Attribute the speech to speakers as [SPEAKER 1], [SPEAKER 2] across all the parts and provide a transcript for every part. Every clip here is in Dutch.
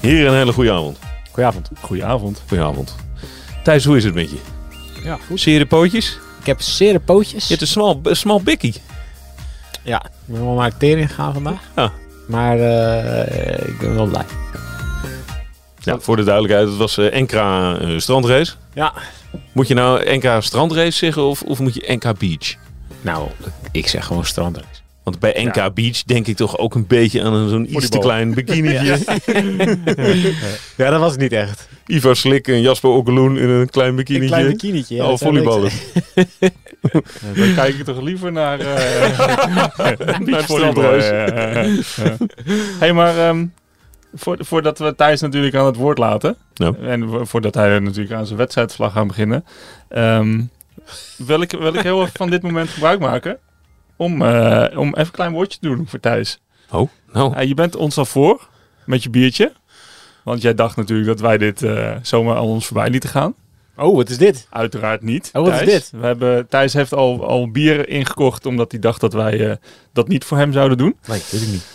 [SPEAKER 1] Hier een hele goede avond.
[SPEAKER 2] Goedenavond.
[SPEAKER 3] Goedenavond.
[SPEAKER 1] Goedenavond. Thijs, hoe is het met je?
[SPEAKER 3] Ja, goed.
[SPEAKER 1] Zie je de pootjes? Je
[SPEAKER 2] Ik heb zere pootjes.
[SPEAKER 1] hebt een smal, een smal bikkie.
[SPEAKER 2] Ja, ik ben wel naar de tering gegaan vandaag.
[SPEAKER 1] Ja.
[SPEAKER 2] Maar eh, ik ben wel blij.
[SPEAKER 1] Ja, voor de duidelijkheid, het was eh, NK eh, strandrace.
[SPEAKER 2] Ja.
[SPEAKER 1] Moet je nou NK strandrace zeggen of, of moet je NK beach?
[SPEAKER 2] Nou, ik zeg gewoon strandrace.
[SPEAKER 1] Want bij NK
[SPEAKER 3] Ja.
[SPEAKER 1] beach denk ik toch ook een beetje aan een- zo'n iets te
[SPEAKER 3] Volleybal.
[SPEAKER 1] klein bikinietje.
[SPEAKER 2] Ja, dat was het niet echt.
[SPEAKER 1] Ivo Slik en Jasper Okkeloen in een klein
[SPEAKER 2] Een
[SPEAKER 1] bikinietje.
[SPEAKER 2] klein bikinietje. ja,
[SPEAKER 1] Al
[SPEAKER 2] dat zou ik
[SPEAKER 1] volleyballen.
[SPEAKER 3] Dan kijk ik toch liever naar, eh naar
[SPEAKER 1] Strandreus.
[SPEAKER 3] hey, maar ehm, voor, voordat we Thijs natuurlijk aan het woord laten...
[SPEAKER 1] Ja.
[SPEAKER 3] en vo- voordat hij natuurlijk aan zijn wedstrijdvlag gaat beginnen... ehm, wil, ik, wil ik heel even van dit moment gebruik maken... Om, eh, om even een klein woordje te doen voor Thijs.
[SPEAKER 1] Oh, nou.
[SPEAKER 3] Ja, je bent ons al voor met je biertje. Want jij dacht natuurlijk dat wij dit eh, zomaar aan ons voorbij lieten gaan.
[SPEAKER 2] zeggen. Oh, wat is dit?
[SPEAKER 3] Uiteraard niet.
[SPEAKER 2] Oh, wat is
[SPEAKER 3] Thijs.
[SPEAKER 2] dit?
[SPEAKER 3] We hebben, Thijs heeft al, al bier ingekocht omdat hij dacht dat wij eh, dat niet voor hem zouden doen.
[SPEAKER 2] Nee, weet ik niet.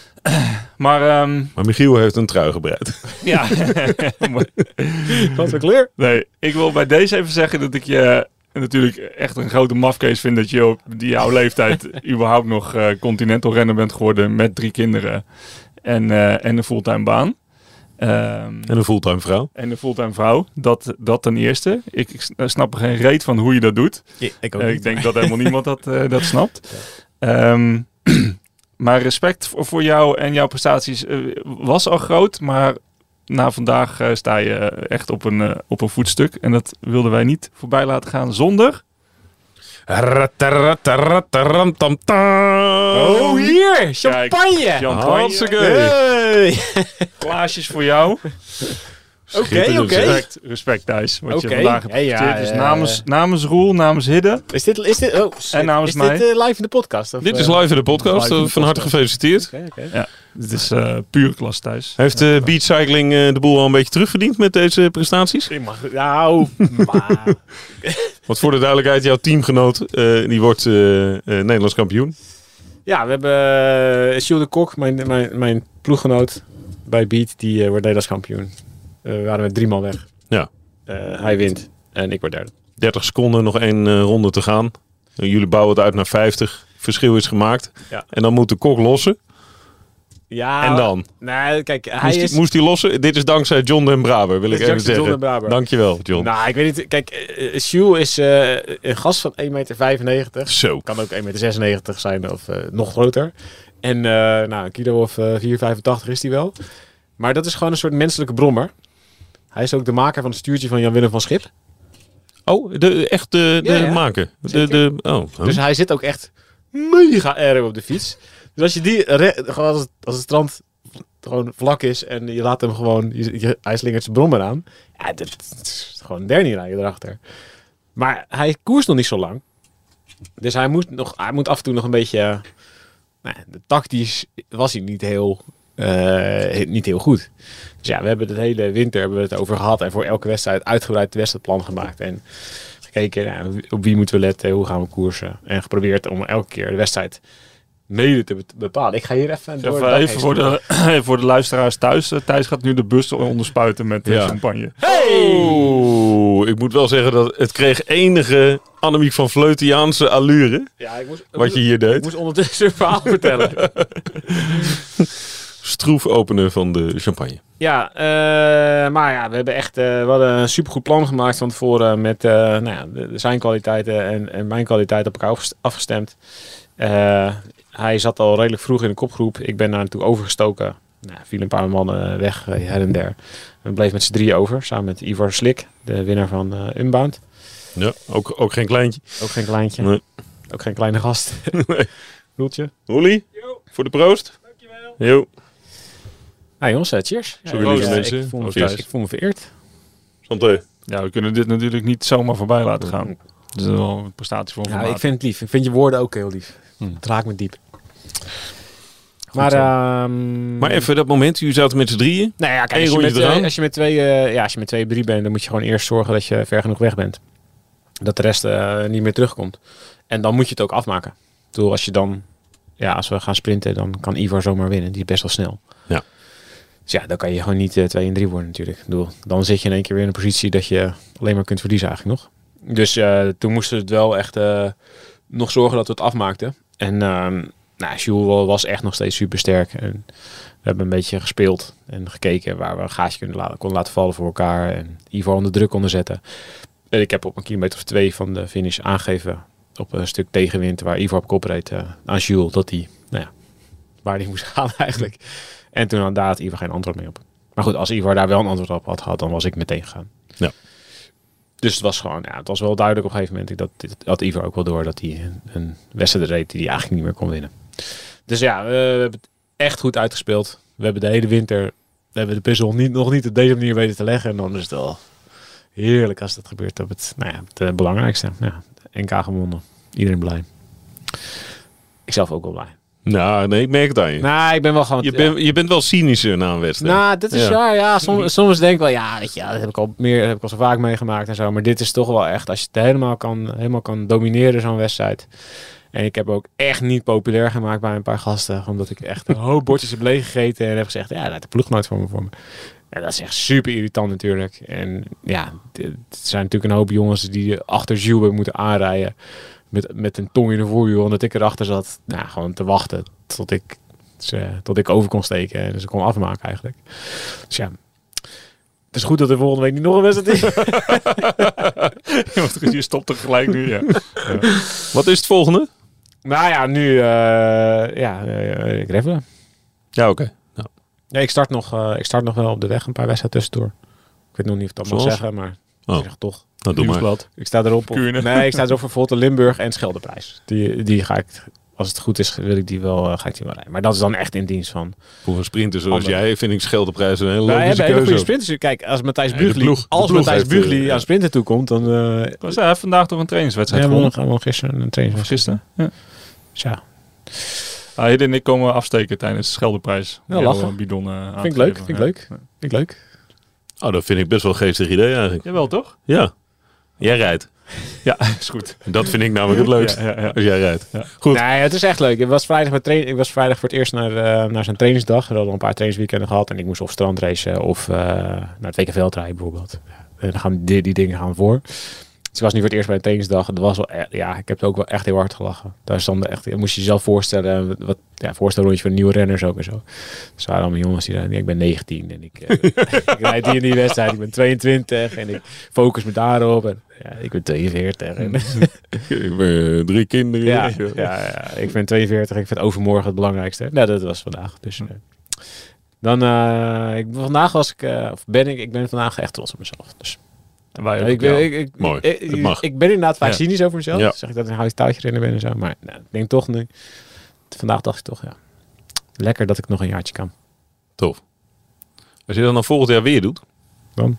[SPEAKER 3] Maar ehm,
[SPEAKER 1] Maar Michiel heeft een trui gebreid.
[SPEAKER 3] ja,
[SPEAKER 2] Wat voor kleur?
[SPEAKER 3] nee, ik wil bij deze even zeggen dat ik je natuurlijk echt een grote mafkees vind dat je op die jouw leeftijd überhaupt nog eh, continental renner bent geworden met drie kinderen en, eh, en een fulltime baan. Ehm,
[SPEAKER 1] En een fulltime vrouw.
[SPEAKER 3] en een fulltime vrouw, dat, dat ten eerste. Ik, ik snap er geen reet van hoe je dat doet.
[SPEAKER 2] ik
[SPEAKER 3] Eh, ik denk dat helemaal niemand dat, eh, dat snapt. Ehm, maar respect voor, voor jou en jouw prestaties eh, was al groot, maar na vandaag eh, sta je eh, echt op een, eh, op een voetstuk. En dat wilden wij niet voorbij laten gaan zonder...
[SPEAKER 2] Oh, hier! Champagne!
[SPEAKER 3] Jan
[SPEAKER 1] Hartstikke.
[SPEAKER 2] Hey.
[SPEAKER 3] glaasjes voor jou.
[SPEAKER 1] Schitterend,
[SPEAKER 2] oké.
[SPEAKER 1] zeg.
[SPEAKER 3] Respect, respect Thijs, wat
[SPEAKER 2] Oké.
[SPEAKER 3] je vandaag hebt
[SPEAKER 2] Hey, ja,
[SPEAKER 3] gepresteerd. dus
[SPEAKER 2] ja, ja.
[SPEAKER 3] namens, namens Roel, namens Hidde.
[SPEAKER 2] Is dit, is dit, oh, shit.
[SPEAKER 3] En namens
[SPEAKER 2] is
[SPEAKER 3] mij.
[SPEAKER 2] dit eh, live in de podcast? Of,
[SPEAKER 1] Dit is
[SPEAKER 2] eh,
[SPEAKER 1] live in de podcast.
[SPEAKER 3] Live in de
[SPEAKER 1] Van harte
[SPEAKER 3] podcast.
[SPEAKER 1] gefeliciteerd.
[SPEAKER 2] Oké, oké.
[SPEAKER 3] Dit is eh puur klas Thijs.
[SPEAKER 1] Heeft eh Beat Cycling eh, de boel al een beetje terugverdiend met deze prestaties?
[SPEAKER 2] Ik mag... Nou, maar...
[SPEAKER 1] Want voor de duidelijkheid, jouw teamgenoot eh, die wordt eh, eh, Nederlands kampioen.
[SPEAKER 2] Ja, we hebben eh Sjoerd de Kok, mijn, mijn, mijn ploeggenoot bij Beat, die eh, wordt Nederlands kampioen. Eh, we waren met drie man weg.
[SPEAKER 1] Ja.
[SPEAKER 2] Eh, hij wint en ik word derde.
[SPEAKER 1] 30 seconden, nog één eh, ronde te gaan. Eh, jullie bouwen het uit naar 50. Verschil is gemaakt.
[SPEAKER 2] Ja.
[SPEAKER 1] En dan moet de kok lossen.
[SPEAKER 2] Ja,
[SPEAKER 1] en dan?
[SPEAKER 2] Nee, kijk, hij
[SPEAKER 1] Moest,
[SPEAKER 2] is...
[SPEAKER 1] die, moest hij lossen? Dit is dankzij John den Braber, wil ik
[SPEAKER 2] Dit is
[SPEAKER 1] even
[SPEAKER 2] dankzij John
[SPEAKER 1] zeggen.
[SPEAKER 2] den Braber.
[SPEAKER 1] Dankjewel, John.
[SPEAKER 2] Nou, ik weet niet. Kijk, eh, eh, Sjoerd is eh, een gast van 1,95 meter.
[SPEAKER 1] Zo.
[SPEAKER 2] Kan ook 1,96 meter zijn of eh, nog groter. En eh, nou, een kilo of eh, 4,85 is hij wel. Maar dat is gewoon een soort menselijke brommer. Hij is ook de maker van het stuurtje van Jan-Willem van Schip.
[SPEAKER 1] Oh, de, echt de, de
[SPEAKER 2] Ja, ja.
[SPEAKER 1] maken. De,
[SPEAKER 2] Zeker.
[SPEAKER 1] de, oh, huh?
[SPEAKER 2] Dus hij zit ook echt mega erg op de fiets. Dus als je die re- gewoon als, het, als het strand gewoon vlak is en je laat hem gewoon, je, je, hij slingert zijn brommer aan. Ja, dat is gewoon een dernie rijden erachter. Maar hij koerst nog niet zo lang. Dus hij moet, nog, hij moet af en toe nog een beetje. eh, Nou, ja, tactisch was hij niet heel, eh, niet heel goed. Dus ja, we hebben de hele winter hebben we het over gehad. En voor elke wedstrijd uitgebreid het wedstrijdplan gemaakt. En gekeken nou, op wie moeten we letten, hoe gaan we koersen. En geprobeerd om elke keer de wedstrijd mede te be- bepalen. Ik ga hier even door
[SPEAKER 3] Even,
[SPEAKER 2] dag
[SPEAKER 3] even
[SPEAKER 2] heen
[SPEAKER 3] voor, de, voor de luisteraars thuis. Eh, Thijs gaat nu de bus onderspuiten met eh,
[SPEAKER 1] Ja.
[SPEAKER 3] champagne.
[SPEAKER 1] Oh, ik moet wel zeggen dat het kreeg enige Annemiek van Vleutiaanse allure.
[SPEAKER 2] Ja, ik moest,
[SPEAKER 1] Wat je hier deed.
[SPEAKER 2] ik moest ondertussen een verhaal vertellen.
[SPEAKER 1] Stroef openen van de champagne.
[SPEAKER 2] Ja, eh, maar ja, we hebben echt eh, we hadden een supergoed plan gemaakt van tevoren met eh, nou ja, de- de zijn kwaliteiten en, en mijn kwaliteit op elkaar afges- afgestemd. Eh, hij zat al redelijk vroeg in de kopgroep. Ik ben daar naartoe overgestoken. Nou, vielen een paar mannen weg, eh, her en der. We bleven met z'n drieën over, samen met Ivar Slik, de winnaar van eh, Unbound.
[SPEAKER 1] Ja, ook, ook geen kleintje.
[SPEAKER 2] Ook geen kleintje,
[SPEAKER 1] Nee.
[SPEAKER 2] ook geen kleine gast.
[SPEAKER 1] Nee.
[SPEAKER 2] Roeltje.
[SPEAKER 1] Hoelie, voor de proost. Dankjewel. Jo.
[SPEAKER 2] Nou jongens, eh, cheers.
[SPEAKER 1] Zo willen
[SPEAKER 3] jullie
[SPEAKER 2] eh,
[SPEAKER 1] mensen.
[SPEAKER 2] Ik voel me,
[SPEAKER 1] Oh, cheers.
[SPEAKER 2] ik voel me vereerd.
[SPEAKER 1] Santé.
[SPEAKER 3] Ja, we kunnen dit natuurlijk niet zomaar voorbij laten gaan. Dat is wel een prestatie voor
[SPEAKER 2] Ja,
[SPEAKER 3] vandaag.
[SPEAKER 2] ik vind het lief. Ik vind je woorden ook heel lief.
[SPEAKER 1] Hmm.
[SPEAKER 2] Het raakt me diep. maar,
[SPEAKER 3] zo.
[SPEAKER 2] ehm,
[SPEAKER 1] Maar even dat moment, jullie zaten met z'n drieën.
[SPEAKER 2] Nou ja, kijk,
[SPEAKER 1] één
[SPEAKER 2] als je,
[SPEAKER 1] rondje
[SPEAKER 2] met, eh,
[SPEAKER 1] eraan.
[SPEAKER 2] als, je met twee, eh, ja, als je met twee, drie bent, dan moet je gewoon eerst zorgen dat je ver genoeg weg bent. Dat de rest eh, niet meer terugkomt. En dan moet je het ook afmaken. Ik bedoel, als je dan... Ja, als we gaan sprinten, dan kan Ivar zomaar winnen. Die is best wel snel.
[SPEAKER 1] Ja.
[SPEAKER 2] Dus ja, dan kan je gewoon niet eh, 2 en 3 worden natuurlijk. Ik bedoel, dan zit je in één keer weer in een positie dat je alleen maar kunt verliezen eigenlijk nog. Dus eh, toen moesten we het wel echt eh, nog zorgen dat we het afmaakten. En ehm nou, Jules wa- was echt nog steeds super sterk. En we hebben een beetje gespeeld en gekeken waar we een gaatje kunnen laten, konden laten vallen voor elkaar. En Ivar onder druk konden zetten. En ik heb op een kilometer of twee van de finish aangegeven op een stuk tegenwind waar Ivar op kop reed eh, aan Jules. Dat hij, nou ja, waar hij moest gaan eigenlijk. En toen had daar Ivar geen antwoord meer op. Maar goed, als Ivar daar wel een antwoord op had gehad, dan was ik meteen gegaan.
[SPEAKER 1] Ja.
[SPEAKER 2] Dus het was gewoon, ja, het was wel duidelijk op een gegeven moment. Dat, dat had Ivar ook wel door dat hij een, een wedstrijd reed die hij eigenlijk niet meer kon winnen. Dus ja, we, we hebben het echt goed uitgespeeld. We hebben de hele winter, we hebben de puzzel niet, nog niet op deze manier weten te leggen. En dan is het wel heerlijk als dat gebeurt op het, nou ja, het eh, belangrijkste. Ja, de NK gewonnen. Iedereen blij. Ikzelf ook wel blij.
[SPEAKER 1] Nou, nee, ik merk het aan je.
[SPEAKER 2] Nou, ik ben wel gewoon...
[SPEAKER 1] je, bent je bent wel cynischer na een wedstrijd.
[SPEAKER 2] Nou, dit is
[SPEAKER 1] Ja.
[SPEAKER 2] waar. Ja, soms, soms denk ik wel, ja, weet je, dat heb ik al meer, heb ik al zo vaak meegemaakt en zo. Maar dit is toch wel echt, als je het helemaal kan, helemaal kan domineren zo'n wedstrijd. En ik heb ook echt niet populair gemaakt bij een paar gasten, omdat ik echt een hoop bordjes heb leeggegeten en heb gezegd, ja, laat de ploeggenoot voor me voor me. En dat is echt super irritant natuurlijk. En ja, d- het zijn natuurlijk een hoop jongens die achter Jules hebben moeten aanrijden. Met, met een tong in de voorwiel, omdat ik erachter zat. Nou, gewoon te wachten tot ik ze, tot ik over kon steken en ze kon afmaken eigenlijk. Dus ja. Het is goed dat er volgende week niet nog een wedstrijd is.
[SPEAKER 3] Want je stopt er gelijk nu, ja.
[SPEAKER 1] Wat is het volgende?
[SPEAKER 2] nou ja, nu eh ja, eh, ik revelen.
[SPEAKER 1] Ja, oké.
[SPEAKER 2] Nee, ik start, nog, eh, ik start nog wel op de weg een paar wedstrijden tussendoor. Ik weet nog niet of ik dat
[SPEAKER 1] Zoals?
[SPEAKER 2] mag zeggen, maar
[SPEAKER 1] Oh.
[SPEAKER 2] ik zeg toch.
[SPEAKER 1] Nou, doe maar.
[SPEAKER 3] Nieuwsblad.
[SPEAKER 2] Ik sta erop. Op,
[SPEAKER 3] Kuurne.
[SPEAKER 2] nee, ik sta erop voor Volte Limburg en Scheldeprijs. Die, die ga ik, als het goed is, wil ik die wel, eh, ga ik die wel rijden. Maar dat is dan echt in dienst van
[SPEAKER 1] Voor een sprinter zoals
[SPEAKER 2] Ander.
[SPEAKER 1] jij vind ik Scheldeprijs een hele
[SPEAKER 2] Wij
[SPEAKER 1] logische
[SPEAKER 2] hebben hele goede
[SPEAKER 1] keuze. ook.
[SPEAKER 2] sprinters. Kijk, als Matthijs
[SPEAKER 1] Nee, de
[SPEAKER 2] Bugli,
[SPEAKER 1] ploeg- de
[SPEAKER 2] als
[SPEAKER 1] ploeg
[SPEAKER 2] Matthijs
[SPEAKER 1] heeft,
[SPEAKER 2] Bugli
[SPEAKER 1] eh,
[SPEAKER 2] aan sprinter toekomt, dan eh
[SPEAKER 3] Dus hij heeft vandaag toch een trainingswedstrijd
[SPEAKER 2] hebben we
[SPEAKER 3] gewonnen.
[SPEAKER 2] nog- hebben we nog gisteren een training
[SPEAKER 3] Of gisteren. Ja.
[SPEAKER 2] Dus ja,
[SPEAKER 3] Hij en ik komen afsteken tijdens de Scheldeprijs.
[SPEAKER 2] Ja,
[SPEAKER 3] Om jou
[SPEAKER 2] lachen.
[SPEAKER 3] een Bidon, eh, aan
[SPEAKER 2] Vind ik
[SPEAKER 3] te
[SPEAKER 2] leuk,
[SPEAKER 3] geven.
[SPEAKER 2] vind ik
[SPEAKER 3] Ja.
[SPEAKER 2] leuk.
[SPEAKER 3] Ja.
[SPEAKER 2] vind ik leuk.
[SPEAKER 1] Oh, dat vind ik best wel een geestig idee eigenlijk.
[SPEAKER 3] Jawel, toch?
[SPEAKER 1] Ja. Jij rijdt.
[SPEAKER 3] Ja, is goed.
[SPEAKER 1] Dat vind ik namelijk het leukst.
[SPEAKER 3] Ja, ja, ja.
[SPEAKER 1] Als jij rijdt.
[SPEAKER 3] Ja.
[SPEAKER 1] Goed.
[SPEAKER 2] Nee, het is echt leuk. Ik was vrijdag, met train- ik was vrijdag voor het eerst naar, eh, naar zijn trainingsdag. We hadden een paar trainingsweekenden gehad. En ik moest of strandracen of eh, naar het WK veldrijden bijvoorbeeld. En dan gaan die, die dingen gaan voor. Dus ik was nu voor het eerst bij een trainingsdag. En dat was wel, e- ja, ik heb het ook wel echt heel hard gelachen. Daar stond echt, je moest je jezelf voorstellen. eh, Wat, ja, voorstelrondje voor de nieuwe renners ook en zo. Dus waren allemaal jongens die zeiden, ik ben 19 en ik, eh, ik rijd die in die wedstrijd. Ik ben 22 en ik focus me daarop. En, ja, ik ben 42. En,
[SPEAKER 1] Ik ben, eh, drie kinderen.
[SPEAKER 2] ja,
[SPEAKER 1] weet je
[SPEAKER 2] ja,
[SPEAKER 1] wel.
[SPEAKER 2] ja, ik vind 42, ik vind overmorgen het belangrijkste. Nou, dat was vandaag. Dus, eh, dan, eh, ik, vandaag was ik, eh, of ben ik, ik ben vandaag echt trots op mezelf. Dus,
[SPEAKER 3] En wij ook
[SPEAKER 2] ik,
[SPEAKER 3] op jou.
[SPEAKER 2] ben- ik, ik,
[SPEAKER 1] Mooi,
[SPEAKER 2] ik,
[SPEAKER 1] dat mag.
[SPEAKER 2] ik ben inderdaad vaak
[SPEAKER 3] Ja.
[SPEAKER 2] cynisch over mezelf.
[SPEAKER 1] Ja.
[SPEAKER 2] Zeg ik dat ik een houtje touwtje rennen ben en zo. Maar nou, ik denk toch nu, vandaag dacht ik toch, ja, lekker dat ik nog een jaartje kan.
[SPEAKER 1] Tof. Als je dat dan volgend jaar weer doet.
[SPEAKER 2] Dan?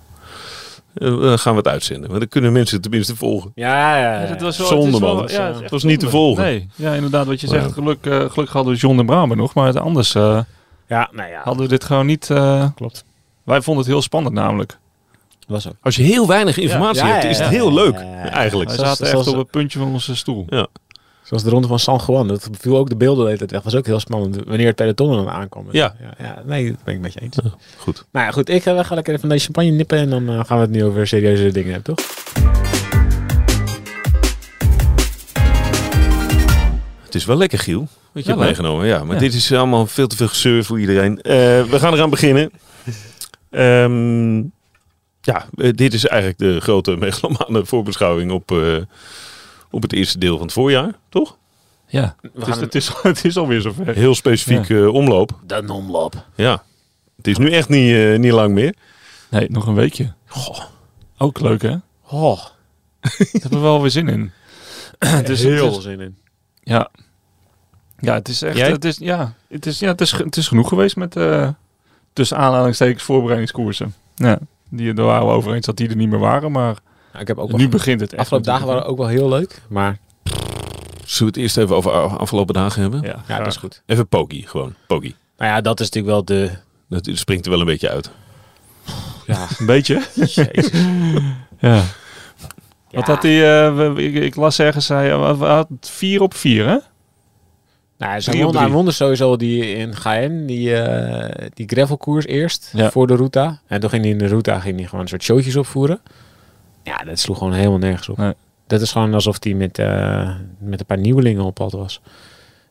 [SPEAKER 1] eh, Dan gaan we het uitzenden. Want dan kunnen mensen het tenminste volgen.
[SPEAKER 2] Ja, ja,
[SPEAKER 3] Ja, dat was wel,
[SPEAKER 1] Zonde
[SPEAKER 3] het is wel-
[SPEAKER 1] man.
[SPEAKER 3] ja, het is
[SPEAKER 1] Het
[SPEAKER 3] echt
[SPEAKER 1] was niet te
[SPEAKER 3] zonde.
[SPEAKER 1] volgen.
[SPEAKER 3] Nee, ja, inderdaad wat je
[SPEAKER 1] Maar
[SPEAKER 3] zegt. Geluk, eh, gelukkig hadden we John de Braber nog, maar het- anders eh,
[SPEAKER 2] ja, nou ja,
[SPEAKER 3] hadden we dit gewoon niet... eh,
[SPEAKER 2] klopt.
[SPEAKER 3] wij vonden het heel spannend namelijk.
[SPEAKER 2] Was ook.
[SPEAKER 1] Als je heel weinig informatie
[SPEAKER 2] Ja, ja,
[SPEAKER 1] hebt, is het
[SPEAKER 2] ja,
[SPEAKER 1] heel
[SPEAKER 2] ja,
[SPEAKER 1] leuk.
[SPEAKER 2] ja, ja.
[SPEAKER 1] Eigenlijk.
[SPEAKER 3] Wij
[SPEAKER 2] Zoals-
[SPEAKER 3] zaten echt
[SPEAKER 2] zoals-
[SPEAKER 3] op het puntje van onze stoel.
[SPEAKER 2] Zoals de ronde van San Juan, dat viel ook de beelden de hele tijd weg. was ook heel spannend wanneer het peloton er dan aankwam.
[SPEAKER 1] Ja.
[SPEAKER 2] ja, ja. Nee, dat ben ik met je eens.
[SPEAKER 1] Goed.
[SPEAKER 2] Nou ja, goed. Ik eh, ga lekker even naar de champagne nippen en dan eh, gaan we het nu over serieuze dingen hebben, toch?
[SPEAKER 1] Het is wel lekker, Giel. Wat je
[SPEAKER 3] Ja,
[SPEAKER 1] hebt
[SPEAKER 3] leuk.
[SPEAKER 1] meegenomen. Ja, maar
[SPEAKER 3] Ja.
[SPEAKER 1] dit is allemaal veel te veel gezeur voor iedereen. Eh, we gaan eraan beginnen. Ehm, ja, eh, dit is eigenlijk de grote megalomane voorbeschouwing op, eh, op het eerste deel van het voorjaar. Toch?
[SPEAKER 3] Ja,
[SPEAKER 2] We
[SPEAKER 3] het is, Dus het, is, het is alweer zover.
[SPEAKER 1] Heel specifiek eh, omloop.
[SPEAKER 2] de omloop.
[SPEAKER 1] Ja. Het is nu echt niet, eh, niet lang meer.
[SPEAKER 3] Nee, nog een weekje.
[SPEAKER 1] Goh.
[SPEAKER 3] Ook leuk hè?
[SPEAKER 2] Oh,
[SPEAKER 3] Daar hebben we wel weer zin in.
[SPEAKER 2] het
[SPEAKER 3] is-
[SPEAKER 2] is heel
[SPEAKER 3] het is-
[SPEAKER 2] zin in.
[SPEAKER 3] Ja. Ja, het is echt.
[SPEAKER 1] Jij?
[SPEAKER 3] Het is, ja, het is, ja het, is, ge- het is genoeg geweest met. eh tussen aanhalingstekens voorbereidingskoersen. Ja, die, daar waren we over eens dat die er niet meer waren. Maar
[SPEAKER 2] Ja, Nou, ik heb ook
[SPEAKER 3] nu begint het
[SPEAKER 2] de
[SPEAKER 3] echt.
[SPEAKER 2] afgelopen dagen waren
[SPEAKER 3] natuurlijk.
[SPEAKER 2] ook wel heel leuk, maar
[SPEAKER 1] Zullen we het eerst even over a- afgelopen dagen hebben?
[SPEAKER 3] Ja,
[SPEAKER 2] ja,
[SPEAKER 3] graag.
[SPEAKER 2] dat is goed.
[SPEAKER 1] Even Poki, gewoon. Poki.
[SPEAKER 2] Nou ja, dat is natuurlijk wel de...
[SPEAKER 1] Dat springt er wel een beetje uit.
[SPEAKER 2] Ja,
[SPEAKER 3] Een beetje.
[SPEAKER 2] jezus.
[SPEAKER 3] Ja.
[SPEAKER 2] Ja.
[SPEAKER 3] eh, Wat had hij? eh, we- ik, ik las ergens, hij had vier op vier, hè?
[SPEAKER 2] Nou,
[SPEAKER 3] Drie op
[SPEAKER 2] Simon
[SPEAKER 3] drie.
[SPEAKER 2] Amon is sowieso die in Gaen, die, eh die gravelkoers eerst
[SPEAKER 3] Ja.
[SPEAKER 2] voor de Ruta. En toen ging hij in de Ruta ging hij gewoon een soort showtjes opvoeren. Ja, dat sloeg gewoon helemaal nergens op.
[SPEAKER 3] Nee.
[SPEAKER 2] Dat is gewoon alsof hij met, eh, met een paar nieuwelingen op pad was.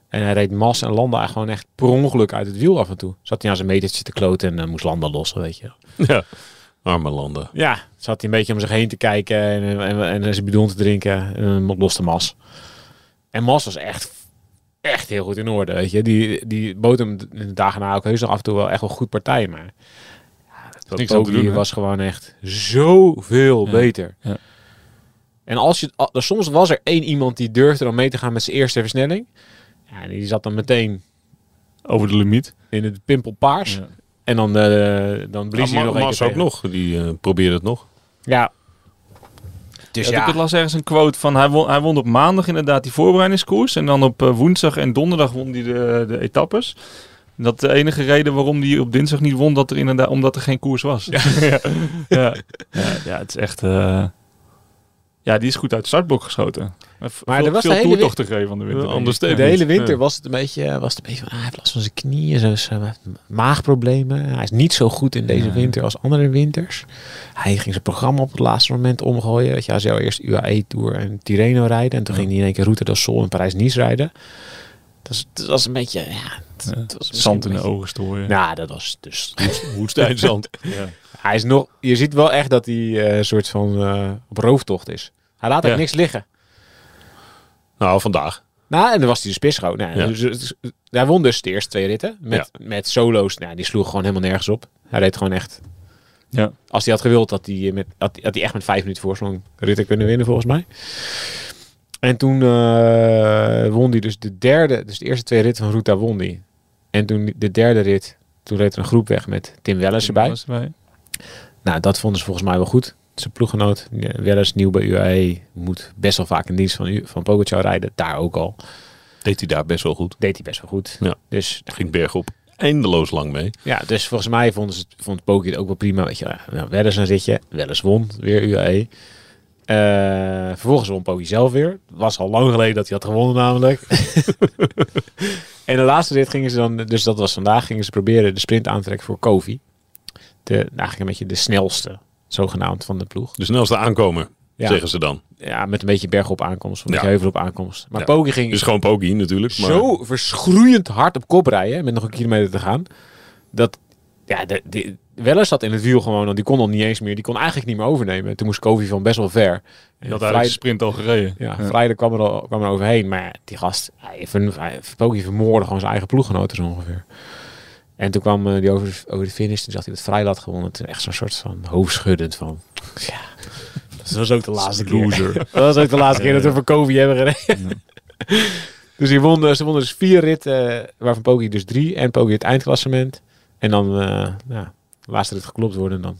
[SPEAKER 2] En hij reed Mas en Landa gewoon echt per ongeluk uit het wiel af en toe. Zat hij aan zijn metertje te kloten en eh, moest Landa lossen, weet je.
[SPEAKER 1] Ja. Arme landen.
[SPEAKER 2] Ja, zat hij een beetje om zich heen te kijken en, en, en, en zijn bidon te drinken. En dan loste Mas. En Mas was echt, echt heel goed in orde, weet je. Die, die bood hem in de dagen na ook heus nog af en toe wel echt wel goed partij. Maar ja, dat
[SPEAKER 3] niks aan te doen,
[SPEAKER 2] Poggi
[SPEAKER 3] hè?
[SPEAKER 2] was gewoon echt zoveel
[SPEAKER 3] Ja,
[SPEAKER 2] beter.
[SPEAKER 3] ja.
[SPEAKER 2] En als je, al- soms was er één iemand die durfde dan mee te gaan met zijn eerste versnelling. Ja, en die zat dan meteen
[SPEAKER 3] Over de limiet.
[SPEAKER 2] in het pimpelpaars.
[SPEAKER 3] Ja.
[SPEAKER 2] En dan, eh dan blies hij
[SPEAKER 1] Ah, Ma-
[SPEAKER 2] nog één
[SPEAKER 1] Mas
[SPEAKER 2] keer
[SPEAKER 1] ook
[SPEAKER 2] tegen.
[SPEAKER 1] nog. Die eh, probeerde het nog.
[SPEAKER 2] Ja. Dus
[SPEAKER 3] Ja, Ik las ergens een quote van hij won, hij won op maandag inderdaad die voorbereidingskoers. En dan op eh, woensdag en donderdag won hij de, de etappes. En Dat de enige reden waarom hij op dinsdag niet won, dat er inderdaad, omdat er geen koers was. Ja, ja. ja. ja het is echt. eh, ja, die is goed uit het startblok geschoten.
[SPEAKER 2] Maar
[SPEAKER 3] veel,
[SPEAKER 2] er was
[SPEAKER 3] veel
[SPEAKER 2] de hele
[SPEAKER 3] toertochten gereden van de winter. denk ik.
[SPEAKER 1] Anders
[SPEAKER 2] De hele winter was het een beetje, eh, was het een beetje van, ah, hij heeft last van zijn knieën, zo is, eh, hij heeft maagproblemen. Hij is niet zo goed in deze
[SPEAKER 3] Ja.
[SPEAKER 2] winter als andere winters. Hij ging zijn programma op het laatste moment omgooien. Weet je, hij zou eerst UAE Tour en Tirreno rijden. En toen
[SPEAKER 3] Ja.
[SPEAKER 2] ging hij in één keer Route del Sol en Parijs-Nice rijden. Dat is- dat was een beetje, ja... het-
[SPEAKER 3] Ja.
[SPEAKER 2] het was misschien
[SPEAKER 3] Zand in
[SPEAKER 2] een
[SPEAKER 3] de
[SPEAKER 2] beetje-
[SPEAKER 3] ogen stooien.
[SPEAKER 2] Nou, dat was dus...
[SPEAKER 1] Woestijnzand.
[SPEAKER 3] Ja.
[SPEAKER 2] hij is nog... Je ziet wel echt dat hij eh, een soort van eh, op rooftocht is. Hij laat echt
[SPEAKER 1] Ja.
[SPEAKER 2] niks liggen.
[SPEAKER 1] nou, vandaag.
[SPEAKER 2] Nou, en dan was hij dus pisschoon. Nou,
[SPEAKER 1] Ja.
[SPEAKER 2] dus, dus- hij won dus de eerste twee ritten. Met, met solo's. Nou, die sloeg gewoon helemaal nergens op. Hij reed gewoon echt...
[SPEAKER 3] Ja.
[SPEAKER 2] Als hij had gewild, had hij, met, had, had hij echt met vijf minuten voorsprong ritten kunnen winnen, volgens mij. En toen eh, won hij dus de derde... Dus de eerste twee ritten van Ruta won hij. En toen de derde rit... Toen reed er een groep weg met Tim Wellers erbij.
[SPEAKER 3] Was erbij.
[SPEAKER 2] Nou, dat vonden ze volgens mij wel goed. Zijn ploeggenoot, ja, Wellers, nieuw bij UAE... moet best wel vaak in dienst van, U- van Pogacar rijden. Daar ook al.
[SPEAKER 1] Deed hij daar best wel goed.
[SPEAKER 2] Deed hij best wel goed.
[SPEAKER 1] Ja.
[SPEAKER 2] Dus
[SPEAKER 1] Ging bergop eindeloos lang mee.
[SPEAKER 2] Ja, dus volgens mij vonden ze het, vond Poki het ook wel prima. Weet je, wel. nou, Wedders een zitje, Wellens won, weer UAE. Eh, vervolgens won Poki zelf weer. Was al lang geleden dat hij had gewonnen namelijk. en de laatste rit gingen ze dan, dus dat was vandaag, gingen ze proberen de sprint aan te trekken voor Kovi. De, nou, eigenlijk een beetje de snelste, zogenaamd, van de ploeg.
[SPEAKER 1] De snelste aankomer,
[SPEAKER 2] Ja,
[SPEAKER 1] zeggen ze dan.
[SPEAKER 2] ja met een beetje bergop aankomst, of
[SPEAKER 1] Ja.
[SPEAKER 2] een beetje heuvel op aankomst. Maar
[SPEAKER 1] Ja.
[SPEAKER 2] Poki ging
[SPEAKER 1] Dus gewoon Pogi natuurlijk. Maar
[SPEAKER 2] zo verschroeiend hard op kop rijden met nog een kilometer te gaan. Dat ja, de, de, Weller zat in het wiel gewoon, want die kon al niet eens meer. Die kon eigenlijk niet meer overnemen. Toen moest Kovi van best wel ver.
[SPEAKER 3] Die had
[SPEAKER 2] Vrij-
[SPEAKER 3] eigenlijk de sprint al gereden.
[SPEAKER 2] ja, vrijdag kwam er, al, kwam er overheen. Maar ja, die gast, hij, ver- hij, Poki vermoorde gewoon zijn eigen ploeggenoten zo ongeveer. En toen kwam eh, die over, over de finish. Toen zag hij dat Vrijlaat gewonnen. Toen echt zo'n soort van hoofdschuddend van... Ja, dat was ook de laatste keer.
[SPEAKER 3] Loser.
[SPEAKER 2] Dat was ook de laatste keer dat we voor Kovi hebben gereden. dus die won, eh, ze wonnen dus vier ritten, eh, waarvan Pogi dus drie. En Pogi het eindklassement. En dan, eh ja, de laatste rit geklopt worden dan.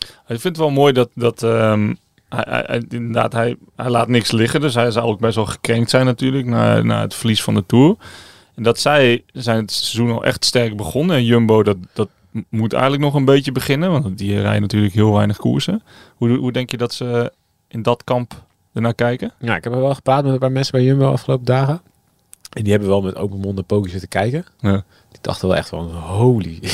[SPEAKER 3] Ik vind het wel mooi dat, dat ehm, hij, hij- hij- inderdaad, hij, hij laat niks liggen. Dus hij zou ook best wel gekrenkt zijn natuurlijk na, na het verlies van de Tour. En dat zij zijn het seizoen al echt sterk begonnen. En Jumbo, dat, dat m- moet eigenlijk nog een beetje beginnen. Want die rijden natuurlijk heel weinig koersen. Hoe, hoe denk je dat ze in dat kamp ernaar kijken?
[SPEAKER 2] Ja, ik heb er wel gepraat met een paar mensen bij Jumbo afgelopen dagen. En die hebben wel met open mond naar Pogi zitten kijken.
[SPEAKER 3] Ja.
[SPEAKER 2] Die dachten wel echt van, holy.
[SPEAKER 3] Die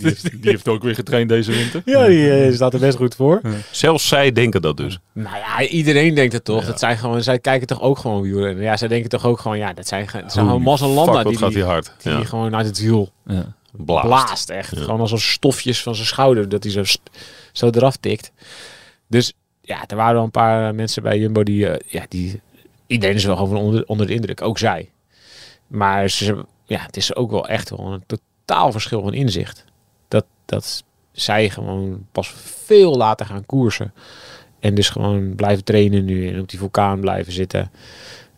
[SPEAKER 3] heeft, die heeft ook weer getraind deze winter.
[SPEAKER 2] ja, die eh, staat er best goed voor.
[SPEAKER 1] zelfs zij denken dat dus.
[SPEAKER 2] Nou ja, iedereen denkt het toch.
[SPEAKER 3] Ja.
[SPEAKER 2] Dat zijn gewoon, zij kijken toch ook gewoon wielrennen. Ja, zij denken toch ook gewoon, ja, dat zijn, ge- het zijn gewoon
[SPEAKER 1] Holy
[SPEAKER 2] Mazzelanda
[SPEAKER 1] fuck, wat
[SPEAKER 2] die,
[SPEAKER 1] gaat
[SPEAKER 2] die,
[SPEAKER 1] hij hard.
[SPEAKER 2] die
[SPEAKER 1] Ja.
[SPEAKER 2] gewoon uit het wiel
[SPEAKER 3] Ja.
[SPEAKER 1] Blaast.
[SPEAKER 2] blaast echt.
[SPEAKER 1] Ja.
[SPEAKER 2] Gewoon als een stofjes van zijn schouder dat hij zo, st- zo eraf tikt. Dus ja, er waren wel een paar eh, mensen bij Jumbo die, eh, ja, die iedereen is wel gewoon onder, onder de indruk, ook zij. Maar ze, ja, het is ook wel echt wel een totaal verschil van inzicht. Dat, dat zij gewoon pas veel later gaan koersen. En dus gewoon blijven trainen nu en op die vulkaan blijven zitten.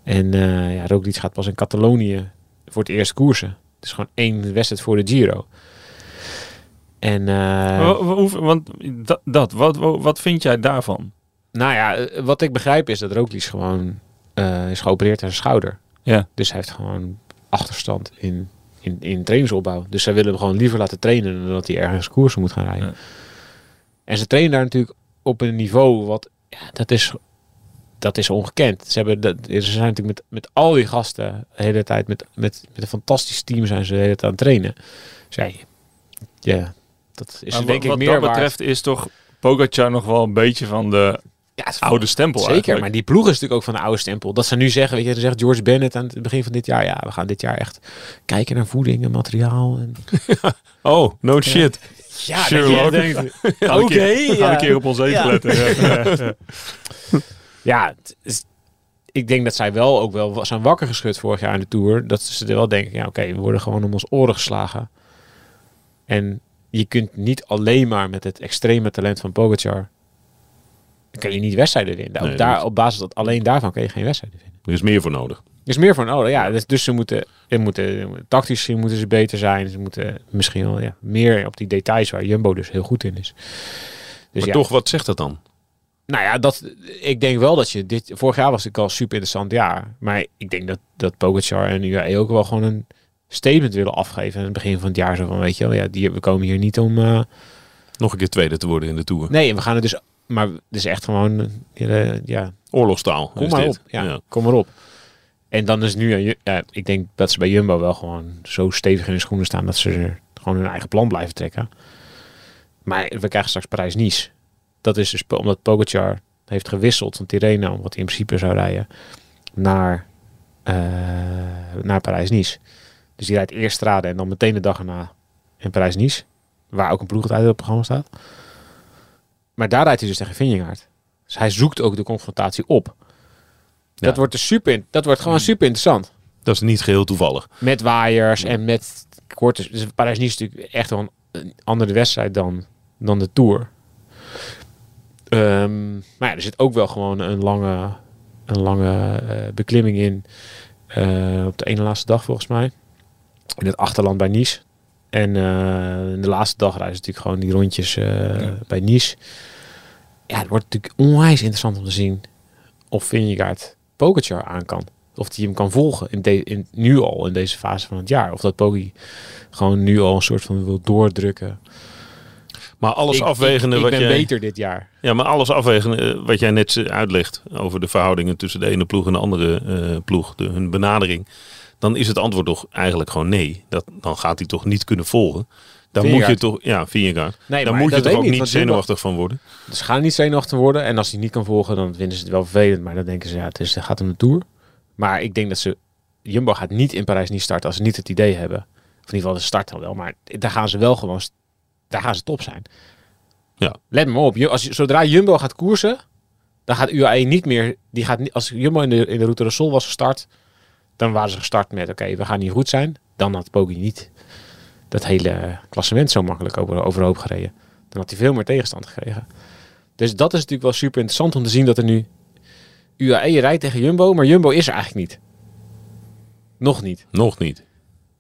[SPEAKER 2] En eh ja, Roglic gaat pas in Catalonië voor het eerst koersen. Het is gewoon één wedstrijd voor de Giro. En eh,
[SPEAKER 3] Wa- wa- hoe- want dat, dat wat, wa- wat vind jij daarvan?
[SPEAKER 2] nou ja, eh, wat ik begrijp is dat Roglic gewoon eh, is geopereerd aan zijn schouder.
[SPEAKER 3] Ja.
[SPEAKER 2] Dus hij heeft gewoon achterstand in, in, in trainingsopbouw. Dus zij willen hem gewoon liever laten trainen dan dat hij ergens koersen moet gaan rijden.
[SPEAKER 3] Ja.
[SPEAKER 2] En ze trainen daar natuurlijk op een niveau wat... Ja, dat is dat is ongekend. Ze, hebben, dat, ze zijn natuurlijk met, met al die gasten de hele tijd, met, met, met een fantastisch team zijn ze de hele tijd aan het trainen. Dus ja, je- ja, dat is
[SPEAKER 3] Maar
[SPEAKER 2] denk
[SPEAKER 3] wat
[SPEAKER 2] ik meer
[SPEAKER 3] dat
[SPEAKER 2] waard.
[SPEAKER 3] betreft is toch Pogacar nog wel een beetje van de
[SPEAKER 2] Ja, het is
[SPEAKER 3] oude stempel
[SPEAKER 2] Zeker,
[SPEAKER 3] eigenlijk.
[SPEAKER 2] maar die ploeg is natuurlijk ook van de oude stempel. Dat ze nu zeggen, weet je, dan zegt George Bennett aan het begin van dit jaar, ja, we gaan dit jaar echt kijken naar voeding en materiaal. En...
[SPEAKER 1] Oh, no shit.
[SPEAKER 2] Ja,
[SPEAKER 1] Sherlock.
[SPEAKER 3] Ga een keer-
[SPEAKER 2] Oké,
[SPEAKER 3] Ga
[SPEAKER 2] ja.
[SPEAKER 3] een keer op ons even
[SPEAKER 2] Ja.
[SPEAKER 3] letten. Ja, ja, ja.
[SPEAKER 2] Ja, het is- ik denk dat zij wel ook wel wa- zijn wakker geschud vorig jaar in de Tour. Dat ze er wel denken, ja oké, we worden gewoon om ons oren geslagen. En je kunt niet alleen maar met het extreme talent van Pogacar... Dan kun je niet wedstrijden winnen.
[SPEAKER 1] Nee, dat
[SPEAKER 2] op, daar,
[SPEAKER 1] is-
[SPEAKER 2] op basis dat alleen daarvan kun je geen wedstrijden winnen.
[SPEAKER 1] Er is meer voor nodig.
[SPEAKER 2] Er is meer voor nodig, ja. Dus, dus ze moeten, ze moeten tactisch gezien moeten ze beter zijn. Ze moeten misschien wel ja, meer op die details waar Jumbo dus heel goed in is. Dus
[SPEAKER 1] maar
[SPEAKER 2] ja,
[SPEAKER 1] toch, wat zegt dat dan?
[SPEAKER 2] nou ja, dat, ik denk wel dat je dit... Vorig jaar was het al een super interessant jaar. Maar ik denk dat, dat Pogacar en UAE ook wel gewoon een statement willen afgeven. Aan het begin van het jaar zo van, weet je wel, ja, die, we komen hier niet om... eh,
[SPEAKER 1] Nog een keer tweede te worden in de Tour.
[SPEAKER 2] nee, en we gaan het dus... Maar het is echt gewoon... eh, ja,
[SPEAKER 1] Oorlogstaal
[SPEAKER 2] kom
[SPEAKER 1] is
[SPEAKER 2] maar
[SPEAKER 1] dit.
[SPEAKER 2] op. Ja, kom maar op. En dan is nu... aan Ju- Ja, ik denk dat ze bij Jumbo wel gewoon zo stevig in hun schoenen staan... dat ze er gewoon hun eigen plan blijven trekken. Maar we krijgen straks Parijs-Nice. Dat is dus po- omdat Pogacar heeft gewisseld van Tirreno... wat hij in principe zou rijden... naar, eh, naar Parijs-Nice. Dus die rijdt eerst Strade en dan meteen de dag erna in Parijs-Nice. Waar ook een ploeg uit op het programma staat. Maar daar rijdt hij dus tegen Vingegaard. Dus hij zoekt ook de confrontatie op. Dat,
[SPEAKER 1] Ja.
[SPEAKER 2] wordt dus super, in- dat wordt gewoon super interessant. Mm.
[SPEAKER 1] Dat is niet geheel toevallig.
[SPEAKER 2] Met waaiers en met korte... Dus Parijs is natuurlijk echt wel een, een andere wedstrijd dan, dan de Tour. Ehm, maar ja, er zit ook wel gewoon een lange, een lange eh, beklimming in. eh, op de ene laatste dag volgens mij. In het achterland bij Nice. En eh, in de laatste dag rijden ze natuurlijk gewoon die rondjes eh,
[SPEAKER 3] Ja.
[SPEAKER 2] bij Nice. Ja, het wordt natuurlijk onwijs interessant om te zien of Vingegaard Pogacar aan kan. Of die hem kan volgen in de, in, nu al in deze fase van het jaar. Of dat Poggi gewoon nu al een soort van wil doordrukken.
[SPEAKER 1] Maar alles
[SPEAKER 2] Ik-
[SPEAKER 1] afwegende
[SPEAKER 2] ik, ik
[SPEAKER 1] wat
[SPEAKER 2] ben
[SPEAKER 1] jij...
[SPEAKER 2] beter dit jaar.
[SPEAKER 1] Ja, maar alles afwegen eh, wat jij net eh, uitlegt over de verhoudingen tussen de ene ploeg en de andere eh, ploeg, de, hun benadering, dan is het antwoord toch eigenlijk gewoon nee. Dat, dan gaat hij toch niet kunnen volgen. Dan moet je
[SPEAKER 2] Vingegaard.
[SPEAKER 1] toch, ja, Vingegaard.
[SPEAKER 2] Nee,
[SPEAKER 1] dan
[SPEAKER 2] maar
[SPEAKER 1] moet je
[SPEAKER 2] dat
[SPEAKER 1] toch
[SPEAKER 2] weet
[SPEAKER 1] ook
[SPEAKER 2] ik
[SPEAKER 1] niet,
[SPEAKER 2] niet, want Jumbo-
[SPEAKER 1] zenuwachtig van worden.
[SPEAKER 2] Dus ga er niet zenuwachtig worden. En als hij niet kan volgen, dan vinden ze het wel vervelend. Maar dan denken ze, ja, het, is, het gaat om de Tour. Maar ik denk dat ze... Jumbo gaat niet in Parijs niet starten als ze niet het idee hebben. Of in ieder geval, de start dan wel. Maar daar gaan ze wel gewoon... st- Daar gaan ze top zijn.
[SPEAKER 1] Ja.
[SPEAKER 2] Let me op. Ju- Als, je- zodra Jumbo gaat koersen, dan gaat UAE niet meer... Die gaat niet, als Jumbo in de, in de Route de Sol was gestart, dan waren ze gestart met... Oké, we gaan hier goed zijn. Dan had Poggi niet dat hele eh, klassement zo makkelijk over, overhoop gereden. Dan had hij veel meer tegenstand gekregen. Dus dat is natuurlijk wel super interessant om te zien dat er nu UAE rijdt tegen Jumbo, maar Jumbo is er eigenlijk niet. Nog niet.
[SPEAKER 1] Nog niet.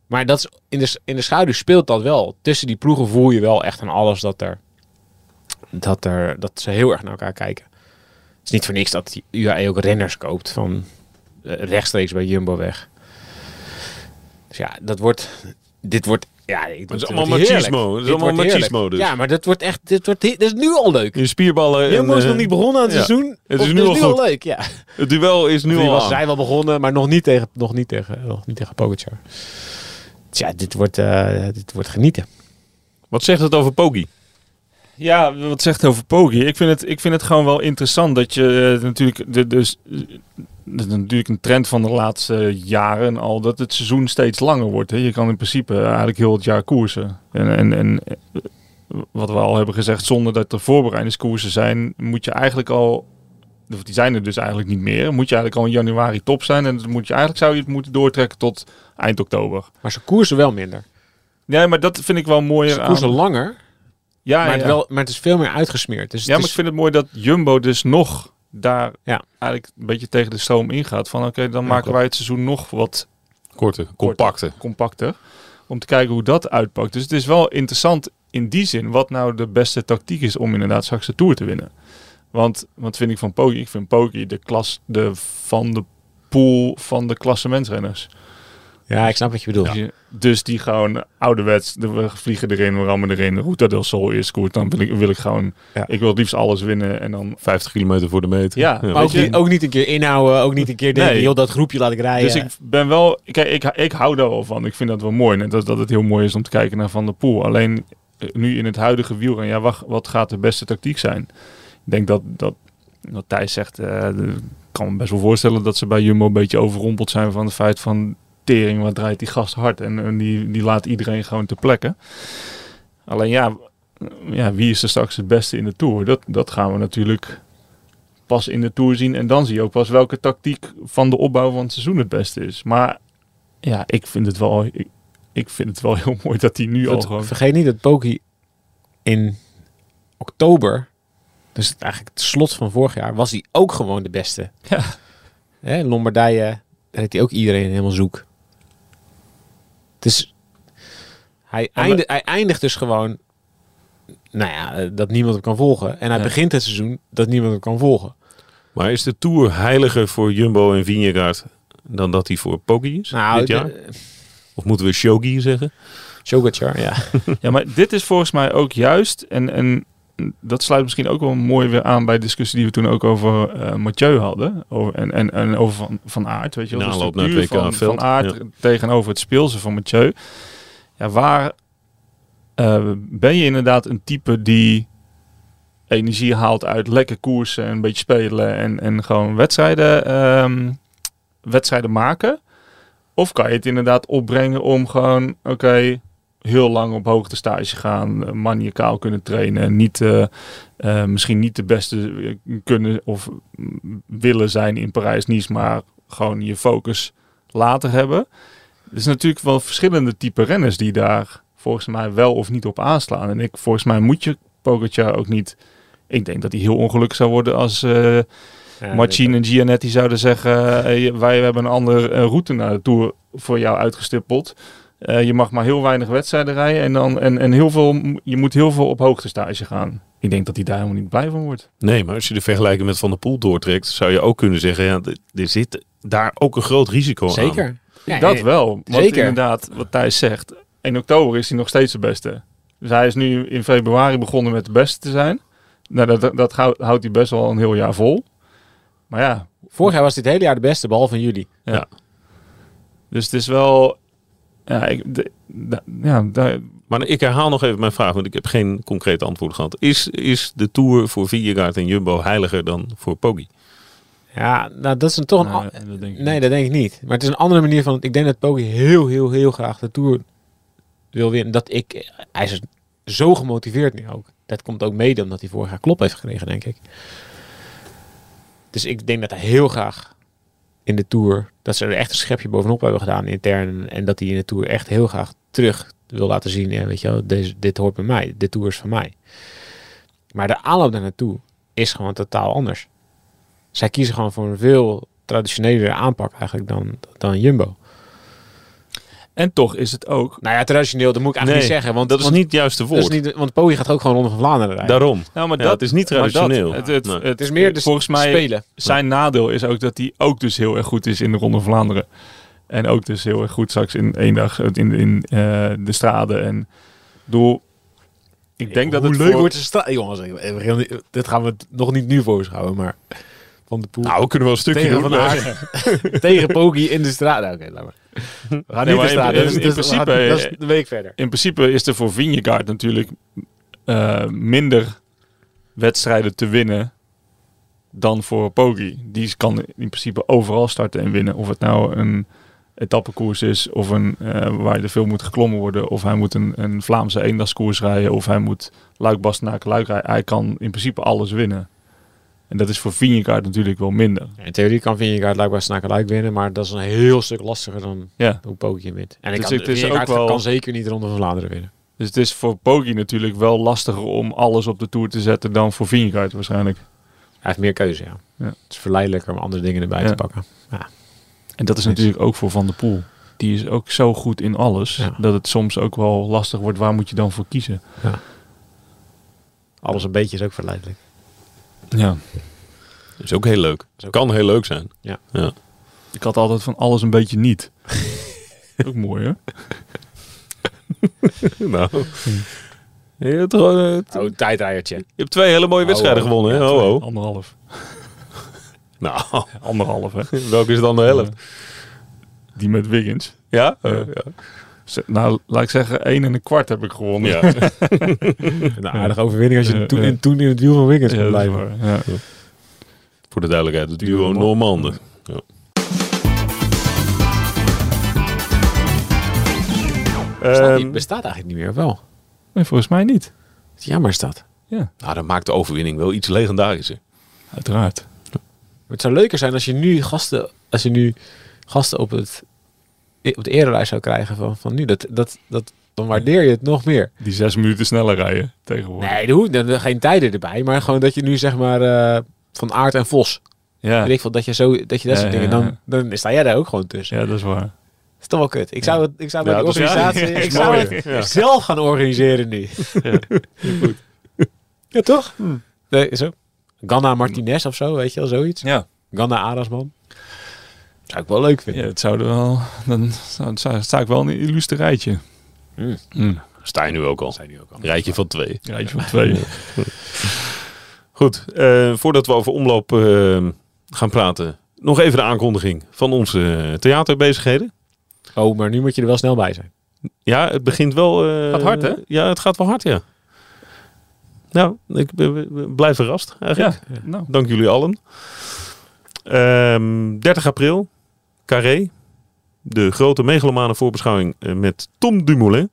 [SPEAKER 2] Maar dat is, in, de, in de schaduw speelt dat wel. Tussen die ploegen voel je wel echt aan alles dat, er, dat, er, dat ze heel erg naar elkaar kijken. Het is niet voor niks dat die UAE ook renners koopt van eh, rechtstreeks bij Jumbo weg. Dus ja, dat wordt... Dit wordt... Ja, ik-
[SPEAKER 1] Het is
[SPEAKER 2] dit
[SPEAKER 1] allemaal
[SPEAKER 2] wordt heerlijk.
[SPEAKER 1] machismo. Het is
[SPEAKER 2] Dit
[SPEAKER 1] allemaal
[SPEAKER 2] wordt heerlijk.
[SPEAKER 1] machismo dus.
[SPEAKER 2] Ja, maar dat wordt echt... Dit, wordt, he- dit is nu al leuk.
[SPEAKER 1] Je spierballen.
[SPEAKER 2] Jumbo
[SPEAKER 1] en,
[SPEAKER 2] is nog
[SPEAKER 1] eh,
[SPEAKER 2] niet begonnen aan het
[SPEAKER 1] ja.
[SPEAKER 2] seizoen.
[SPEAKER 1] Het is
[SPEAKER 2] Of
[SPEAKER 1] nu al goed.
[SPEAKER 2] leuk, ja.
[SPEAKER 1] Het duel is nu
[SPEAKER 2] Nu
[SPEAKER 1] al
[SPEAKER 2] was
[SPEAKER 1] aan.
[SPEAKER 2] zij wel begonnen, maar nog niet tegen, nog niet tegen, nog niet tegen Pogacar. Dus ja, dit wordt, eh, dit wordt genieten.
[SPEAKER 1] Wat zegt het over Pogi?
[SPEAKER 3] Ja, wat zegt over Poggi? Ik vind het, ik vind het gewoon wel interessant dat je eh, natuurlijk, de, dus, eh, dat is natuurlijk een trend van de laatste jaren al, dat het seizoen steeds langer wordt. Hè. Je kan in principe eh, eigenlijk heel het jaar koersen. En, en, en eh, wat we al hebben gezegd, zonder dat er voorbereidingskoersen zijn, moet je eigenlijk al, of die zijn er dus eigenlijk niet meer, moet je eigenlijk al in januari top zijn. En dan moet je, eigenlijk zou je het moeten doortrekken tot eind oktober.
[SPEAKER 2] Maar ze koersen wel minder.
[SPEAKER 3] Nee, maar dat vind ik wel mooier
[SPEAKER 2] Ze
[SPEAKER 3] aan.
[SPEAKER 2] koersen langer,
[SPEAKER 3] Ja,
[SPEAKER 2] maar,
[SPEAKER 3] ja.
[SPEAKER 2] het wel, maar het is veel meer uitgesmeerd. Dus
[SPEAKER 3] Ja,
[SPEAKER 2] het
[SPEAKER 3] maar ik
[SPEAKER 2] is-
[SPEAKER 3] vind het mooi dat Jumbo dus nog daar
[SPEAKER 2] Ja.
[SPEAKER 3] eigenlijk een beetje tegen de stroom ingaat. Van oké, dan
[SPEAKER 2] Ja,
[SPEAKER 3] maken
[SPEAKER 2] klopt.
[SPEAKER 3] wij het seizoen nog wat
[SPEAKER 1] Korte, compacte.
[SPEAKER 3] compacter. Om te kijken hoe dat uitpakt. Dus het is wel interessant in die zin wat nou de beste tactiek is om inderdaad straks de Tour te winnen. Want wat vind ik van Poggi? Ik vind Poggi de klas de van de pool van de klassementrenners.
[SPEAKER 2] Ja, ik snap wat je bedoelt.
[SPEAKER 3] Dus je- Dus die gewoon ouderwets, de- we vliegen erin, we rammen erin. Ruta del Sol is goed, dan wil ik, wil ik gewoon...
[SPEAKER 2] Ja.
[SPEAKER 3] Ik wil het liefst alles winnen en dan...
[SPEAKER 1] 50 kilometer voor de meter.
[SPEAKER 3] Ja,
[SPEAKER 2] Maar ook,
[SPEAKER 3] weet je-
[SPEAKER 2] niet, ook niet een keer inhouden, ook niet een keer denken,
[SPEAKER 3] Nee.
[SPEAKER 2] joh, dat groepje laat ik rijden.
[SPEAKER 3] Dus ik ben wel... Kijk, ik, ik hou daar wel van. Ik vind dat wel mooi. Net als dat het heel mooi is om te kijken naar Van der Poel. Alleen eh, nu in het huidige wielrennen, ja, wacht, wat gaat de beste tactiek zijn? Ik denk dat, dat wat Thijs zegt, eh, de- ik kan me best wel voorstellen dat ze bij Jumbo een beetje overrompeld zijn van het feit van tering, wat draait die gast hard en, en die, die laat iedereen gewoon ter plekke. Alleen ja, ja, wie is er straks het beste in de Tour? Dat, dat gaan we natuurlijk pas in de Tour zien en dan zie je ook pas welke tactiek van de opbouw van het seizoen het beste is. Maar ja, ik vind het wel, ik, ik vind het wel heel mooi dat hij nu al
[SPEAKER 2] Want
[SPEAKER 3] gewoon...
[SPEAKER 2] Vergeet niet dat Poki in oktober, dus eigenlijk het slot van vorig jaar, was hij ook gewoon de beste.
[SPEAKER 3] Ja.
[SPEAKER 2] Hè, Lombardije, daar reed hij ook iedereen helemaal zoek. Dus hij,
[SPEAKER 3] maar-
[SPEAKER 2] einde- hij eindigt dus gewoon, nou ja, eh, dat niemand hem kan volgen. En hij
[SPEAKER 3] Ja.
[SPEAKER 2] begint het seizoen dat niemand hem kan volgen.
[SPEAKER 1] Maar is de Tour heiliger voor Jumbo en Vingegaard dan dat hij voor Poggi is
[SPEAKER 2] Nou,
[SPEAKER 1] dit jaar? Of moeten we Shogi zeggen?
[SPEAKER 2] Chogacar, ja.
[SPEAKER 3] Ja, maar dit is volgens mij ook juist. En, en dat sluit misschien ook wel mooi weer aan bij de discussie die we toen ook over eh, Mathieu hadden. Over, en, en, en over Van, van Aert. Weet je wel, Dus
[SPEAKER 1] Na
[SPEAKER 3] de
[SPEAKER 1] aanloop naar het
[SPEAKER 3] structuur
[SPEAKER 1] WK
[SPEAKER 3] van,
[SPEAKER 1] veld,
[SPEAKER 3] van Aert
[SPEAKER 1] ja.
[SPEAKER 3] tegenover het speelse van Mathieu. Ja, waar eh, ben je inderdaad een type die energie haalt uit lekker koersen en een beetje spelen en, en gewoon wedstrijden, ehm, wedstrijden maken? Of kan je het inderdaad opbrengen om gewoon, oké, heel lang op hoogte stage gaan, eh, maniacaal kunnen trainen, niet, eh, eh, misschien niet de beste eh, kunnen of mm, willen zijn in Parijs-Nice, maar gewoon je focus later hebben. Er is natuurlijk wel verschillende type renners die daar volgens mij wel of niet op aanslaan. En ik, volgens mij moet je Pogacar ook niet... Ik denk dat hij heel ongelukkig zou worden als eh Marcin en Gianetti zouden zeggen... eh, je- wij hebben een andere eh, route naar de Tour voor jou uitgestippeld. Eh, je mag maar heel weinig wedstrijden rijden en, dan, en, en heel veel, je moet heel veel op hoogte stage gaan. Ik denk dat hij daar helemaal niet blij van wordt.
[SPEAKER 1] Nee, maar als je de vergelijking met Van der Poel doortrekt, zou je ook kunnen zeggen, ja, d- er zit daar ook een groot risico aan.
[SPEAKER 2] Zeker. Ja,
[SPEAKER 3] dat
[SPEAKER 2] ja.
[SPEAKER 3] wel. Want
[SPEAKER 2] zeker.
[SPEAKER 3] inderdaad, wat Thijs zegt, in oktober is hij nog steeds de beste. Dus hij is nu in februari begonnen met de beste te zijn. Nou, dat, dat houdt houdt hij best wel een heel jaar vol. Maar ja,
[SPEAKER 2] Vorig jaar was dit hele jaar de beste, behalve in juli.
[SPEAKER 3] dus het is wel... Ja, ik, de- da- ja, daar-
[SPEAKER 1] Maar ik herhaal nog even mijn vraag, want ik heb geen concreet antwoord gehad. Is, is de Tour voor Vingegaard en Jumbo heiliger dan voor Poggi?
[SPEAKER 2] Ja, nou dat is een, toch een,
[SPEAKER 3] nou,
[SPEAKER 2] a-
[SPEAKER 3] dat denk ik
[SPEAKER 2] Nee,
[SPEAKER 3] niet.
[SPEAKER 2] dat denk ik niet. Maar het is een andere manier van... Ik denk dat Poggi heel, heel, heel graag de Tour wil winnen. Dat ik... Hij is zo gemotiveerd nu ook. Dat komt ook mede omdat hij vorig jaar klop heeft gekregen, denk ik. Dus ik denk dat hij heel graag in de Tour... Dat ze er echt een schepje bovenop hebben gedaan intern. En dat hij in de Tour echt heel graag terug wil laten zien. Ja, weet je wel, deze, dit hoort bij mij. De Tour is van mij. Maar de aanloop daar naartoe is gewoon totaal anders zij kiezen gewoon voor een veel traditionelere aanpak eigenlijk dan, dan Jumbo.
[SPEAKER 3] En toch is het ook
[SPEAKER 2] Nou ja, traditioneel, dat moet ik eigenlijk
[SPEAKER 1] Nee,
[SPEAKER 2] niet zeggen. Want
[SPEAKER 1] Dat is
[SPEAKER 2] want,
[SPEAKER 1] niet juist de
[SPEAKER 2] dat is
[SPEAKER 1] woord.
[SPEAKER 2] niet- want Poggi gaat ook gewoon Ronde van Vlaanderen rijden.
[SPEAKER 1] Daarom.
[SPEAKER 3] Nou, maar
[SPEAKER 1] Ja,
[SPEAKER 3] dat
[SPEAKER 1] het is niet
[SPEAKER 3] maar dat-
[SPEAKER 1] traditioneel.
[SPEAKER 3] het, het,
[SPEAKER 1] Nee.
[SPEAKER 3] het,
[SPEAKER 2] het is meer de
[SPEAKER 3] volgens mij
[SPEAKER 2] spelen.
[SPEAKER 3] zijn nadeel is ook dat hij ook dus heel erg goed is in de Ronde van Vlaanderen. En ook dus heel erg goed straks in één dag in, in, eh, de straden. En door, ik denk dat het
[SPEAKER 2] leuk
[SPEAKER 3] voor-
[SPEAKER 2] wordt de straat. Jongens, ik- ik begin niet- dit gaan we t- nog niet nu voorschouwen, maar van de poel
[SPEAKER 1] Nou, we kunnen wel een stukje
[SPEAKER 2] tegen
[SPEAKER 1] doen.
[SPEAKER 2] Van
[SPEAKER 1] maar-
[SPEAKER 2] Aert, tegen Poggi in de straat. Nou, Oké, laat maar. We gaan
[SPEAKER 3] Nee,
[SPEAKER 2] niet
[SPEAKER 3] maar
[SPEAKER 2] de
[SPEAKER 3] in-
[SPEAKER 2] straat.
[SPEAKER 3] in-
[SPEAKER 2] dat is-
[SPEAKER 3] in
[SPEAKER 2] dat is-
[SPEAKER 3] principe,
[SPEAKER 2] dat is
[SPEAKER 3] eh,
[SPEAKER 2] de week verder.
[SPEAKER 3] In principe is er voor Vingegaard natuurlijk eh, minder wedstrijden te winnen dan voor Poggi. Die kan in principe overal starten en winnen. Of het nou een etappekoers is of een, eh, waar er veel moet geklommen worden. Of hij moet een, een Vlaamse eendagskoers rijden. Of hij moet Luik-Bastenaken Luik rijden. Hij kan in principe alles winnen. En dat is voor Vingegaard natuurlijk wel minder.
[SPEAKER 2] In theorie kan Vingegaard blijkbaar snakken luik winnen, maar dat is een heel stuk lastiger dan
[SPEAKER 3] Ja.
[SPEAKER 2] hoe Poggi hem wint. En
[SPEAKER 3] Dus
[SPEAKER 2] ik
[SPEAKER 3] het is ook
[SPEAKER 2] kan,
[SPEAKER 3] wel-
[SPEAKER 2] kan zeker niet de Ronde van Vlaanderen winnen.
[SPEAKER 3] Dus het is voor Poggi natuurlijk wel lastiger om alles op de Tour te zetten dan voor Vingegaard waarschijnlijk.
[SPEAKER 2] Hij heeft meer keuze, ja.
[SPEAKER 3] Ja.
[SPEAKER 2] Het is verleidelijker om andere dingen erbij
[SPEAKER 3] Ja.
[SPEAKER 2] te pakken.
[SPEAKER 3] En dat is
[SPEAKER 2] Eens.
[SPEAKER 3] natuurlijk ook voor Van der Poel. Die is ook zo goed in alles
[SPEAKER 2] Ja.
[SPEAKER 3] dat het soms ook wel lastig wordt. Waar moet je dan voor kiezen?
[SPEAKER 2] Alles een beetje is ook verleidelijk.
[SPEAKER 3] Ja.
[SPEAKER 1] Dat is ook heel leuk.
[SPEAKER 2] is ook-
[SPEAKER 1] Kan heel leuk zijn.
[SPEAKER 3] Ik had altijd van alles een beetje niet. Ook mooi, hè?
[SPEAKER 1] nou.
[SPEAKER 2] Hmm.
[SPEAKER 1] Je hebt, gewoon, eh, t-
[SPEAKER 2] Oh, tijdrijdertje.
[SPEAKER 1] je hebt twee hele mooie wedstrijden
[SPEAKER 2] oh.
[SPEAKER 1] gewonnen, hè?
[SPEAKER 3] Ja,
[SPEAKER 1] Ho, ho.
[SPEAKER 3] Anderhalf.
[SPEAKER 1] Nou,
[SPEAKER 3] Anderhalf, hè?
[SPEAKER 1] welke is dan de helft?
[SPEAKER 3] Die met Wiggins.
[SPEAKER 1] Ja?
[SPEAKER 3] Ja.
[SPEAKER 1] Eh, ja.
[SPEAKER 3] Z- Nou, laat ik zeggen, één en een kwart heb ik gewonnen.
[SPEAKER 1] Ja. Nou,
[SPEAKER 2] Een aardige overwinning als je
[SPEAKER 3] Ja,
[SPEAKER 2] toen,
[SPEAKER 3] ja.
[SPEAKER 2] in, toen in het wiel van Wiggins
[SPEAKER 3] Ja,
[SPEAKER 2] kon
[SPEAKER 3] dat is
[SPEAKER 2] blijven.
[SPEAKER 3] waar, ja.
[SPEAKER 1] Voor de duidelijkheid, het duo Normanden. Ja.
[SPEAKER 2] Bestaat,
[SPEAKER 1] Ehm,
[SPEAKER 2] niet- bestaat eigenlijk niet meer, of wel?
[SPEAKER 3] Nee, volgens mij niet.
[SPEAKER 2] Jammer is dat.
[SPEAKER 3] Ja,
[SPEAKER 1] nou, dat maakt de overwinning wel iets legendarischer.
[SPEAKER 3] uiteraard.
[SPEAKER 2] Maar het zou leuker zijn als je nu gasten, als je nu gasten op, het, op de erelijst zou krijgen van, van nu. Dat, dat, dat, dan waardeer je het nog meer.
[SPEAKER 3] Die zes minuten sneller rijden tegenwoordig.
[SPEAKER 2] Nee, doe, dan, geen tijden erbij. Maar gewoon dat je nu zeg maar eh, van aard en vos.
[SPEAKER 3] Ja.
[SPEAKER 2] Weet ik veel, dat je, zo, dat, je dat
[SPEAKER 3] Ja,
[SPEAKER 2] soort
[SPEAKER 3] ja,
[SPEAKER 2] dingen. Dan, dan sta jij daar ook gewoon tussen.
[SPEAKER 3] ja, dat is waar.
[SPEAKER 2] Dat is toch wel kut. Ik zou, het, ik zou bij
[SPEAKER 1] Ja,
[SPEAKER 2] de
[SPEAKER 1] dat is-
[SPEAKER 2] organisatie.
[SPEAKER 3] ja,
[SPEAKER 2] ik
[SPEAKER 3] is
[SPEAKER 2] zou
[SPEAKER 3] mooier.
[SPEAKER 2] het
[SPEAKER 1] Ja.
[SPEAKER 2] zelf gaan organiseren nu.
[SPEAKER 3] Ja,
[SPEAKER 2] Ja, toch? Nee, zo. Ganna Martinez of zo, weet je wel, zoiets.
[SPEAKER 3] Ja.
[SPEAKER 2] Ganna Arasman. Zou ik wel leuk vinden.
[SPEAKER 3] ja het zou er wel... Dan zou, zou- sta ik wel in een illustre rijtje.
[SPEAKER 2] Mm.
[SPEAKER 3] Mm.
[SPEAKER 1] Sta je nu ook al.
[SPEAKER 2] nu ook al.
[SPEAKER 1] Rijtje van twee.
[SPEAKER 3] Rijtje van twee.
[SPEAKER 1] Goed, eh, voordat we over omloop eh, gaan praten, nog even de aankondiging van onze eh, theaterbezigheden.
[SPEAKER 2] Oh, maar nu moet je er wel snel bij zijn.
[SPEAKER 1] Ja, het begint wel. eh,
[SPEAKER 3] Gaat hard, hè?
[SPEAKER 1] Ja, het gaat wel hard, ja. Nou, ik ben- ben- ben- blijf verrast eigenlijk.
[SPEAKER 3] Ja, nou.
[SPEAKER 1] Dank jullie allen. Ehm, 30 april, Carré. De grote megalomane voorbeschouwing eh, met Tom Dumoulin.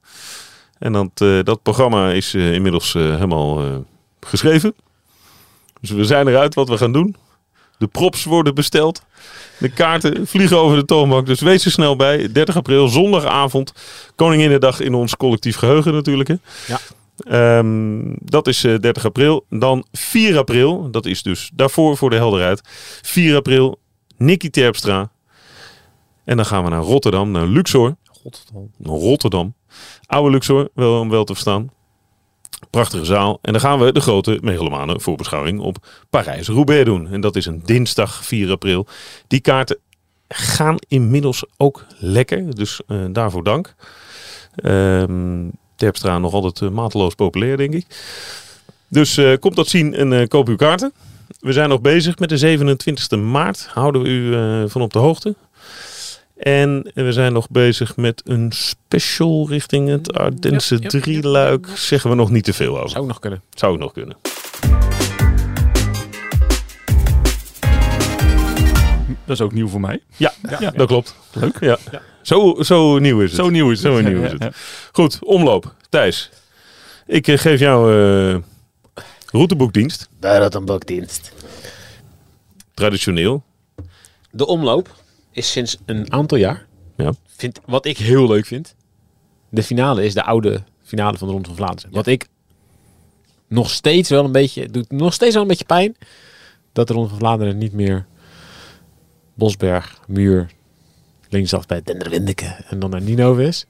[SPEAKER 1] En dat, eh, dat programma is eh, inmiddels eh, helemaal eh, geschreven. Dus we zijn eruit wat we gaan doen. De props worden besteld. De kaarten vliegen over de toonbank. Dus wees er snel bij. 30 april, zondagavond. Koninginnedag in ons collectief geheugen natuurlijk. Hè?
[SPEAKER 2] Ja.
[SPEAKER 1] Ehm, dat is eh, 30 april. Dan 4 april. Dat is dus daarvoor voor de helderheid. 4 april, Nicky Terpstra. En dan gaan we naar Rotterdam, naar Luxor.
[SPEAKER 2] Godverdomme.
[SPEAKER 1] Rotterdam. Oude Luxor, wel om wel te verstaan. Prachtige zaal. En dan gaan we de grote megalomane voorbeschouwing op Parijs-Roubaix doen. En dat is een dinsdag 4 april. Die kaarten gaan inmiddels ook lekker. Dus eh, daarvoor dank. Ehm Terpstra nog altijd eh, mateloos populair, denk ik. Dus eh komt dat zien en eh, koop uw kaarten. We zijn nog bezig met de 27e maart. Houden we u eh, van op de hoogte. En we zijn nog bezig met een special richting het Ardense
[SPEAKER 2] Ja, ja, ja, ja.
[SPEAKER 1] drieluik. Zeggen we nog niet te veel over.
[SPEAKER 2] Zou ook nog kunnen.
[SPEAKER 1] Zou ook nog kunnen.
[SPEAKER 3] Dat is ook nieuw voor mij.
[SPEAKER 1] Ja,
[SPEAKER 3] Ja.
[SPEAKER 1] dat klopt.
[SPEAKER 3] Leuk.
[SPEAKER 1] Ja. Zo, zo nieuw is het.
[SPEAKER 3] Zo nieuw is het.
[SPEAKER 1] Zo nieuw is het.
[SPEAKER 3] Ja,
[SPEAKER 1] Goed, omloop. Thijs, ik eh, geef jou eh, routeboekdienst.
[SPEAKER 2] Daar had een bakdienst.
[SPEAKER 1] Traditioneel.
[SPEAKER 2] De omloop is sinds een aantal jaar,
[SPEAKER 1] Ja.
[SPEAKER 2] vind, wat ik heel leuk vind, de finale is de oude finale van de Ronde van Vlaanderen. Wat ik nog steeds wel een beetje, het doet nog steeds wel een beetje pijn, dat de Ronde van Vlaanderen niet meer Bosberg, Muur, linksaf bij Denderwindeke en dan naar Nino is.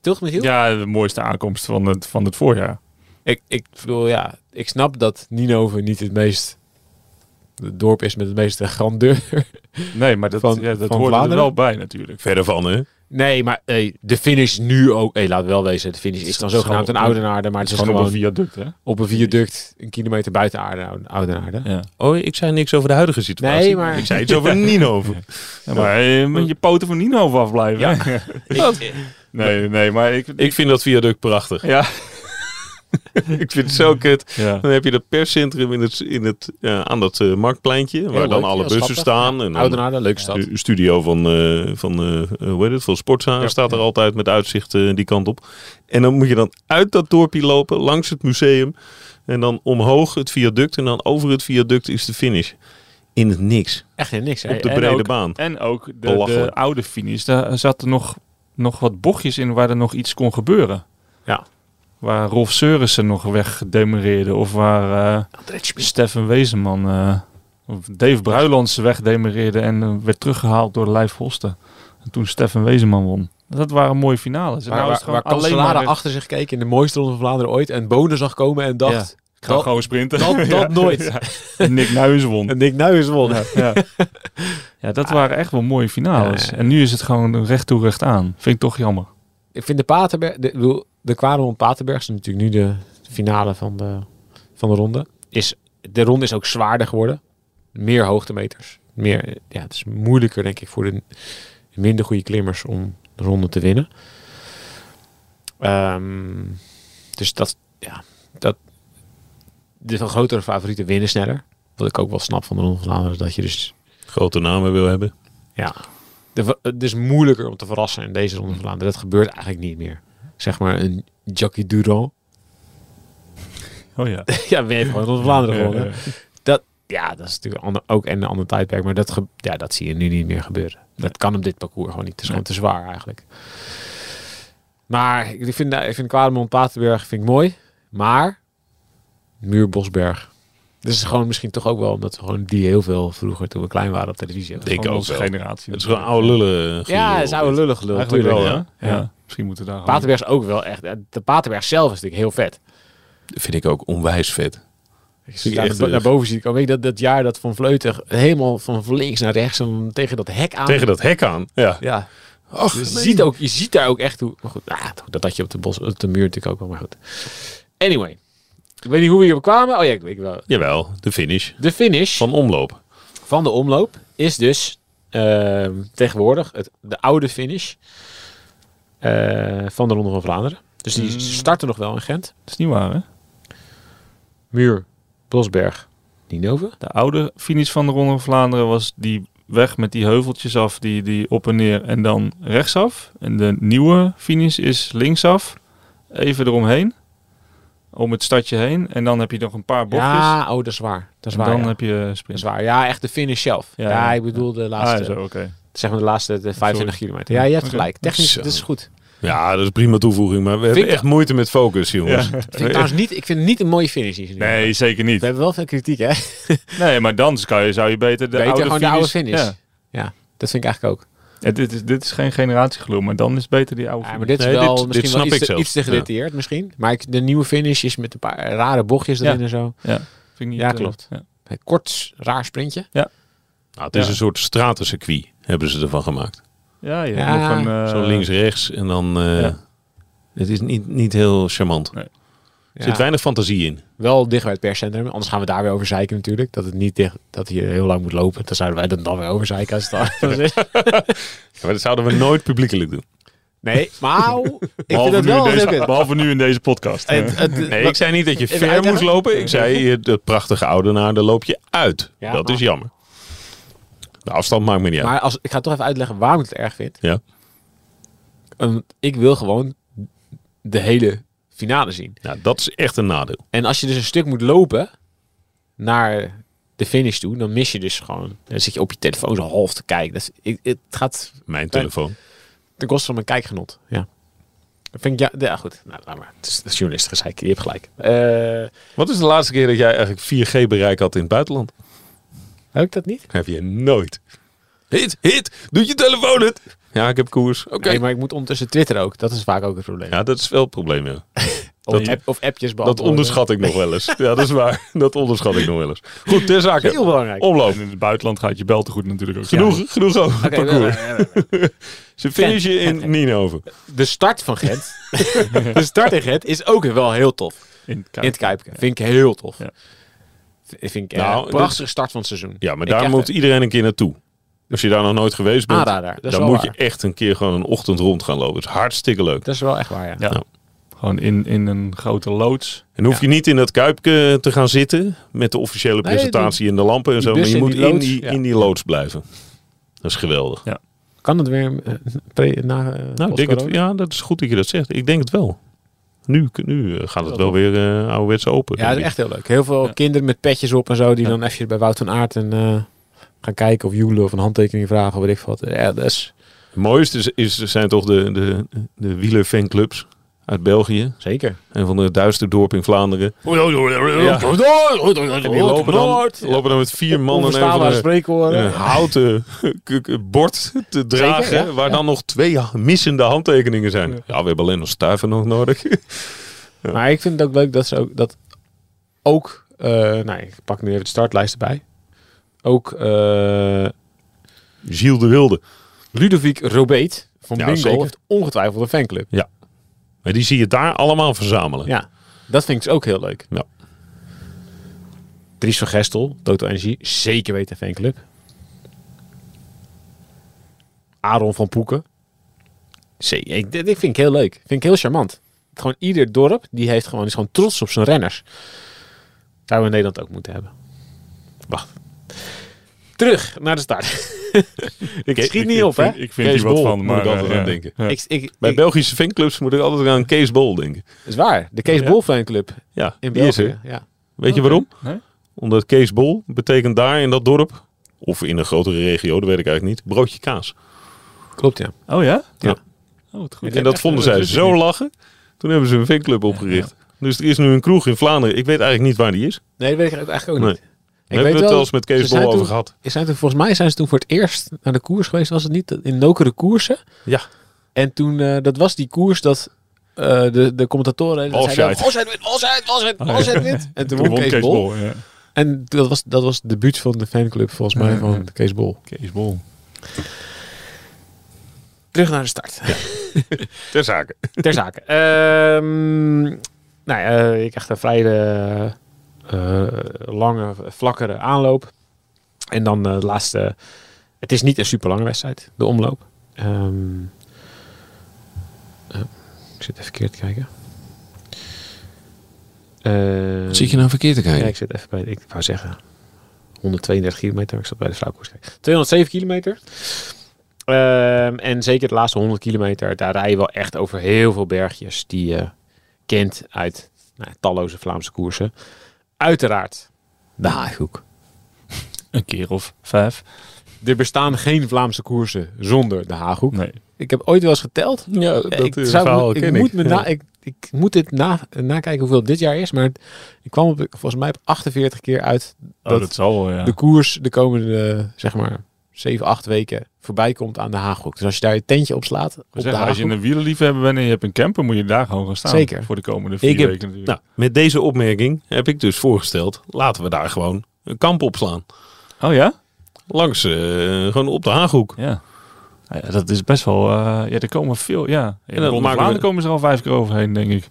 [SPEAKER 2] Toch, Michiel?
[SPEAKER 3] ja, de mooiste aankomst van het, van het voorjaar.
[SPEAKER 2] Ik, ik bedoel, ja, ik snap dat Ninove niet het meest het dorp is met het meeste grandeur.
[SPEAKER 3] Nee, maar dat,
[SPEAKER 2] Van-
[SPEAKER 3] ja, dat
[SPEAKER 2] van
[SPEAKER 3] hoort er
[SPEAKER 2] Vlaanderen?
[SPEAKER 3] wel bij natuurlijk.
[SPEAKER 1] Verder van, hè?
[SPEAKER 2] Nee, maar hey, de finish nu ook. Hey, laten we wel wezen, de finish is dan
[SPEAKER 3] Het is
[SPEAKER 2] zogenaamd een
[SPEAKER 3] gewoon-
[SPEAKER 2] oudenaarde, maar het is
[SPEAKER 3] Gewoon op een
[SPEAKER 2] gewoon
[SPEAKER 3] viaduct, hè?
[SPEAKER 2] op een viaduct een kilometer buiten Aarde- oudenaarde.
[SPEAKER 3] Ja.
[SPEAKER 1] Oh, ik zei niks over de huidige situatie.
[SPEAKER 2] Nee, maar-
[SPEAKER 1] Ik zei iets over Ninove.
[SPEAKER 3] Ja, maar je moet je poten van Nino af afblijven. hè? nee, nee, maar ik...
[SPEAKER 1] Ik vind dat viaduct prachtig.
[SPEAKER 3] ja.
[SPEAKER 1] Ik vind het zo kut.
[SPEAKER 3] ja.
[SPEAKER 1] Dan heb je dat perscentrum in het, in het, eh, aan dat eh, marktpleintje, waar
[SPEAKER 2] Heel
[SPEAKER 1] dan
[SPEAKER 2] leuk,
[SPEAKER 1] alle
[SPEAKER 2] ja,
[SPEAKER 1] bussen
[SPEAKER 2] schattig.
[SPEAKER 1] staan. En dan
[SPEAKER 2] Oudenaarde, leuke stad.
[SPEAKER 1] de studio van, eh, van eh, eh, hoe heet het, van Sportza staat er altijd met uitzicht eh, die kant op. En dan moet je dan uit dat dorpje lopen, langs het museum. En dan omhoog het viaduct. En dan over het viaduct is de finish. In het niks.
[SPEAKER 2] Echt helemaal niks. hè?
[SPEAKER 1] Op de
[SPEAKER 3] en
[SPEAKER 1] brede
[SPEAKER 3] ook-
[SPEAKER 1] baan.
[SPEAKER 3] En ook de,
[SPEAKER 1] Belachelijk.
[SPEAKER 3] de oude finish, daar zaten nog, nog wat bochtjes in waar er nog iets kon gebeuren.
[SPEAKER 2] Ja.
[SPEAKER 3] Waar Rolf Seurissen nog wegdemereerde of waar eh
[SPEAKER 2] André Schmid.
[SPEAKER 3] Stefan Wezenman eh, of Dave Bruilands wegdemereerde en eh, werd teruggehaald door Lijf Hosten. En toen Stefan Wezenman won. Dat waren mooie finales. En
[SPEAKER 2] Waar,
[SPEAKER 3] nou is
[SPEAKER 2] waar,
[SPEAKER 3] het
[SPEAKER 2] waar
[SPEAKER 3] gewoon alleen
[SPEAKER 2] Kanselaren
[SPEAKER 3] maar-
[SPEAKER 2] achter zich keek in de mooiste ronde van Vlaanderen ooit en Bonen zag komen en dacht,
[SPEAKER 3] Ik ga
[SPEAKER 2] Dat-
[SPEAKER 3] gewoon sprinten.
[SPEAKER 2] dat- dat nooit.
[SPEAKER 3] Ja. Nick Nuis won.
[SPEAKER 2] En Nick Nuis won.
[SPEAKER 3] Ja, ja. ja, dat waren echt wel mooie finales.
[SPEAKER 2] Ja.
[SPEAKER 3] En nu is het gewoon recht toe, recht aan. Vind ik toch jammer.
[SPEAKER 2] Ik vind de Paterberg... De, ik bedoel, de Kwaron Paterberg is natuurlijk nu de finale van de, van de ronde. Is, de ronde is ook zwaarder geworden. Meer hoogtemeters. Meer, ja, het is moeilijker, denk ik, voor de minder goede klimmers om de ronde te winnen. Ehm, dus dat, ja, dat... De van grotere favorieten winnen sneller. Wat ik ook wel snap van de Ronde van Vlaanderen, is dat je dus
[SPEAKER 1] Grote namen wil hebben.
[SPEAKER 2] ja. De, ver- het is moeilijker om te verrassen in deze Ronde van Vlaanderen. Dat gebeurt eigenlijk niet meer. Zeg maar een Jackie Duro.
[SPEAKER 3] Oh ja.
[SPEAKER 2] ja, we hebben gewoon Ronde van Vlaanderen gewonnen. Dat, ja, dat is natuurlijk een ander, ook en een ander tijdperk. Maar dat, ge- ja, dat zie je nu niet meer gebeuren. Dat kan op dit parcours gewoon niet. Het is gewoon te zwaar eigenlijk. Maar ik vind, ik vind Kwademond Paterberg vind ik mooi. Maar Muur Bosberg. Dat is gewoon misschien toch ook wel omdat we gewoon die heel veel vroeger toen we klein waren op televisie hadden.
[SPEAKER 1] Ik
[SPEAKER 3] Van
[SPEAKER 1] ook
[SPEAKER 3] onze
[SPEAKER 1] wel.
[SPEAKER 3] generatie.
[SPEAKER 1] Het is gewoon oude lullen. eh,
[SPEAKER 2] Ja,
[SPEAKER 1] gedoe.
[SPEAKER 2] dat is oude lullig lul.
[SPEAKER 3] Eigenlijk wel,
[SPEAKER 2] tuurlijk.
[SPEAKER 3] ja. Ja. Misschien moeten we daar... gewoon-
[SPEAKER 2] Oh. Paterberg is ook wel echt. De Paterberg zelf is natuurlijk heel vet.
[SPEAKER 1] Vind ik ook onwijs vet.
[SPEAKER 2] Ik
[SPEAKER 1] Zie
[SPEAKER 2] zie
[SPEAKER 1] je
[SPEAKER 2] daar
[SPEAKER 1] echt,
[SPEAKER 2] bo-
[SPEAKER 1] eh,
[SPEAKER 2] naar boven zie ik ook. Weet je, dat, dat jaar dat Van Vleuten helemaal van links naar rechts en tegen dat hek aan.
[SPEAKER 1] Tegen dat hek aan. Ja.
[SPEAKER 2] Ja.
[SPEAKER 1] Ach,
[SPEAKER 2] Dus je,
[SPEAKER 1] nee.
[SPEAKER 2] ziet ook, je ziet daar ook echt hoe. Maar goed, ah, dat had je op de, bos, op de muur natuurlijk ook wel. Maar goed. Anyway. Ik weet niet hoe we hier kwamen. Oh ja, ik weet wel.
[SPEAKER 1] Jawel, de finish
[SPEAKER 2] De finish van,
[SPEAKER 1] van omloop.
[SPEAKER 2] de omloop is dus ehm, tegenwoordig het, de oude finish eh, van de Ronde van Vlaanderen. Dus die
[SPEAKER 3] Mm.
[SPEAKER 2] starten nog wel in Gent.
[SPEAKER 3] Dat is niet waar, hè?
[SPEAKER 2] Muur, Bosberg, Ninove.
[SPEAKER 3] De oude finish van de Ronde van Vlaanderen was die weg met die heuveltjes af, die, die op en neer en dan rechtsaf. En de nieuwe finish is linksaf, even eromheen, om het stadje heen. En dan heb je nog een paar bochtjes.
[SPEAKER 2] Ja, oh, dat is waar. Dat is
[SPEAKER 3] en
[SPEAKER 2] waar.
[SPEAKER 3] dan
[SPEAKER 2] ja.
[SPEAKER 3] heb je
[SPEAKER 2] Dat
[SPEAKER 3] sprint.
[SPEAKER 2] is waar. Ja, echt de finish zelf.
[SPEAKER 3] Ja,
[SPEAKER 2] Ja,
[SPEAKER 3] ja.
[SPEAKER 2] ik bedoel de
[SPEAKER 3] Ah,
[SPEAKER 2] laatste,
[SPEAKER 3] zo, oké.
[SPEAKER 2] zeg maar de laatste de 25 kilometer. Ja, je hebt
[SPEAKER 3] Oké.
[SPEAKER 2] gelijk. Technisch,
[SPEAKER 1] Zo.
[SPEAKER 2] dit is goed.
[SPEAKER 1] Ja, dat is prima toevoeging. Maar we
[SPEAKER 2] Vind
[SPEAKER 1] hebben
[SPEAKER 2] ik-
[SPEAKER 1] echt moeite met focus, jongens.
[SPEAKER 3] Ja.
[SPEAKER 2] Vind ik, trouwens niet, ik vind het niet een mooie finish. Die ze nu hebben.
[SPEAKER 3] Nee, zeker
[SPEAKER 2] We
[SPEAKER 3] niet.
[SPEAKER 2] hebben wel veel kritiek, hè?
[SPEAKER 3] Nee, maar dan kan je, zou je beter de
[SPEAKER 2] Beter
[SPEAKER 3] oude
[SPEAKER 2] gewoon de
[SPEAKER 3] finish...
[SPEAKER 2] oude finish.
[SPEAKER 3] Ja.
[SPEAKER 2] Ja. dat vind ik eigenlijk ook.
[SPEAKER 3] Ja, dit, is, dit is geen generatiegelul, maar dan is beter die oude
[SPEAKER 2] Ja, maar
[SPEAKER 3] finish.
[SPEAKER 2] dit is
[SPEAKER 1] Nee,
[SPEAKER 2] wel
[SPEAKER 1] dit- dit
[SPEAKER 2] misschien
[SPEAKER 1] snap
[SPEAKER 2] wel
[SPEAKER 1] ik
[SPEAKER 2] iets te,
[SPEAKER 1] zelfs.
[SPEAKER 2] iets te gedetailleerd, misschien. Maar ik, de nieuwe finish is met een paar rare bochtjes erin
[SPEAKER 3] Ja.
[SPEAKER 2] en zo.
[SPEAKER 3] Vind ik niet,
[SPEAKER 2] Ja,
[SPEAKER 3] eh,
[SPEAKER 2] klopt.
[SPEAKER 3] ja.
[SPEAKER 2] Een Kort, raar sprintje.
[SPEAKER 1] Nou, het is
[SPEAKER 3] Ja.
[SPEAKER 1] een soort stratencircuit, hebben ze ervan gemaakt.
[SPEAKER 3] Ja, je
[SPEAKER 2] Ja.
[SPEAKER 3] hebt nog een... eh,
[SPEAKER 1] Zo links-rechts en dan... eh,
[SPEAKER 3] Ja.
[SPEAKER 1] Het is niet, niet heel charmant. Er
[SPEAKER 2] Ja.
[SPEAKER 1] zit weinig fantasie in.
[SPEAKER 2] Wel dicht bij het perscentrum. Anders gaan we daar weer over zeiken natuurlijk. Dat het niet dicht, dat je heel lang moet lopen. Dan zouden wij dat dan weer over zeiken. Als het dan-
[SPEAKER 1] maar dat zouden we nooit publiekelijk doen.
[SPEAKER 2] nee, maar ik vind
[SPEAKER 3] Behalve,
[SPEAKER 2] dat
[SPEAKER 3] nu in
[SPEAKER 2] wel
[SPEAKER 3] deze,
[SPEAKER 2] heel kut.
[SPEAKER 3] behalve nu in deze podcast.
[SPEAKER 2] Eh, Het- het-
[SPEAKER 1] Eh, Nee, ik zei niet dat je
[SPEAKER 2] Even
[SPEAKER 1] ver
[SPEAKER 2] uitleggen?
[SPEAKER 1] moest lopen. Ik zei, eh, dat prachtige Oudenaar, daar loop je uit.
[SPEAKER 2] Ja,
[SPEAKER 1] dat
[SPEAKER 2] maar-
[SPEAKER 1] is jammer. De afstand maakt me niet uit.
[SPEAKER 2] Maar als, ik ga toch even uitleggen waarom ik het erg vind.
[SPEAKER 1] Ja.
[SPEAKER 2] Want ik wil gewoon de hele finale zien.
[SPEAKER 1] Nou, dat is echt een nadeel.
[SPEAKER 2] En als je dus een stuk moet lopen naar de finish toe, dan mis je dus gewoon. Dan zit je op je telefoon zo half te kijken. Dat is, ik, het gaat
[SPEAKER 1] Mijn telefoon.
[SPEAKER 2] ten koste van mijn kijkgenot. Ja. Dat vind ik ja, ja goed. Nou, laat maar. Het is het is journalistengezeik. Je hebt gelijk. Eh,
[SPEAKER 1] Wat is de laatste keer dat jij eigenlijk 4G bereik had in het buitenland?
[SPEAKER 2] heb ik dat niet?
[SPEAKER 1] Heb je nooit. Hit, hit, doet je telefoon het? Ja, ik heb koers. Oké.
[SPEAKER 2] Nee, maar ik moet ondertussen Twitter ook. Dat is vaak ook het probleem.
[SPEAKER 1] Ja, dat is wel het probleem, ja.
[SPEAKER 2] of,
[SPEAKER 1] dat-
[SPEAKER 2] app- of appjes
[SPEAKER 1] Dat
[SPEAKER 2] beantwoorden.
[SPEAKER 1] onderschat ik nog wel eens. Ja, dat is waar. Dat onderschat ik nog wel eens. Goed, ter zake.
[SPEAKER 2] Heel belangrijk.
[SPEAKER 1] Omloop.
[SPEAKER 3] En in het buitenland gaat je bel te goed natuurlijk ook.
[SPEAKER 1] Genoeg, genoeg over het
[SPEAKER 2] Oké,
[SPEAKER 1] parcours.
[SPEAKER 2] eh, eh, eh,
[SPEAKER 1] Ze finishen in Nienhoven.
[SPEAKER 2] de start van Gent. de start in Gent is ook wel heel tof.
[SPEAKER 3] In
[SPEAKER 2] In
[SPEAKER 3] het Kuip.
[SPEAKER 2] het Kuipke. Vind ik heel tof.
[SPEAKER 3] Ja.
[SPEAKER 2] V- Vind ik
[SPEAKER 1] Nou,
[SPEAKER 2] nou, een
[SPEAKER 1] dit-
[SPEAKER 2] prachtige start van het seizoen.
[SPEAKER 1] Ja, maar
[SPEAKER 2] Ik
[SPEAKER 1] daar
[SPEAKER 2] echt
[SPEAKER 1] moet iedereen een keer naartoe. Als je daar nog nooit geweest
[SPEAKER 2] een
[SPEAKER 1] bent,
[SPEAKER 2] Aanrader. Dat is,
[SPEAKER 1] dan
[SPEAKER 2] wel
[SPEAKER 1] moet
[SPEAKER 2] waar.
[SPEAKER 1] je echt een keer gewoon een ochtend rond gaan lopen. Het is hartstikke leuk.
[SPEAKER 2] dat is wel echt waar, ja.
[SPEAKER 3] Ja. Gewoon in, in een grote loods.
[SPEAKER 1] En dan hoef je niet in dat kuipje te gaan zitten met de officiële
[SPEAKER 2] Nee,
[SPEAKER 1] presentatie en de lampen en zo. Maar
[SPEAKER 2] bus
[SPEAKER 1] je
[SPEAKER 2] in
[SPEAKER 1] moet
[SPEAKER 2] die
[SPEAKER 1] in
[SPEAKER 2] loods,
[SPEAKER 1] die,
[SPEAKER 2] ja.
[SPEAKER 1] in die loods blijven. Dat is geweldig.
[SPEAKER 2] Kan het weer eh, pre- na eh,
[SPEAKER 1] Nou, ik denk het,
[SPEAKER 2] post-corona?
[SPEAKER 1] ja, dat is goed dat je dat zegt. Ik denk het wel. Nu, nu eh, gaat het wel weer eh ouderwets open.
[SPEAKER 2] Ja, dat is echt heel leuk. Heel veel
[SPEAKER 3] Ja.
[SPEAKER 2] kinderen met petjes op en zo, die
[SPEAKER 3] Ja.
[SPEAKER 2] dan even bij Wout van Aert en eh, gaan kijken of joelen of een handtekening vragen of weet ik wat. Ja, dat is
[SPEAKER 1] Het mooiste is, is, zijn toch de, de, de wielerfanclubs uit België.
[SPEAKER 2] zeker.
[SPEAKER 1] En van de duister dorp in Vlaanderen.
[SPEAKER 2] Ja.
[SPEAKER 1] En die lopen dan, lopen dan met vier mannen en
[SPEAKER 2] Onverstaanbare
[SPEAKER 1] een eh,
[SPEAKER 2] spreekwoorden.
[SPEAKER 1] houten k- k- bord te dragen.
[SPEAKER 2] ja.
[SPEAKER 1] Waar dan nog twee ha- missende handtekeningen zijn. Ja, we hebben alleen nog stuiven nog nodig.
[SPEAKER 2] Maar ik vind het ook leuk dat ze ook dat ook, eh, nou, ik pak nu even de startlijst erbij. Ook eh,
[SPEAKER 1] Gilles de Wilde.
[SPEAKER 2] Ludovic Robeet van
[SPEAKER 1] Ja,
[SPEAKER 2] Bingo
[SPEAKER 1] zeker.
[SPEAKER 2] heeft ongetwijfeld een fanclub.
[SPEAKER 1] Maar die zie je daar allemaal verzamelen.
[SPEAKER 2] Ja, dat vind ik dus ook heel leuk.
[SPEAKER 1] Ja.
[SPEAKER 2] Dries van Gestel, Toto Energie, zeker weten fanclub. Aaron van Poeken. Zeker, ik, dit dit vind ik heel leuk. Vind ik heel charmant. Gewoon ieder dorp die heeft gewoon, is gewoon trots op zijn renners. Zou we in Nederland ook moeten hebben. Wacht. Terug naar de start. ik schiet niet
[SPEAKER 3] ik
[SPEAKER 2] op, hè?
[SPEAKER 3] vind- Ik vind
[SPEAKER 1] Kees
[SPEAKER 3] hier wat
[SPEAKER 1] Bol
[SPEAKER 3] van,
[SPEAKER 1] moet
[SPEAKER 3] maar...
[SPEAKER 1] ik altijd
[SPEAKER 3] eh,
[SPEAKER 1] aan
[SPEAKER 3] ja.
[SPEAKER 1] denken.
[SPEAKER 3] Ja.
[SPEAKER 2] Ik, ik,
[SPEAKER 1] Bij
[SPEAKER 2] ik-
[SPEAKER 1] Belgische fanclubs moet ik altijd aan Kees Bol denken.
[SPEAKER 2] is waar. De Kees
[SPEAKER 1] Ja.
[SPEAKER 2] Bol fanclub
[SPEAKER 1] Ja,
[SPEAKER 2] in
[SPEAKER 1] die is
[SPEAKER 2] België.
[SPEAKER 1] er.
[SPEAKER 2] Ja.
[SPEAKER 1] Weet je
[SPEAKER 3] Oké.
[SPEAKER 1] waarom?
[SPEAKER 3] Nee?
[SPEAKER 1] Omdat Kees Bol betekent daar in dat dorp, of in een grotere regio, dat weet ik eigenlijk niet, broodje kaas.
[SPEAKER 2] Klopt, ja.
[SPEAKER 3] Oh ja?
[SPEAKER 1] Ja.
[SPEAKER 3] Oh, wat goed.
[SPEAKER 1] en dat vonden zij zo lachen. Toen hebben ze een fanclub opgericht. Dus er is nu een kroeg in Vlaanderen. Ik weet eigenlijk niet waar die is.
[SPEAKER 2] Nee, dat weet ik eigenlijk ook
[SPEAKER 1] Nee.
[SPEAKER 2] niet.
[SPEAKER 1] We hebben het wel eens met
[SPEAKER 2] ze
[SPEAKER 1] Kees
[SPEAKER 2] zijn
[SPEAKER 1] Bol over
[SPEAKER 2] toen-
[SPEAKER 1] gehad.
[SPEAKER 2] Ze Zijn toen, volgens mij zijn ze toen voor het eerst naar de koers geweest. Was het niet in Nokere Koersen?
[SPEAKER 1] Ja.
[SPEAKER 2] En toen, eh, dat was die koers dat eh, de, de commentatoren... zeiden,
[SPEAKER 1] Offside.
[SPEAKER 2] Offside win, offside, offside,
[SPEAKER 1] Oh,
[SPEAKER 2] offside win. En toen
[SPEAKER 3] Toen
[SPEAKER 2] won Kees Bol.
[SPEAKER 3] ja.
[SPEAKER 2] En dat was, dat was het debuut van de fanclub, volgens mij,
[SPEAKER 3] Ja,
[SPEAKER 2] van
[SPEAKER 3] ja.
[SPEAKER 2] Kees Bol.
[SPEAKER 3] Kees Bol.
[SPEAKER 2] Terug naar de start.
[SPEAKER 1] Ter zake.
[SPEAKER 2] Ter zake. Ehm, nou ja, eh, ik krijg een vrij eh, eh, lange, vlakkere aanloop. En dan eh, de laatste. Het is niet een super lange wedstrijd, de omloop. Ehm, eh, ik zit even verkeerd te kijken. Eh,
[SPEAKER 4] Zit je nou verkeerd te
[SPEAKER 2] ja,
[SPEAKER 4] kijken?
[SPEAKER 2] ik zit even bij. Ik wou zeggen 132 kilometer. maar Ik zat bij de vrouwenkoers. 207 kilometer. Ehm, en zeker de laatste 100 kilometer. Daar rij je wel echt over heel veel bergjes die je kent uit nou, talloze Vlaamse koersen. Uiteraard de Haaghoek.
[SPEAKER 3] Een keer of vijf.
[SPEAKER 2] Er bestaan geen Vlaamse koersen zonder de Haaghoek.
[SPEAKER 3] Nee.
[SPEAKER 2] Ik heb ooit wel eens geteld.
[SPEAKER 1] Ja, dat
[SPEAKER 2] ik,
[SPEAKER 1] eh,
[SPEAKER 2] zou-
[SPEAKER 1] verhaal
[SPEAKER 2] ik
[SPEAKER 1] ken
[SPEAKER 2] moet me
[SPEAKER 1] Ja.
[SPEAKER 2] na, ik, ik moet dit na, nakijken hoeveel het dit jaar is. Maar ik kwam op, volgens mij op 48 keer uit
[SPEAKER 3] Oh,
[SPEAKER 2] Dat-
[SPEAKER 3] dat, zal wel, ja.
[SPEAKER 2] de koers de komende, zeg maar, 7, 8 weken voorbij komt aan de Haaghoek. Dus als je daar je tentje op slaat, op de
[SPEAKER 3] Maar zeg, als je
[SPEAKER 2] Haaghoek,
[SPEAKER 3] een wielerliefhebber bent en je hebt een camper, moet je daar gewoon gaan staan.
[SPEAKER 2] Zeker.
[SPEAKER 3] Voor de komende vier
[SPEAKER 1] Ik heb-
[SPEAKER 3] weken natuurlijk.
[SPEAKER 1] Nou, met deze opmerking heb ik dus voorgesteld, laten we daar gewoon een kamp opslaan.
[SPEAKER 2] nou.
[SPEAKER 3] Oh ja?
[SPEAKER 1] Langs, eh, gewoon op de Haaghoek.
[SPEAKER 3] Ja. Nou ja, dat is best wel... eh, ja, er komen veel... Ja,
[SPEAKER 1] dan
[SPEAKER 3] in de Ronde
[SPEAKER 1] maken
[SPEAKER 3] Vlaanderen
[SPEAKER 1] we-
[SPEAKER 3] komen ze er al vijf keer overheen, denk ik.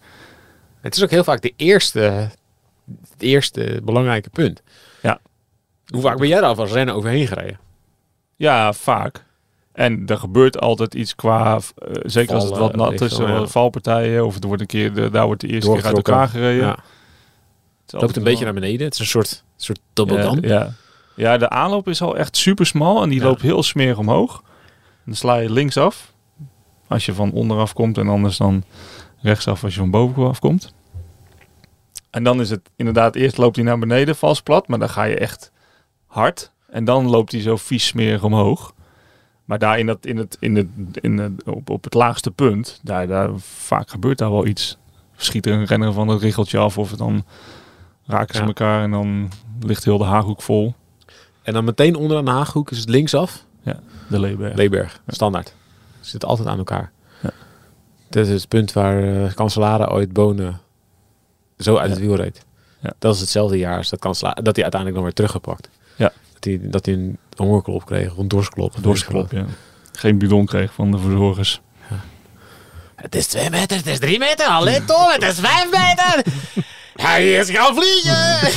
[SPEAKER 2] het is ook heel vaak de eerste, het eerste belangrijke punt.
[SPEAKER 3] Ja.
[SPEAKER 2] Hoe vaak ben jij daar als rennen overheen gereden?
[SPEAKER 3] Ja, vaak. En er gebeurt altijd iets qua, eh, zeker als het
[SPEAKER 2] Vallen,
[SPEAKER 3] wat nat
[SPEAKER 2] weet
[SPEAKER 3] is,
[SPEAKER 2] je wel,
[SPEAKER 3] eh,
[SPEAKER 2] ja.
[SPEAKER 3] valpartijen. Of het wordt een keer, de, daar wordt de eerste keer uit
[SPEAKER 2] Doorgetrokken.
[SPEAKER 3] elkaar gereden. Het is
[SPEAKER 2] Loopt een
[SPEAKER 3] altijd
[SPEAKER 2] beetje
[SPEAKER 3] wel-
[SPEAKER 2] naar beneden. Het is een soort, soort toboggan.
[SPEAKER 3] Ja, ja. ja, de aanloop is al echt super smal en die
[SPEAKER 2] Ja.
[SPEAKER 3] loopt heel smerig omhoog. Dan sla je linksaf als je van onderaf komt en anders dan rechtsaf als je van bovenaf komt. En dan is het inderdaad, eerst loopt hij naar beneden, vals plat, maar dan ga je echt hard. En dan loopt hij zo vies smerig omhoog. Maar daar in dat, in het, in het, in het, op, op het laagste punt, daar, daar, vaak gebeurt daar wel iets. Schiet er een renner van het richeltje af of dan raken ze
[SPEAKER 2] Ja.
[SPEAKER 3] elkaar en dan ligt heel de haaghoek vol.
[SPEAKER 2] En dan meteen onderaan de Haaghoek is het linksaf.
[SPEAKER 3] De Leeberg.
[SPEAKER 2] Leeberg, standaard. Ze zitten altijd aan elkaar.
[SPEAKER 3] Ja.
[SPEAKER 2] Dat is het punt waar eh Cancellara ooit Bonen zo uit het wiel reed.
[SPEAKER 3] Ja.
[SPEAKER 2] Dat is hetzelfde jaar als dat, Cancellara, dat hij uiteindelijk dan weer teruggepakt.
[SPEAKER 3] Ja.
[SPEAKER 2] Dat hij, dat hij een hongerklop kreeg, of een dorsklop.
[SPEAKER 3] Dorsklop, ja. Geen bidon kreeg van de verzorgers.
[SPEAKER 2] Het is twee meter, het is drie meter. Allee Tom, het is vijf meter. Hij is gaan vliegen.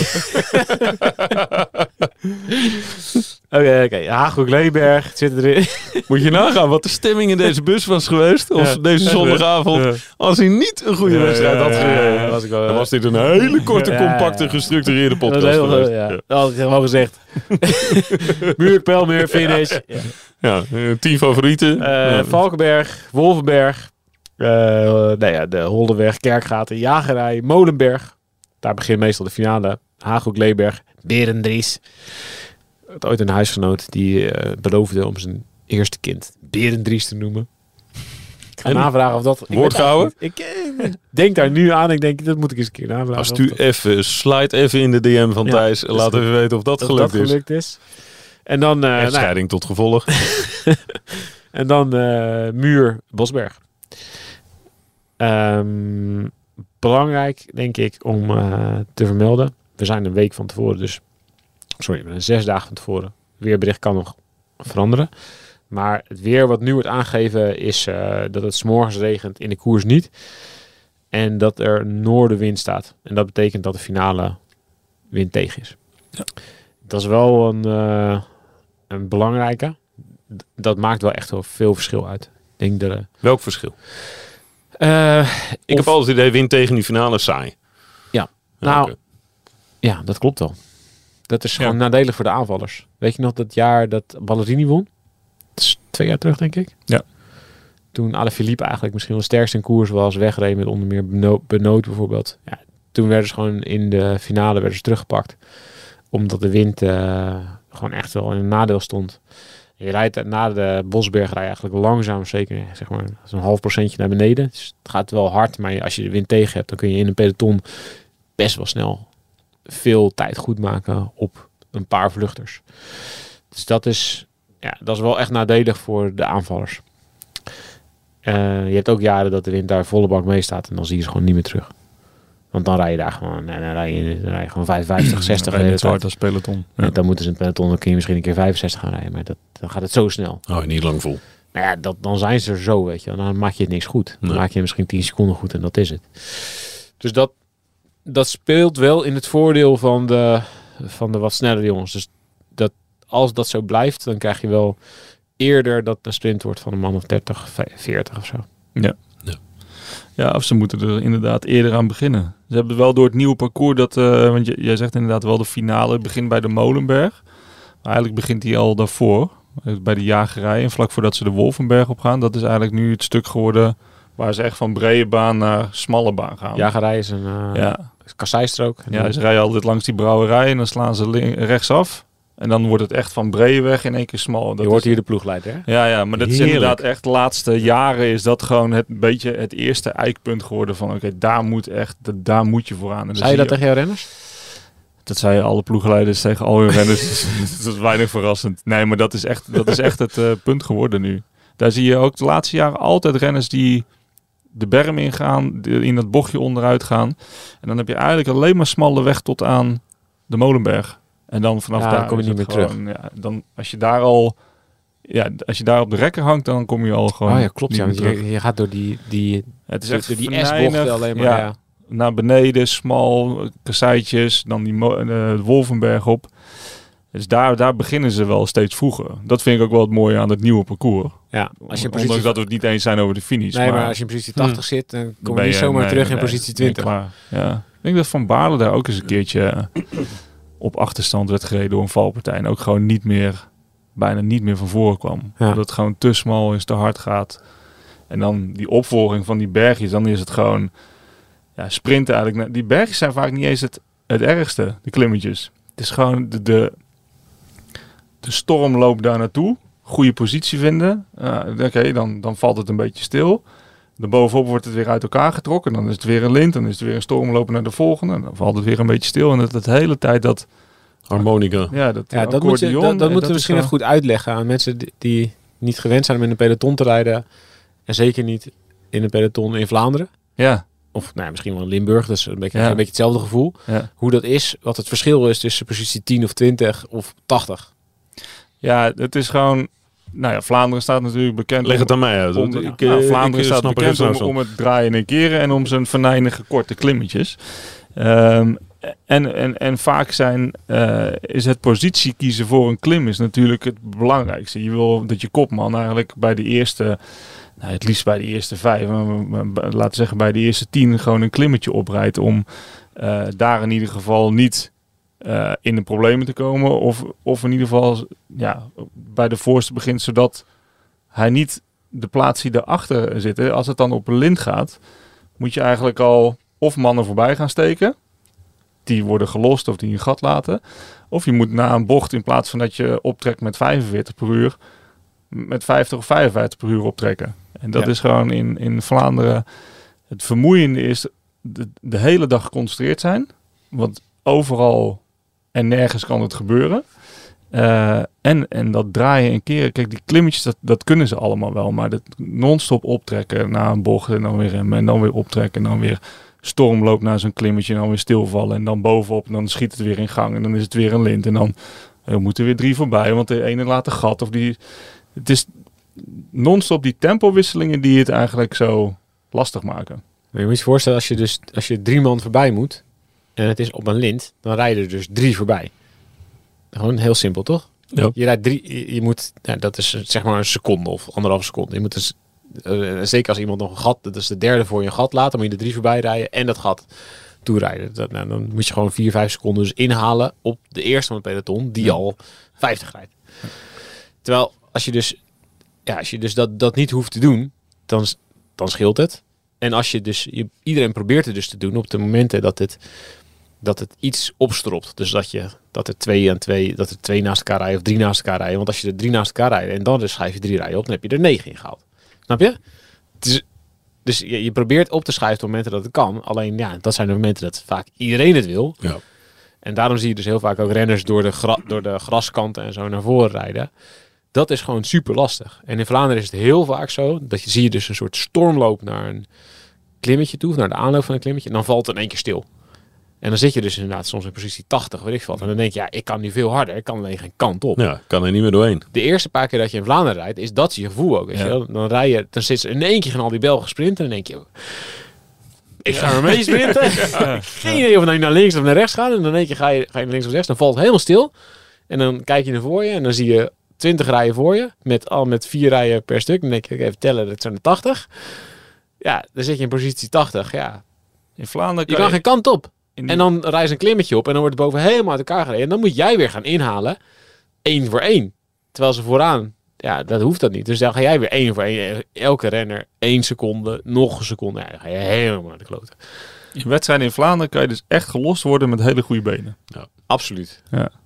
[SPEAKER 2] Oké, oké. Haaghoek Leeberg zit erin.
[SPEAKER 1] Moet je nagaan wat de stemming in deze bus was geweest. Of
[SPEAKER 3] Ja.
[SPEAKER 1] deze zondagavond. Als hij niet een goede
[SPEAKER 3] Ja,
[SPEAKER 1] wedstrijd
[SPEAKER 3] ja,
[SPEAKER 1] had
[SPEAKER 3] ja,
[SPEAKER 1] gereden.
[SPEAKER 3] ja,
[SPEAKER 2] eh, was ik wel-
[SPEAKER 1] Dan was dit een hele korte,
[SPEAKER 2] Ja, ja, ja.
[SPEAKER 1] compacte, gestructureerde podcast.
[SPEAKER 2] Dat is heel
[SPEAKER 1] geweest.
[SPEAKER 2] goed, ja. Dat had ik gewoon gezegd. Muur, Pelmeer, finish. Ja.
[SPEAKER 1] Ja, eh, tien favorieten.
[SPEAKER 2] Eh,
[SPEAKER 1] Ja.
[SPEAKER 2] Valkenberg, Wolvenberg, eh, nou ja, de Holdeweg, Kerkgaten, Jagerij, Molenberg. Daar begint meestal de finale. Haaghoek, Leeberg, Berendries. Ik had ooit een huisgenoot die eh, beloofde om zijn eerste kind Berendries te noemen. Ik ga
[SPEAKER 1] En?
[SPEAKER 2] navragen of dat... ik weet
[SPEAKER 1] Woord gehouden?
[SPEAKER 2] eigenlijk niet. Ik eh, denk daar nu aan. Ik denk, dat moet ik eens een keer navragen.
[SPEAKER 1] Als
[SPEAKER 2] of
[SPEAKER 1] het u
[SPEAKER 2] dat-
[SPEAKER 1] even, slide even in de DM van
[SPEAKER 2] Ja,
[SPEAKER 1] Thijs.
[SPEAKER 2] dat is
[SPEAKER 1] Laat
[SPEAKER 2] goed.
[SPEAKER 1] even weten of dat,
[SPEAKER 2] dat
[SPEAKER 1] gelukt
[SPEAKER 2] dat
[SPEAKER 1] is.
[SPEAKER 2] gelukt is. En dan... eh, nou ja,
[SPEAKER 1] Echtscheiding tot gevolg.
[SPEAKER 2] En dan eh, Muur Bosberg. Ehm, belangrijk, denk ik, om eh, te vermelden. we zijn een week van tevoren, dus sorry, we zijn zes dagen van tevoren. Weerbericht kan nog veranderen. Maar het weer wat nu wordt aangegeven is eh, dat het s'morgens regent, in de koers niet. En dat er noordenwind staat. En dat betekent dat de finale wind tegen is. Dat is wel een, eh, een belangrijke. D- Dat maakt wel echt wel veel verschil uit. Ik denk dat... eh,
[SPEAKER 1] Welk verschil?
[SPEAKER 2] eh,
[SPEAKER 1] Ik
[SPEAKER 2] Of-
[SPEAKER 1] heb altijd het idee, win tegen die finale is saai.
[SPEAKER 2] Ja. Nou, Ja, dat klopt wel. Dat is gewoon
[SPEAKER 3] Ja.
[SPEAKER 2] nadelig voor de aanvallers. Weet je nog dat jaar dat Ballerini won? Dat is twee jaar terug, denk ik.
[SPEAKER 3] Ja.
[SPEAKER 2] Toen Alaphilippe eigenlijk misschien wel het sterkste in koers was, wegreed met onder meer Beno- Benoot bijvoorbeeld. Ja, toen werden ze gewoon in de finale werden ze teruggepakt. Omdat de wind eh, gewoon echt wel in een nadeel stond. En je rijdt na de Bosberg rij je eigenlijk langzaam, zeker ja, zeg maar zo'n half procentje naar beneden. Dus het gaat wel hard, maar als je de wind tegen hebt, dan kun je in een peloton best wel snel veel tijd goed maken op een paar vluchters. Dus dat is, ja, dat is wel echt nadelig voor de aanvallers. Eh, je hebt ook jaren dat de wind daar volle bak mee staat en dan zie je ze gewoon niet meer terug. Want dan rij je daar gewoon, en dan rij je, dan rij je gewoon 55, 60 de
[SPEAKER 3] Rijden
[SPEAKER 2] hele
[SPEAKER 3] net zo
[SPEAKER 2] tijd.
[SPEAKER 3] hard als peloton. Ja.
[SPEAKER 2] En Dan moeten ze een peloton, dan kun je misschien een keer 65 gaan rijden. Maar dat, dan gaat het zo snel.
[SPEAKER 1] Oh, niet lang vol.
[SPEAKER 2] Nou ja, dat, dan zijn ze er zo, weet je. wel. Dan maak je het niks goed. Dan
[SPEAKER 1] Nee.
[SPEAKER 2] maak je misschien 10 seconden goed en dat is het. Dus dat, dat speelt wel in het voordeel van de, van de wat snellere jongens. Dus dat, als dat zo blijft, dan krijg je wel eerder dat het een sprint wordt van een man of 30, 40 of zo.
[SPEAKER 3] Ja, of ze moeten er inderdaad eerder aan beginnen. Ze hebben wel door het nieuwe parcours dat, eh, want j- jij zegt inderdaad wel de finale begint bij de Molenberg. Maar eigenlijk begint die al daarvoor, eh, bij de jagerij. En vlak voordat ze de Wolfenberg op gaan, dat is eigenlijk nu het stuk geworden waar ze echt van brede baan naar smalle baan gaan.
[SPEAKER 2] Jagerij is een eh
[SPEAKER 3] ja.
[SPEAKER 2] kasseistrook.
[SPEAKER 3] ja ze rijden altijd langs die brouwerij en dan slaan ze lin- rechtsaf. En dan wordt het echt van brede weg in één keer smal. Dat
[SPEAKER 2] je hoort
[SPEAKER 3] is-
[SPEAKER 2] hier de ploegleider. hè?
[SPEAKER 3] ja, ja, maar dat is
[SPEAKER 1] Heerlijk.
[SPEAKER 3] inderdaad echt de laatste jaren is dat gewoon het een beetje het eerste eikpunt geworden van oké, daar moet echt, da- daar moet je vooraan. En dan
[SPEAKER 2] Zei je
[SPEAKER 3] zie
[SPEAKER 2] dat tegen jouw renners?
[SPEAKER 3] dat zei alle ploegleiders tegen al hun renners. Dus dat is weinig verrassend. Nee, maar dat is echt, dat is echt het eh, punt geworden nu. Daar zie je ook de laatste jaren altijd renners die de berm ingaan, die in dat bochtje onderuit gaan. En dan heb je eigenlijk alleen maar smalle weg tot aan de Molenberg. En dan vanaf
[SPEAKER 2] Ja,
[SPEAKER 3] daar
[SPEAKER 2] dan kom je
[SPEAKER 3] is
[SPEAKER 2] niet
[SPEAKER 3] het
[SPEAKER 2] meer terug.
[SPEAKER 3] gewoon, Ja, dan als je daar al, ja, als je daar op de rekker hangt, dan kom je al gewoon.
[SPEAKER 2] Oh ja, klopt.
[SPEAKER 3] niet
[SPEAKER 2] Ja,
[SPEAKER 3] meer
[SPEAKER 2] want
[SPEAKER 3] terug.
[SPEAKER 2] je, je gaat door die, die,
[SPEAKER 3] Het is
[SPEAKER 2] door
[SPEAKER 3] echt
[SPEAKER 2] die
[SPEAKER 3] venijnig.
[SPEAKER 2] S-bocht alleen maar.
[SPEAKER 3] Ja,
[SPEAKER 2] ja.
[SPEAKER 3] naar beneden, smal, kasseitjes, dan die mo- eh, Wolvenberg op. Dus daar, daar beginnen ze wel steeds vroeger. Dat vind ik ook wel het mooie aan het nieuwe parcours.
[SPEAKER 2] Ja, als je een positie
[SPEAKER 3] Ondanks dat we het niet eens zijn over de finish.
[SPEAKER 2] Nee, maar,
[SPEAKER 3] maar
[SPEAKER 2] als je in positie
[SPEAKER 3] Hm.
[SPEAKER 2] 80 zit, dan
[SPEAKER 3] dan
[SPEAKER 2] kom je
[SPEAKER 3] ben
[SPEAKER 2] niet zomaar
[SPEAKER 3] nee,
[SPEAKER 2] terug in
[SPEAKER 3] nee,
[SPEAKER 2] positie
[SPEAKER 3] nee,
[SPEAKER 2] 20.
[SPEAKER 3] klaar. Ja. Ik denk dat Van Baarle daar ook eens een keertje eh, op achterstand werd gereden door een valpartij. En ook gewoon niet meer, bijna niet meer van voren kwam.
[SPEAKER 2] Ja.
[SPEAKER 3] Omdat het gewoon te smal is, te hard gaat. En dan die opvolging van die bergjes, dan is het gewoon ja, sprinten eigenlijk. Die bergjes zijn vaak niet eens het, het ergste, de klimmetjes. Het is gewoon de, de, de stormloop daar naartoe. Goede positie vinden. Ja, Oké, dan, dan valt het een beetje stil. Daarbovenop wordt het weer uit elkaar getrokken. Dan is het weer een lint. Dan is het weer een stormloop naar de volgende. Dan valt het weer een beetje stil. En dat het hele tijd dat...
[SPEAKER 1] Harmonica.
[SPEAKER 3] Ja, dat, eh,
[SPEAKER 2] Ja, dat, moet je, dat,
[SPEAKER 3] accordeon,
[SPEAKER 2] dat
[SPEAKER 3] en
[SPEAKER 2] moeten we
[SPEAKER 3] is
[SPEAKER 2] misschien
[SPEAKER 3] gewoon-
[SPEAKER 2] even goed uitleggen aan mensen die, die niet gewend zijn om in een peloton te rijden. En zeker niet in een peloton in Vlaanderen.
[SPEAKER 3] Ja,
[SPEAKER 2] Of nou, ja, misschien wel in Limburg, dat is een beetje,
[SPEAKER 3] Ja.
[SPEAKER 2] een beetje hetzelfde gevoel.
[SPEAKER 3] Ja.
[SPEAKER 2] Hoe dat is, wat het verschil is tussen positie 10 of 20 of 80.
[SPEAKER 3] ja, het is gewoon... Nou ja, Vlaanderen staat natuurlijk bekend...
[SPEAKER 1] Leg
[SPEAKER 3] om-
[SPEAKER 1] het aan mij uit.
[SPEAKER 3] om,
[SPEAKER 1] want
[SPEAKER 3] nou,
[SPEAKER 1] eh,
[SPEAKER 3] Vlaanderen
[SPEAKER 1] ik, eh,
[SPEAKER 3] staat
[SPEAKER 1] snap er
[SPEAKER 3] bekend
[SPEAKER 1] geen
[SPEAKER 3] om,
[SPEAKER 1] snars
[SPEAKER 3] om het draaien en keren en om zijn venijnige korte klimmetjes. Ehm, en, en, en vaak zijn, eh, is het positie kiezen voor een klim is natuurlijk het belangrijkste. Je wil dat je kopman eigenlijk bij de eerste, nou, het liefst bij de eerste vijf, maar, maar- maar laten we zeggen bij de eerste tien gewoon een klimmetje oprijdt om eh, daar in ieder geval niet eh, in de problemen te komen. Of, of in ieder geval ja, bij de voorste begint, zodat hij niet de plaats die erachter zitten, als het dan op een lint gaat, moet je eigenlijk al of mannen voorbij gaan steken. Die worden gelost of die een gat laten. Of je moet na een bocht, in plaats van dat je optrekt met 45 per uur, met 50 of 55 per uur optrekken. En dat
[SPEAKER 2] Ja.
[SPEAKER 3] is gewoon in, in Vlaanderen. Het vermoeiende is de, de hele dag geconcentreerd zijn. Want overal en nergens kan het gebeuren. Eh, en, en dat draaien en keren. Kijk, die klimmetjes, dat, dat kunnen ze allemaal wel. Maar dat non-stop optrekken na een bocht en dan weer remmen. En dan weer optrekken en dan weer storm loopt naar zo'n klimmetje en dan weer stilvallen. En dan bovenop en dan schiet het weer in gang en dan is het weer een lint. En dan eh, moeten er weer drie voorbij, want de ene laat een gat. Of die, het is non-stop die tempowisselingen die het eigenlijk zo lastig maken.
[SPEAKER 2] Maar je moet je voorstellen, als je, dus, als je drie man voorbij moet en het is op een lint, dan rijden er dus drie voorbij. Gewoon heel simpel, toch?
[SPEAKER 1] Ja.
[SPEAKER 2] Je rijdt drie, je- je moet, nou, dat is zeg maar een seconde of anderhalf seconde. Je moet dus, eh, zeker als iemand nog een gat, dat is de derde voor je een gat laat, dan moet je er drie voorbij rijden en dat gat toerijden. Dat, nou, dan moet je gewoon vier, vijf seconden dus inhalen op de eerste van het peloton, die
[SPEAKER 3] Ja.
[SPEAKER 2] al 50 rijdt. Terwijl als je dus, ja, als je dus dat, dat niet hoeft te doen, dan, s- dan scheelt het. En als je dus, je, iedereen probeert het dus te doen op de momenten dat het, dat het iets opstropt. Dus dat, je, dat er twee en twee, dat er twee naast elkaar rijden of drie naast elkaar rijden. Want als je er drie naast elkaar rijdt en dan dus schrijf je drie rijden op, dan heb je er negen in gehaald. Snap je? Het is- dus je, je probeert op te schrijven op momenten dat het kan. Alleen ja, dat zijn de momenten dat vaak iedereen het wil.
[SPEAKER 1] Ja.
[SPEAKER 2] En daarom zie je dus heel vaak ook renners door de, gra- door de graskanten en zo naar voren rijden. Dat is gewoon super lastig. En in Vlaanderen is het heel vaak zo. Dat je, zie je dus een soort stormloop naar een klimmetje toe. of Naar de aanloop van een klimmetje. En dan valt het in één keer stil. En dan zit je dus inderdaad soms in positie 80, weet ik veel. wat. En dan denk je, ja, ik kan nu veel harder. Ik kan alleen geen kant op.
[SPEAKER 1] Ja, kan er niet meer doorheen.
[SPEAKER 2] De eerste paar keer dat je in Vlaanderen rijdt, is dat je gevoel ook. Weet
[SPEAKER 3] Ja.
[SPEAKER 2] je wel? Dan rij je, dan zit ze in één keer gaan al die Belgen sprinten. En dan denk je, ik ga er mee sprinten. Geen idee of nou je naar links of naar rechts gaat. En dan in één keer ga je, ga je naar links of rechts. Dan valt het helemaal stil. En dan kijk je naar voor je. En dan zie je 20 rijen voor je. Met al met vier rijen per stuk. Dan denk je, even tellen, dat zijn er 80. Ja, dan zit je in positie 80. Ja,
[SPEAKER 3] In Vlaanderen
[SPEAKER 2] je
[SPEAKER 3] kan
[SPEAKER 2] kan geen kant op.
[SPEAKER 3] in die-
[SPEAKER 2] En dan rijst een klimmetje op en dan wordt het boven helemaal uit elkaar gereden. En dan moet jij weer gaan inhalen. één voor één. Terwijl ze vooraan. Ja, dat hoeft dat niet. Dus dan ga jij weer één voor één. Elke renner één seconde, nog een seconde. Ja, dan ga je helemaal naar de kloten.
[SPEAKER 3] in wedstrijden in Vlaanderen kan je dus echt gelost worden met hele goede benen.
[SPEAKER 2] Absoluut.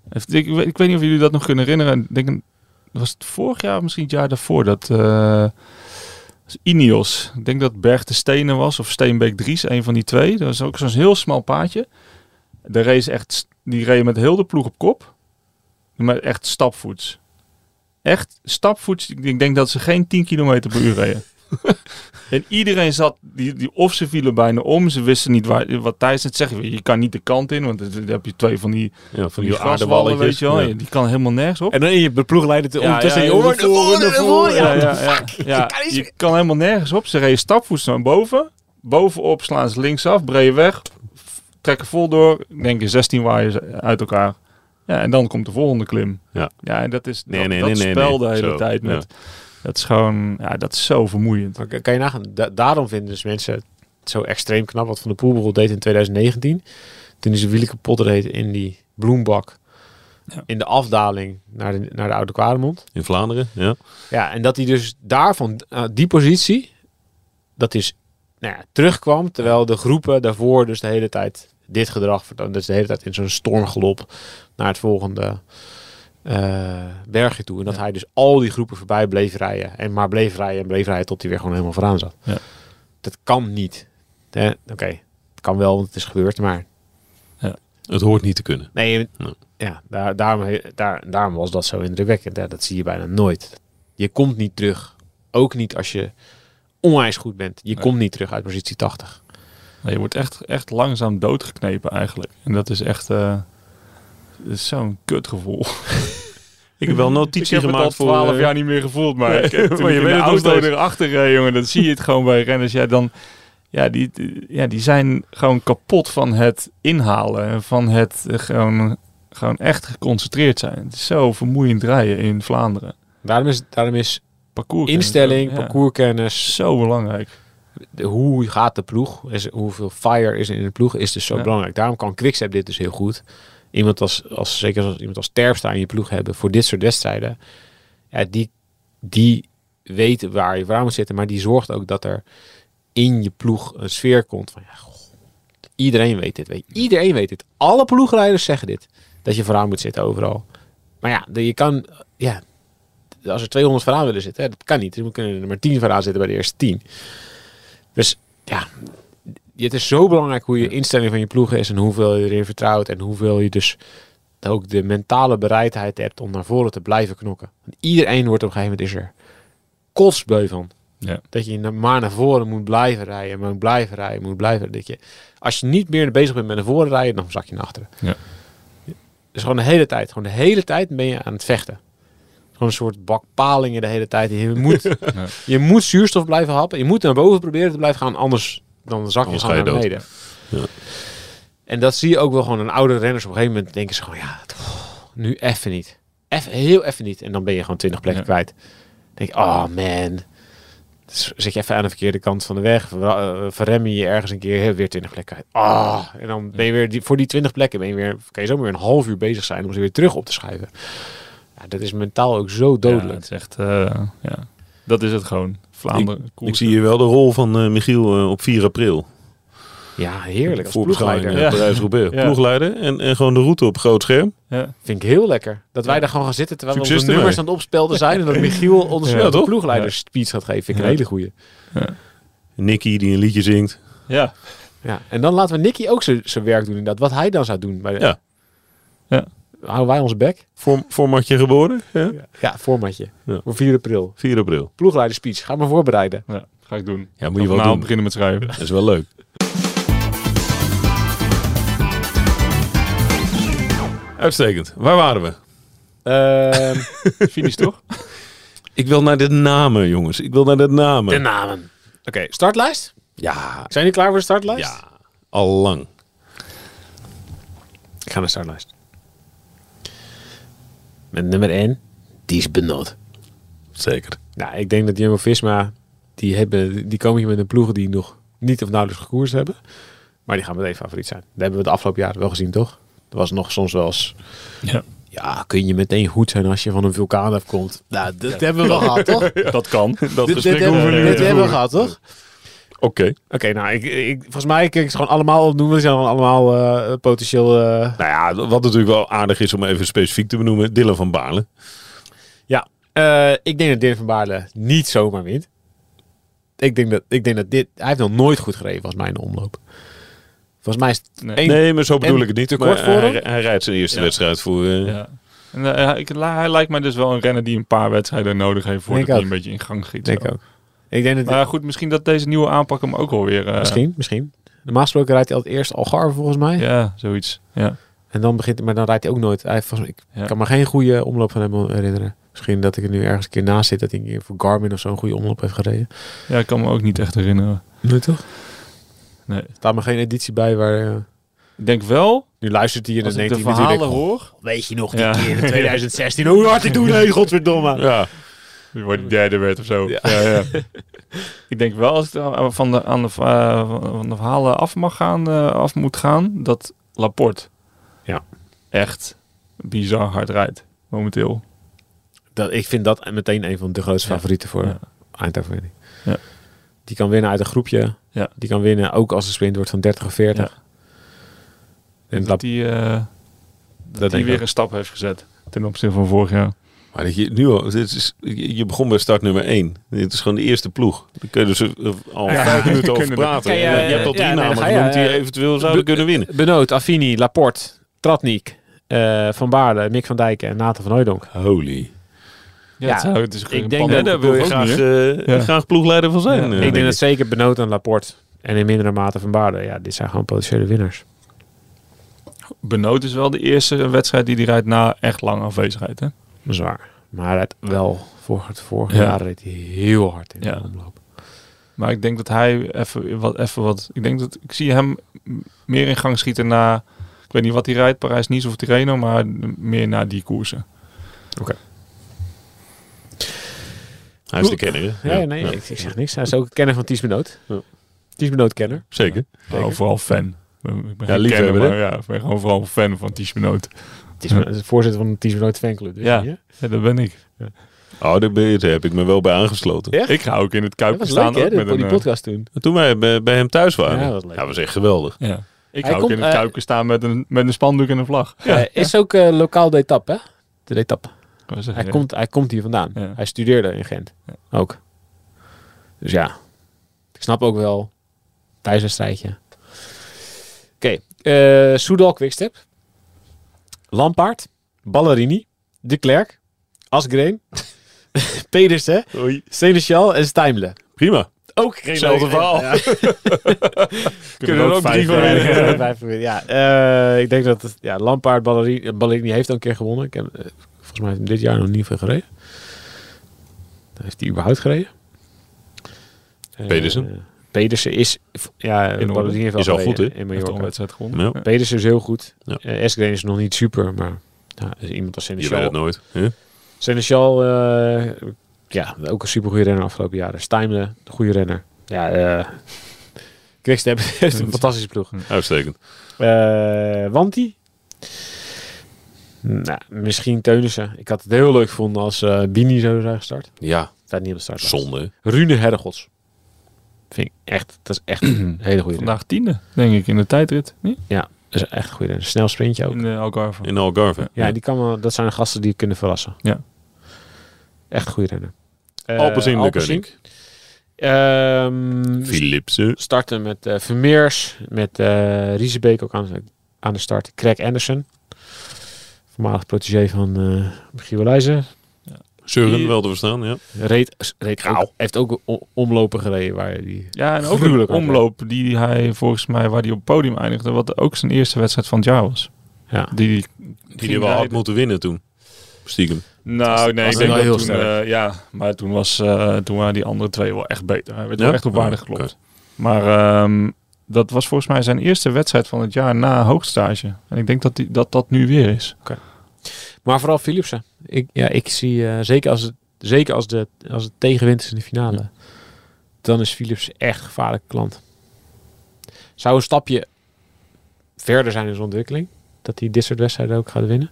[SPEAKER 3] Heeft- Ik, weet- ik weet niet of jullie dat nog kunnen herinneren. Ik denk, een- was het vorig jaar, of misschien het jaar daarvoor, dat eh, was Ineos. Ik denk dat Berg de Stenen was, of Steenbeek Dries, een van die twee. Dat was ook zo'n heel smal paadje. De race echt, st- die reed met heel de ploeg op kop. Maar echt stapvoets. Echt stapvoets. Ik ik denk dat ze geen 10 kilometer per uur reden. en iedereen zat, die, die, of ze vielen bijna om, ze wisten niet waar, wat Thijs net zegt. Je kan niet de kant in, want dan heb je twee van die
[SPEAKER 1] Ja,
[SPEAKER 3] van die, graswallen, weet je wel.
[SPEAKER 1] Ja.
[SPEAKER 3] Ja, Die kan helemaal nergens op.
[SPEAKER 2] En dan in je ploegleider te- ondertussen. je hoort
[SPEAKER 3] naar voren, naar voren. Ja, ja, ja. Ja,
[SPEAKER 2] kan niet
[SPEAKER 3] je kan helemaal nergens op. Ze reden stapvoets naar boven. Bovenop slaan ze linksaf, brede weg. f- Trekken vol door. Ik Denk je 16 waaiers uit elkaar. Ja, en dan komt de volgende klim.
[SPEAKER 1] Ja.
[SPEAKER 3] ja en dat is
[SPEAKER 1] Nee,
[SPEAKER 3] dat,
[SPEAKER 1] nee,
[SPEAKER 3] dat
[SPEAKER 1] nee, nee,
[SPEAKER 3] spel
[SPEAKER 1] nee.
[SPEAKER 3] de hele
[SPEAKER 1] Zo,
[SPEAKER 3] tijd
[SPEAKER 1] ja.
[SPEAKER 3] met. Dat is gewoon, ja, dat is zo vermoeiend.
[SPEAKER 2] Maar kan- kan je nagaan, da- daarom vinden dus mensen het zo extreem knap wat Van de Poel bijvoorbeeld deed in 2019. Toen hij zijn wielen kapot reed in die bloembak.
[SPEAKER 3] Ja.
[SPEAKER 2] In de afdaling naar de, naar de Oude Kwaremond.
[SPEAKER 1] In Vlaanderen, ja.
[SPEAKER 2] Ja, en dat hij dus daarvan, eh, die positie, dat is nou ja, terugkwam. Terwijl de groepen daarvoor dus de hele tijd dit gedrag vertoonde. Dus de hele tijd in zo'n stormgelop naar het volgende eh, bergje toe. En dat hij dus al die groepen voorbij bleef rijden. En maar bleef rijden en bleef rijden tot hij weer gewoon helemaal vooraan zat.
[SPEAKER 3] Ja.
[SPEAKER 2] Dat kan niet. Eh, Oké, het kan wel, want het is gebeurd. Maar
[SPEAKER 1] Het hoort niet te kunnen.
[SPEAKER 2] Nee,
[SPEAKER 1] Nee.
[SPEAKER 2] ja, daar, daarom, he- daar, daarom was dat zo indrukwekkend. Ja, dat zie je bijna nooit. Je komt niet terug. Ook niet als je onwijs goed bent. Je
[SPEAKER 3] Nee.
[SPEAKER 2] komt niet terug uit positie 80.
[SPEAKER 3] Ja, je wordt echt, echt langzaam doodgeknepen eigenlijk. En dat is echt eh, dat is zo'n kutgevoel.
[SPEAKER 1] Ik heb wel notitie
[SPEAKER 3] ik heb
[SPEAKER 1] gemaakt
[SPEAKER 3] het al
[SPEAKER 1] voor...
[SPEAKER 3] 12
[SPEAKER 1] eh,
[SPEAKER 3] jaar niet meer gevoeld, maar,
[SPEAKER 1] Nee,
[SPEAKER 3] ik, eh, toen
[SPEAKER 1] maar je
[SPEAKER 3] ik
[SPEAKER 1] weet
[SPEAKER 3] in de
[SPEAKER 1] het nog
[SPEAKER 3] auto
[SPEAKER 1] steeds.
[SPEAKER 3] erachter reed, jongen, dan zie je het gewoon bij renners. Ja, dan, ja, die, die- ja, die zijn gewoon kapot van het inhalen en van het eh, gewoon, gewoon echt geconcentreerd zijn. Het is zo vermoeiend rijden in Vlaanderen.
[SPEAKER 2] Daarom is, daarom is
[SPEAKER 3] Parcours
[SPEAKER 2] instelling,
[SPEAKER 3] ja,
[SPEAKER 2] parcourskennis,
[SPEAKER 3] Zo belangrijk.
[SPEAKER 2] de- hoe gaat de ploeg, is, hoeveel fire is er in de ploeg, is dus zo
[SPEAKER 3] Ja.
[SPEAKER 2] belangrijk. Daarom kan Quickstep dit dus heel goed. Iemand als, als zeker als iemand als Terpstra in je ploeg hebben voor dit soort wedstrijden, ja, die, die weet waar je voor moet zitten, maar die zorgt ook dat er in je ploeg een sfeer komt van ja, goh, iedereen weet dit, weet je. iedereen weet dit. Alle ploegrijders zeggen dit, dat je vooraan moet zitten overal. Maar ja, de- je kan, ja, als er 200 vooraan willen zitten, hè, dat kan niet. We kunnen er maar 10 vooraan zitten bij de eerste 10. Dus ja, het is zo belangrijk hoe je instelling van je ploeg is en hoeveel je erin vertrouwt en hoeveel je dus ook de mentale bereidheid hebt om naar voren te blijven knokken. Want iedereen wordt op een gegeven moment is er kotsbeu van.
[SPEAKER 3] Ja.
[SPEAKER 2] Dat je na- maar naar voren moet blijven rijden, moet blijven rijden, moet blijven. Dat je, als je niet meer bezig bent met naar voren rijden, dan zak je naar achteren.
[SPEAKER 3] Ja.
[SPEAKER 2] Dus gewoon de hele tijd, gewoon de hele tijd ben je aan het vechten. Gewoon een soort bak palingen de hele tijd. Je moet, je moet zuurstof blijven happen. Je moet naar boven proberen te blijven gaan, anders dan zak je
[SPEAKER 1] Anders
[SPEAKER 2] gewoon
[SPEAKER 1] ga
[SPEAKER 2] naar
[SPEAKER 1] je dood.
[SPEAKER 2] beneden.
[SPEAKER 1] Ja.
[SPEAKER 2] En dat zie je ook wel gewoon aan oude renners. Op een gegeven moment denken ze gewoon, ja, pff, nu even niet. Even, heel even niet. En dan ben je gewoon 20 plekken
[SPEAKER 3] Ja.
[SPEAKER 2] kwijt. Dan denk je, oh man. Dus zit je even aan de verkeerde kant van de weg. ver- eh, Verrem je je ergens een keer, heel weer 20 plekken kwijt. Ah, en dan ben je weer die, voor die 20 plekken ben je weer, kan je zomaar weer een half uur bezig zijn om ze weer terug op te schuiven. Ja, dat is mentaal ook zo
[SPEAKER 3] Ja,
[SPEAKER 2] dodelijk.
[SPEAKER 3] het is echt, eh, ja. Dat is het gewoon. Vlaanderen.
[SPEAKER 1] Ik
[SPEAKER 3] koers.
[SPEAKER 1] zie hier wel de rol van eh, Michiel eh, op 4 april.
[SPEAKER 2] Ja, heerlijk. Als
[SPEAKER 1] Voorbeschouwing,
[SPEAKER 2] ploegleider.
[SPEAKER 1] eh,
[SPEAKER 3] Ja.
[SPEAKER 1] Parijs-Roubaix.
[SPEAKER 3] Ja.
[SPEAKER 1] Ploegleider en, en gewoon de route op groot scherm.
[SPEAKER 3] Ja.
[SPEAKER 2] Vind ik heel lekker. Dat wij daar gewoon gaan zitten terwijl
[SPEAKER 1] Succes
[SPEAKER 2] we onze nummers aan
[SPEAKER 1] ermee.
[SPEAKER 2] het opspelden zijn. En dat Michiel onze
[SPEAKER 1] Ja, toch?
[SPEAKER 2] ploegleider speech gaat geven. Vind ik een
[SPEAKER 3] Ja.
[SPEAKER 2] hele goeie.
[SPEAKER 1] Nicky die een liedje zingt.
[SPEAKER 3] ja.
[SPEAKER 2] Ja. En dan laten we Nicky ook zijn- zijn werk doen inderdaad. Wat hij dan zou doen. Bij de-
[SPEAKER 1] Ja.
[SPEAKER 3] Ja.
[SPEAKER 2] Houden wij ons bek?
[SPEAKER 1] Form, formatje geboren. Ja?
[SPEAKER 2] Ja, formatje.
[SPEAKER 1] Ja.
[SPEAKER 2] Voor 4 april.
[SPEAKER 1] 4 april.
[SPEAKER 2] Ploegleider speech. Ga maar voorbereiden.
[SPEAKER 3] Ja, Ga ik doen.
[SPEAKER 1] Ja, moet je wel
[SPEAKER 3] Vanavond
[SPEAKER 1] doen.
[SPEAKER 3] beginnen met schrijven.
[SPEAKER 1] Dat is wel leuk. Uitstekend. Waar waren we?
[SPEAKER 2] Ehm
[SPEAKER 3] Finish toch?
[SPEAKER 1] Ik wil naar de namen, jongens. Ik wil naar de namen.
[SPEAKER 2] de namen. Oké, startlijst.
[SPEAKER 1] ja,
[SPEAKER 2] Zijn jullie klaar voor de startlijst?
[SPEAKER 1] ja. Al lang.
[SPEAKER 2] Ik ga naar de startlijst. Met nummer 1. Die is benod.
[SPEAKER 1] Zeker.
[SPEAKER 2] Nou, ik denk dat Jumbo-Visma, die, hebben, die komen hier met een ploeg die nog niet of nauwelijks gekoerst hebben. Maar die gaan meteen favoriet zijn. Dat hebben we de afgelopen jaren wel gezien, toch? Er was nog soms wel eens...
[SPEAKER 3] Ja.
[SPEAKER 2] Ja, kun je meteen goed zijn als je van een vulkaan afkomt? Nou, dat hebben we wel gehad, toch? Dit-
[SPEAKER 3] Dat kan. Dat
[SPEAKER 2] Dit,
[SPEAKER 3] gesprek
[SPEAKER 2] hebben-
[SPEAKER 3] hoeven we
[SPEAKER 2] dit
[SPEAKER 3] niet te
[SPEAKER 2] hebben we
[SPEAKER 3] voeren.
[SPEAKER 2] gehad, toch?
[SPEAKER 1] Oké.
[SPEAKER 2] Oké, nou, ik, ik, volgens mij kan ik ze gewoon allemaal opnoemen. Ze zijn gewoon allemaal eh, potentieel... eh,
[SPEAKER 1] Nou ja, wat natuurlijk wel aardig is om even specifiek te benoemen. Dylan van Baarle.
[SPEAKER 2] Ja, eh, ik denk dat Dirk van Baarle niet zomaar wint. Ik denk dat, ik denk dat dit... Hij heeft nog nooit goed gereden, volgens mij, in de omloop. Volgens mij is het
[SPEAKER 3] Nee.
[SPEAKER 2] één-
[SPEAKER 1] Nee, maar zo bedoel
[SPEAKER 2] en
[SPEAKER 1] ik het niet.
[SPEAKER 2] tekort
[SPEAKER 1] Maar
[SPEAKER 2] voor
[SPEAKER 1] hij,
[SPEAKER 2] hem?
[SPEAKER 1] hij rijdt zijn eerste
[SPEAKER 3] Ja.
[SPEAKER 1] wedstrijd voor... eh,
[SPEAKER 3] Ja. En, eh, hij- ik, la- hij lijkt mij dus wel een renner die een paar wedstrijden nodig heeft voordat
[SPEAKER 2] Denk
[SPEAKER 3] hij
[SPEAKER 2] ook.
[SPEAKER 3] een beetje in gang giet.
[SPEAKER 2] denk
[SPEAKER 3] zo.
[SPEAKER 2] ik ook. Ik denk dat...
[SPEAKER 3] Maar goed, misschien dat deze nieuwe aanpak hem ook alweer... eh
[SPEAKER 2] misschien, misschien. Normaal gesproken rijdt hij altijd eerst Algarve, volgens mij.
[SPEAKER 3] Ja, zoiets. Ja.
[SPEAKER 2] En dan begint hij... Maar dan rijdt hij ook nooit... Hij, heeft volgens mij- ik
[SPEAKER 3] Ja.
[SPEAKER 2] kan me geen goede omloop van hem herinneren. Misschien dat ik er nu ergens een keer naast zit... dat hij een keer voor Garmin of zo een goede omloop heeft gereden.
[SPEAKER 3] ja, ik kan me ook niet echt herinneren.
[SPEAKER 2] Nee, toch?
[SPEAKER 3] Nee.
[SPEAKER 2] Er staat maar geen editie bij waar... eh,
[SPEAKER 3] Ik denk wel,
[SPEAKER 2] nu luistert hij en dan
[SPEAKER 3] als ik
[SPEAKER 2] denkt
[SPEAKER 3] de
[SPEAKER 2] hij natuurlijk...
[SPEAKER 3] verhalen
[SPEAKER 2] "Goh,
[SPEAKER 3] hoor...
[SPEAKER 2] Weet je nog
[SPEAKER 3] Ja.
[SPEAKER 2] 2016 hoe hard ik doe? Nee, godverdomme.
[SPEAKER 1] ja.
[SPEAKER 3] Die wordt derde werd of zo.
[SPEAKER 2] Ja.
[SPEAKER 3] Ja. Ja, ik denk wel, als ik er van de, aan de, eh, van de verhalen af mag gaan, eh, af moet gaan, dat Laporte
[SPEAKER 2] Ja.
[SPEAKER 3] echt bizar hard rijdt momenteel.
[SPEAKER 2] Dat, ik vind dat meteen een van de grootste
[SPEAKER 3] Ja.
[SPEAKER 2] favorieten voor
[SPEAKER 3] Ja.
[SPEAKER 2] eindoverwinning.
[SPEAKER 3] Ja.
[SPEAKER 2] Die kan winnen uit een groepje.
[SPEAKER 3] Ja.
[SPEAKER 2] Die kan winnen ook als de sprint wordt van 30 of 40. En
[SPEAKER 3] En
[SPEAKER 2] dat,
[SPEAKER 3] dat hij eh, dat
[SPEAKER 2] denk
[SPEAKER 3] die
[SPEAKER 2] ik
[SPEAKER 3] weer
[SPEAKER 2] ook.
[SPEAKER 3] een stap heeft gezet ten opzichte van vorig jaar.
[SPEAKER 1] Maar dat je, nu al, dit is, je je begon bij start nummer 1. Dit is gewoon de eerste ploeg. Daar kunnen ze eh, al
[SPEAKER 3] Ja,
[SPEAKER 1] vijf
[SPEAKER 3] we
[SPEAKER 1] minuten over
[SPEAKER 3] kunnen er-
[SPEAKER 1] praten.
[SPEAKER 2] Kijk,
[SPEAKER 1] En,
[SPEAKER 2] eh,
[SPEAKER 1] eh, je hebt al drie
[SPEAKER 2] ja, nee, dan
[SPEAKER 1] namen
[SPEAKER 2] ga je,
[SPEAKER 1] genoemd die
[SPEAKER 2] eh,
[SPEAKER 1] eventueel zouden kunnen winnen.
[SPEAKER 2] Benoot, Affini, Laporte, Tratnik, eh, Van Baarle, Mick van Dijk en Nathan van Hooydonk.
[SPEAKER 1] Holy.
[SPEAKER 3] Ja,
[SPEAKER 2] Ja,
[SPEAKER 3] het, zou- het is geen
[SPEAKER 2] ik denk
[SPEAKER 3] pan-
[SPEAKER 2] dat-
[SPEAKER 1] daar wil
[SPEAKER 3] ook
[SPEAKER 1] je
[SPEAKER 3] niet,
[SPEAKER 1] graag,
[SPEAKER 3] hè?
[SPEAKER 1] eh,
[SPEAKER 3] Ja.
[SPEAKER 1] graag ploegleider van zijn.
[SPEAKER 3] Ja.
[SPEAKER 1] eh,
[SPEAKER 3] Ik
[SPEAKER 2] ik denk
[SPEAKER 1] ik.
[SPEAKER 2] dat zeker Benoot en Laporte en in mindere mate Van Baarle. Ja, dit zijn gewoon potentiële winnaars.
[SPEAKER 3] Benoot is wel de eerste wedstrijd die hij rijdt na echt lange afwezigheid. Hè?
[SPEAKER 2] Dat is waar. Maar hij rijdt wel, vorig, het vorige
[SPEAKER 3] Ja.
[SPEAKER 2] jaar reed hij heel hard in
[SPEAKER 3] Ja.
[SPEAKER 2] de omloop.
[SPEAKER 3] Maar ik denk dat hij even wat, even wat. Ik denk dat ik zie hem m- meer in gang schieten na. Ik weet niet wat hij rijdt, Parijs-Nice of Tirreno, maar meer naar die koersen.
[SPEAKER 1] Hij is de kenner. hè?
[SPEAKER 2] Ja, nee,
[SPEAKER 1] Ja.
[SPEAKER 2] Ik, ik zeg niks. Hij is ook een kenner van Ties Benoot.
[SPEAKER 1] Ja.
[SPEAKER 2] Ties Benoot kenner.
[SPEAKER 1] Zeker.
[SPEAKER 2] Zeker.
[SPEAKER 3] Oh, vooral fan. Ik ben- Ik ben
[SPEAKER 1] Ja,
[SPEAKER 3] geen
[SPEAKER 1] liefhebber,
[SPEAKER 3] kenner,
[SPEAKER 1] hè?
[SPEAKER 3] maar ja, ik ben gewoon vooral fan van Ties Benoot.
[SPEAKER 2] Ties Benoot is de voorzitter van de Ties Benoot fanclub. Dus
[SPEAKER 3] Ja.
[SPEAKER 2] zie je?
[SPEAKER 3] Ja, dat ben ik.
[SPEAKER 1] Oh, daar, ben je- daar heb ik me wel bij aangesloten.
[SPEAKER 2] Ja. Echt?
[SPEAKER 3] Ik ga ook in het
[SPEAKER 2] Dat
[SPEAKER 3] kuipje
[SPEAKER 2] was
[SPEAKER 3] staan.
[SPEAKER 2] leuk hè,
[SPEAKER 3] ook
[SPEAKER 2] de-
[SPEAKER 3] met
[SPEAKER 2] voor
[SPEAKER 3] een,
[SPEAKER 2] die
[SPEAKER 3] eh,
[SPEAKER 2] podcast toen.
[SPEAKER 1] Toen wij bij, bij hem thuis waren.
[SPEAKER 2] Ja,
[SPEAKER 1] Ja,
[SPEAKER 2] dat was
[SPEAKER 1] dat
[SPEAKER 2] leuk.
[SPEAKER 1] was echt geweldig.
[SPEAKER 3] ja. Ik
[SPEAKER 2] Hij
[SPEAKER 3] ga ook
[SPEAKER 2] komt,
[SPEAKER 3] in het
[SPEAKER 2] eh,
[SPEAKER 3] kuipje staan met een, met een spandoek en een vlag.
[SPEAKER 2] Eh, is ook eh, lokaal de etappe, hè? De etappe.
[SPEAKER 3] Kan ik zeggen,
[SPEAKER 2] Hij,
[SPEAKER 3] ja.
[SPEAKER 2] komt, hij komt hier vandaan.
[SPEAKER 3] Ja.
[SPEAKER 2] Hij studeerde in Gent. Ook. Dus ja. Ik snap ook wel. Thuiswedstrijdje. Oké. eh Soudal Quickstep. Lampaard. Ballerini. De Klerk. Asgreen. Pedersen. Seneschal en Stijmle.
[SPEAKER 1] Prima.
[SPEAKER 2] Ook geen
[SPEAKER 1] Hetzelfde
[SPEAKER 2] leuk-
[SPEAKER 1] verhaal.
[SPEAKER 2] Ja.
[SPEAKER 1] Kunnen er ook drie van
[SPEAKER 2] Ja,
[SPEAKER 1] winnen.
[SPEAKER 2] ja, vijf van winnen. Ja, eh, ik denk dat het, ja, Lampaard, Ballerini, Ballerini heeft al een keer gewonnen. Ik heb, eh, volgens mij heeft hij dit jaar nog niet veel gereden. Heeft hij überhaupt gereden? Eh,
[SPEAKER 1] Pedersen.
[SPEAKER 2] Pedersen is, ja,
[SPEAKER 3] orde.
[SPEAKER 2] Ballerini heeft al
[SPEAKER 1] Is al
[SPEAKER 2] gereden
[SPEAKER 1] goed, hè?
[SPEAKER 2] In
[SPEAKER 3] Heeft al een
[SPEAKER 2] Mallorca.
[SPEAKER 3] wedstrijd gewonnen.
[SPEAKER 1] Ja,
[SPEAKER 2] Pedersen is heel goed.
[SPEAKER 1] Ja.
[SPEAKER 2] Eh Eskreen is nog niet super, maar ja, is iemand als
[SPEAKER 1] je weet het
[SPEAKER 2] Seneschal.
[SPEAKER 1] nooit. hè?
[SPEAKER 2] Seneschal, eh, ja, ook een super goede renner afgelopen jaren. Stijmle, de goede renner. Ja, eh Quickstep heeft een fantastische ploeg.
[SPEAKER 1] Uitstekend.
[SPEAKER 2] Eh Wanti? Nou, misschien Teunissen. Ik had het heel leuk gevonden als eh, Bini zou zijn gestart.
[SPEAKER 1] Ja,
[SPEAKER 2] Staat niet op de start.
[SPEAKER 1] zonde.
[SPEAKER 2] Rune Herregods. Vind ik echt, dat is echt een hele goede renner.
[SPEAKER 3] Vandaag tiende, denk ik, in de tijdrit. Niet?
[SPEAKER 2] Dat is echt een goede renner. Snel sprintje ook.
[SPEAKER 3] In de Algarve.
[SPEAKER 1] In Algarve.
[SPEAKER 2] Ja, die kan wel, dat zijn de gasten die je kunnen verrassen.
[SPEAKER 3] Ja.
[SPEAKER 2] Echt een goede renner. Eh,
[SPEAKER 1] Alpecin de
[SPEAKER 2] Alpecin.
[SPEAKER 1] koning.
[SPEAKER 2] Ehm, we
[SPEAKER 1] Philipsen.
[SPEAKER 2] starten met eh, Vermeers, met eh Riesebeek ook aan, de- aan de start. Craig Anderson, voormalig protégé van eh Michiel Leijzen.
[SPEAKER 1] Surin
[SPEAKER 3] Die-
[SPEAKER 1] wel te verstaan, ja.
[SPEAKER 2] Reed, reed ook- heeft ook o- omlopen gereden waar je die...
[SPEAKER 3] Ja, en ook een
[SPEAKER 2] Gruwelijk hard,
[SPEAKER 3] omloop die hij volgens mij, waar hij op het podium eindigde, wat ook zijn eerste wedstrijd van het jaar was.
[SPEAKER 2] Ja.
[SPEAKER 3] Die,
[SPEAKER 1] Die er wel had moeten winnen toen. Stiekem.
[SPEAKER 3] Nou, nee,
[SPEAKER 2] was
[SPEAKER 3] ik denk
[SPEAKER 2] wel
[SPEAKER 3] dat
[SPEAKER 2] heel
[SPEAKER 3] toen,
[SPEAKER 2] sterk.
[SPEAKER 3] eh, ja, maar toen, was, eh, toen waren die andere twee wel echt beter. Hij werd
[SPEAKER 1] Ja?
[SPEAKER 3] wel echt op waarde
[SPEAKER 1] Oh,
[SPEAKER 3] geklopt. Maar ehm, dat was volgens mij zijn eerste wedstrijd van het jaar na hoogstage. En ik denk dat die, dat, dat nu weer is.
[SPEAKER 2] Maar vooral Philipsen. Ik, ja, ik zie, eh, zeker, als het, zeker als, de, als het tegenwind is in de finale, dan is Philips echt een gevaarlijke klant. Zou een stapje verder zijn in zijn ontwikkeling, dat hij dit soort wedstrijden ook gaat winnen.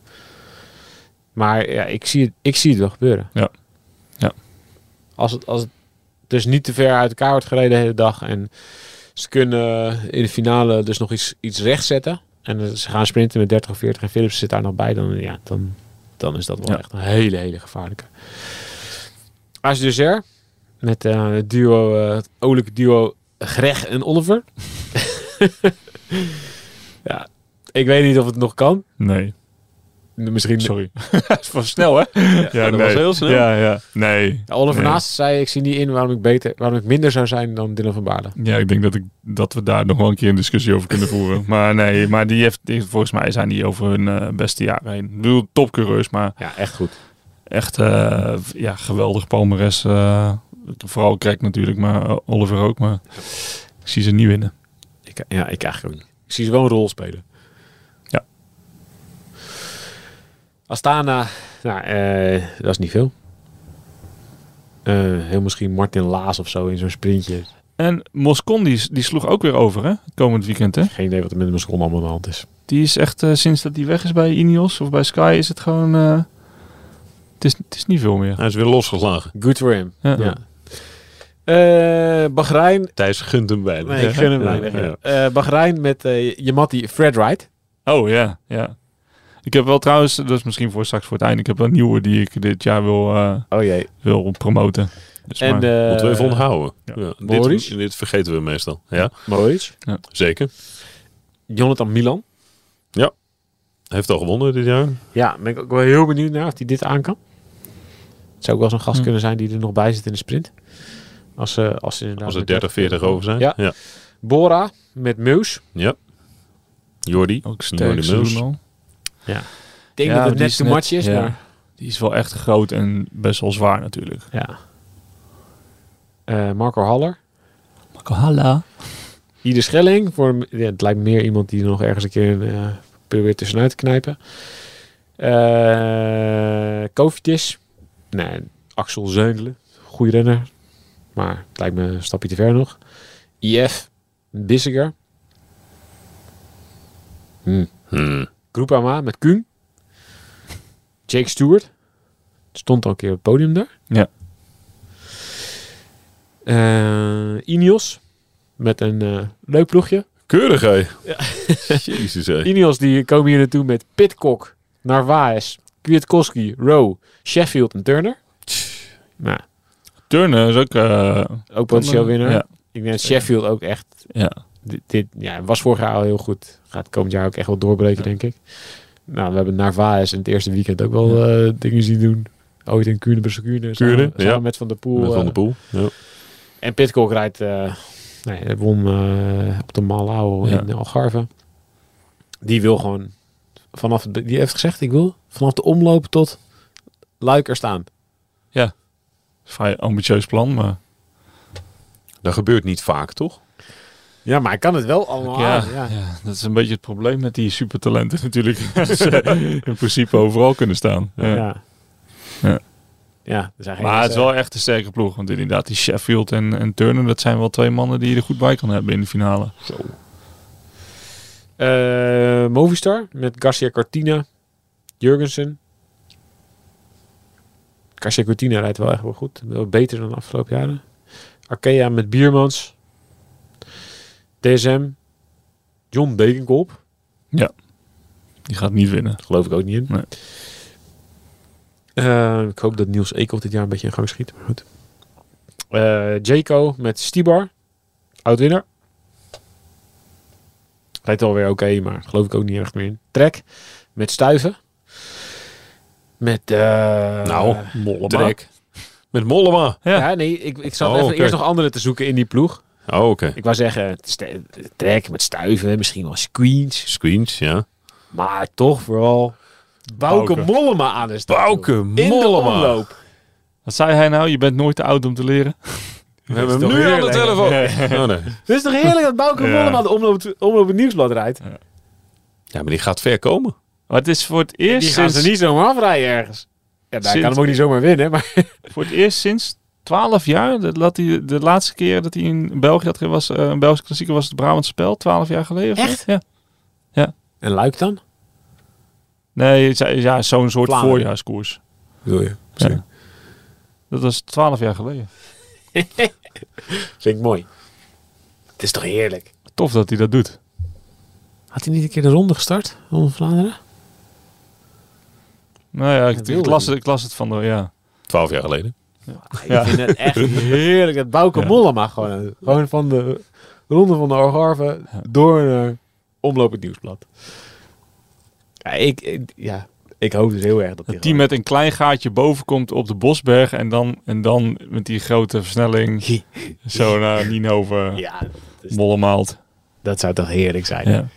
[SPEAKER 2] Maar ja, ik zie het, ik zie het wel gebeuren.
[SPEAKER 3] Ja. Ja.
[SPEAKER 2] Als het, als het dus niet te ver uit elkaar wordt gereden de hele dag en ze kunnen in de finale dus nog iets, iets rechtzetten. En eh, ze gaan sprinten met 30 of 40 en Philips zit daar nog bij. Dan, ja, dan, dan is dat wel
[SPEAKER 3] Ja.
[SPEAKER 2] echt een hele, hele gevaarlijke. Als je dus er met eh, het duo, eh, het olijke duo Greg en Oliver. ja, ik weet niet of het nog kan.
[SPEAKER 3] Nee,
[SPEAKER 2] Misschien.
[SPEAKER 3] sorry. Van snel, hè? Ja,
[SPEAKER 1] dat was heel snel.
[SPEAKER 3] Ja, ja. Nee.
[SPEAKER 2] Ja, Oliver
[SPEAKER 3] Nee.
[SPEAKER 2] naast zei: Ik zie niet in waarom ik, beter, waarom ik minder zou zijn dan Dylan van Baarden.
[SPEAKER 3] Ja, ik denk dat, ik, dat we daar nog wel een keer een discussie over kunnen voeren. maar nee, maar die heeft, die- volgens mij zijn die over hun eh, beste jaren heen. Ik bedoel, topcoureurs, maar
[SPEAKER 2] Ja, echt goed.
[SPEAKER 3] echt eh, ja, geweldig palmeres. eh, vooral Krek natuurlijk, maar eh, Oliver ook. Maar ik zie ze niet winnen.
[SPEAKER 2] Ik, ja, ik eigenlijk ook niet. Ik zie ze wel een rol spelen.
[SPEAKER 3] Ja.
[SPEAKER 2] Astana, nou, eh, dat is niet veel. Eh, heel misschien Martin Laas of zo in zo'n sprintje.
[SPEAKER 3] En Moscon, die, s- die sloeg ook weer over, hè? Het komend weekend, hè?
[SPEAKER 2] Geen idee wat er met hem allemaal aan de hand is.
[SPEAKER 3] Die is echt, eh, sinds dat die weg is bij Ineos of bij Sky, is het gewoon... eh, het, is, het is niet veel meer.
[SPEAKER 1] Hij is weer losgeslagen.
[SPEAKER 2] Good for him.
[SPEAKER 3] Ja.
[SPEAKER 2] Ja. Eh, Bahrein.
[SPEAKER 1] Thijs gunt hem bijna.
[SPEAKER 2] Nee, ik gun hem
[SPEAKER 1] Ja,
[SPEAKER 2] weinig.
[SPEAKER 1] ja.
[SPEAKER 2] Eh, Bahrein met eh Yamati Fred Wright.
[SPEAKER 3] Oh ja, ja. Ik heb wel trouwens, dat is misschien voor straks voor het einde, ik heb wel een nieuwe die ik dit jaar wil, eh,
[SPEAKER 2] Oh jee.
[SPEAKER 3] wil promoten. Dus
[SPEAKER 2] En
[SPEAKER 3] maar-
[SPEAKER 2] eh,
[SPEAKER 1] Moeten we even onthouden.
[SPEAKER 3] Ja.
[SPEAKER 1] Ja, dit,
[SPEAKER 2] Boris?
[SPEAKER 1] dit vergeten we meestal. Ja,
[SPEAKER 2] Moritz.
[SPEAKER 1] zeker.
[SPEAKER 2] Jonathan Milan.
[SPEAKER 1] Hij heeft al gewonnen dit jaar.
[SPEAKER 2] Ja, ben ik ook wel heel benieuwd naar of hij dit aan kan. Het zou ook wel zo'n gast
[SPEAKER 3] Hm.
[SPEAKER 2] kunnen zijn die er nog bij zit in de sprint. Als, ze als, ze inderdaad
[SPEAKER 1] Als er
[SPEAKER 2] met
[SPEAKER 1] 30, 40 over zijn.
[SPEAKER 2] Ja.
[SPEAKER 1] ja.
[SPEAKER 2] Bora met Meus.
[SPEAKER 1] Jordi.
[SPEAKER 3] ook
[SPEAKER 1] Jordi
[SPEAKER 3] sterk
[SPEAKER 1] Meus.
[SPEAKER 3] seizoen al.
[SPEAKER 2] Ik denk
[SPEAKER 3] Ja,
[SPEAKER 2] dat het
[SPEAKER 3] die
[SPEAKER 2] net
[SPEAKER 3] is
[SPEAKER 2] too
[SPEAKER 3] net-
[SPEAKER 2] much is,
[SPEAKER 3] ja.
[SPEAKER 2] maar...
[SPEAKER 3] Die is wel echt groot en best wel zwaar natuurlijk.
[SPEAKER 2] Ja. Eh, Marco Haller.
[SPEAKER 3] Makahalla.
[SPEAKER 2] Ieder Schelling. Voor, m- ja, het lijkt meer iemand die er nog ergens een keer eh, probeert tussenuit te knijpen. Eh Kovitis. Nee, Axel Zeundelen. Goeie renner. Maar het lijkt me een stapje te ver nog. IF. Bissiger. Hm.
[SPEAKER 1] Hmm.
[SPEAKER 2] Groupama met Kuhn. Jake Stewart. Stond al een keer op het podium daar.
[SPEAKER 3] Ja.
[SPEAKER 2] Eh, Ineos. Met een eh, leuk ploegje.
[SPEAKER 1] Keurig, hè? Jezus, hè?
[SPEAKER 2] Ineos die komen hier naartoe met Pitcock, Narvaez, Kwiatkowski, Rowe, Sheffield en Turner. Nou,
[SPEAKER 3] Turner is ook... eh,
[SPEAKER 2] ook potentieel winnaar.
[SPEAKER 3] Ja,
[SPEAKER 2] Ik denk dat Sheffield ook echt...
[SPEAKER 3] ja.
[SPEAKER 2] Dit, dit- ja, was vorig jaar al heel goed. Gaat komend jaar ook echt wel doorbreken, denk ik. Nou, we hebben Narvaez in het eerste weekend ook wel eh, dingen zien doen. Ooit in Kuurne, Brussel Kuurne.
[SPEAKER 1] Kuurne,
[SPEAKER 2] samen, samen
[SPEAKER 1] ja.
[SPEAKER 2] met Van der Poel.
[SPEAKER 1] Met Van
[SPEAKER 2] eh,
[SPEAKER 1] der Poel. Ja.
[SPEAKER 2] En Pitcock rijdt, eh nee, hij won eh, op de Malau
[SPEAKER 3] Ja.
[SPEAKER 2] in Algarve. Die wil gewoon vanaf, het be- die heeft gezegd, ik wil vanaf de omloop tot Luik er staan.
[SPEAKER 3] Vrij ambitieus plan, maar
[SPEAKER 1] Dat gebeurt niet vaak, toch?
[SPEAKER 2] Ja, maar hij kan het wel allemaal
[SPEAKER 3] ja,
[SPEAKER 2] aan,
[SPEAKER 3] ja. dat is een beetje het probleem met die supertalenten natuurlijk. Dat ze in principe overal kunnen staan. Ja.
[SPEAKER 2] Ja.
[SPEAKER 3] Ja.
[SPEAKER 2] Ja, er zijn geen
[SPEAKER 3] Maar het is
[SPEAKER 2] mensen-
[SPEAKER 3] wel echt een sterke ploeg. Want inderdaad, die Sheffield en, en Turner, dat zijn wel twee mannen die je er goed bij kan hebben in de finale.
[SPEAKER 2] Eh, Movistar met Garcia Cortina, Jurgensen. Garcia Cortina rijdt wel echt wel goed. Wel beter dan de afgelopen jaren. Arkea met Biermans. DSM. John Degenkolb.
[SPEAKER 3] Die gaat niet winnen.
[SPEAKER 2] Geloof ik ook niet in.
[SPEAKER 3] Nee.
[SPEAKER 2] Eh, ik hoop dat Niels Eekhoff dit jaar een beetje in gang schiet. Maar goed. Eh, Jaco met Stibar. Oud-winnaar. Rijdt alweer oké, maar geloof ik ook niet echt meer in. Trek met Stuiven. Met... eh,
[SPEAKER 1] nou, Mollema. Met Mollema.
[SPEAKER 2] Ja. nee, ik, ik zat
[SPEAKER 1] Oh,
[SPEAKER 2] even
[SPEAKER 1] oké.
[SPEAKER 2] eerst nog anderen te zoeken in die ploeg.
[SPEAKER 1] Oh, oké.
[SPEAKER 2] Ik wou zeggen, St- Trek met Stuiven, misschien wel Squeens.
[SPEAKER 1] Screens, ja.
[SPEAKER 2] Maar toch vooral Bouke,
[SPEAKER 3] Bouke.
[SPEAKER 2] Mollema aan de start.
[SPEAKER 1] Bouke
[SPEAKER 2] In de
[SPEAKER 1] Mollema.
[SPEAKER 2] omloop.
[SPEAKER 3] Wat zei hij nou? Je bent nooit te oud om te leren.
[SPEAKER 1] We hebben hem
[SPEAKER 3] toch
[SPEAKER 1] nu aan de
[SPEAKER 3] heerlijk?
[SPEAKER 1] telefoon. Oh, nee.
[SPEAKER 2] Het is toch heerlijk dat Bouke
[SPEAKER 3] Ja.
[SPEAKER 2] Mollema de omloop, omloop het nieuwsblad rijdt?
[SPEAKER 1] Ja, maar die gaat ver komen.
[SPEAKER 3] Maar het is voor het eerst
[SPEAKER 2] Die gaan
[SPEAKER 3] sinds,
[SPEAKER 2] ze niet zomaar afrijden ergens. Ja, nou, hij kan
[SPEAKER 3] Sinds-
[SPEAKER 2] hem ook niet zomaar winnen. Maar
[SPEAKER 3] Voor het eerst sinds 12 jaar, dat, dat hij, de laatste keer dat hij in België had, ge- was, eh, een Belgische klassieker was het Brabantse spel, 12 jaar geleden. of zo.
[SPEAKER 2] Echt?
[SPEAKER 3] Ja.
[SPEAKER 2] en Luik dan?
[SPEAKER 3] Nee, het is- ja, zo'n soort
[SPEAKER 2] Vlaanderen.
[SPEAKER 3] voorjaarskoers.
[SPEAKER 2] Wil je?
[SPEAKER 3] Ja. Dat was 12 jaar geleden.
[SPEAKER 2] Vind ik mooi. Het is toch heerlijk.
[SPEAKER 3] Tof dat hij dat doet.
[SPEAKER 2] Had hij niet een keer de ronde gestart? Ronde Vlaanderen?
[SPEAKER 3] Nou ja, ik,
[SPEAKER 2] Dat
[SPEAKER 3] ik,
[SPEAKER 2] wilde
[SPEAKER 3] las,
[SPEAKER 2] hij.
[SPEAKER 3] het- ik las het van de, ja.
[SPEAKER 1] Twaalf jaar geleden.
[SPEAKER 3] Ja.
[SPEAKER 2] Ik vind het echt heerlijk dat Bouke
[SPEAKER 3] Ja.
[SPEAKER 2] Mollema gewoon, eh, gewoon van de ronde van de Algarve
[SPEAKER 3] Ja.
[SPEAKER 2] door naar omloop het nieuwsblad. Ja, ik, ik- ja, ik hoop dus heel erg dat die
[SPEAKER 3] Dat die met een klein gaatje boven komt op de Bosberg en dan, en dan met die grote versnelling
[SPEAKER 2] gewoon-
[SPEAKER 3] zo naar Nienhoven,
[SPEAKER 2] Ja, dat is-
[SPEAKER 3] Mollemaalt.
[SPEAKER 2] dat zou toch heerlijk zijn.
[SPEAKER 3] Ja.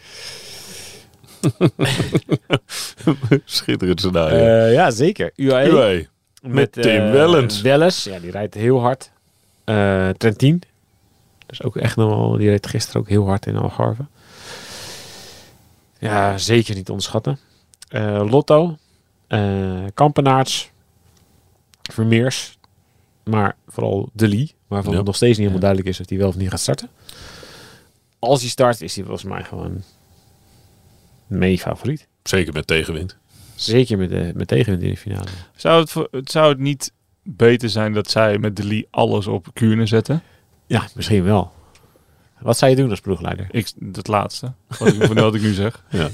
[SPEAKER 1] Schitterend scenario.
[SPEAKER 2] Eh, ja, zeker. UAE.
[SPEAKER 1] Anyway. E met Tim
[SPEAKER 2] eh,
[SPEAKER 1] Wellens.
[SPEAKER 2] Wellens, ja, die rijdt heel hard. Eh Trentin. Dat is ook echt nogal. Die reed gisteren ook heel hard in Algarve. Ja, zeker niet onderschatten. Eh, Lotto. eh Kampenaarts. Vermeers. Maar vooral De Lee. Waarvan
[SPEAKER 1] Ja.
[SPEAKER 2] het nog steeds niet helemaal
[SPEAKER 3] Ja.
[SPEAKER 2] duidelijk is of hij wel of niet gaat starten. Als hij start, is hij volgens mij gewoon mee favoriet.
[SPEAKER 1] Zeker met tegenwind.
[SPEAKER 2] Zeker met, de met tegenwind in de finale.
[SPEAKER 3] Zou het, voor- het zou het niet beter zijn dat zij met de Lee alles op Kuurne zetten?
[SPEAKER 2] Ja, misschien wel. Wat zou je doen als ploegleider?
[SPEAKER 3] Ik, dat laatste. Wat ik, wat ik nu zeg.
[SPEAKER 1] Ja.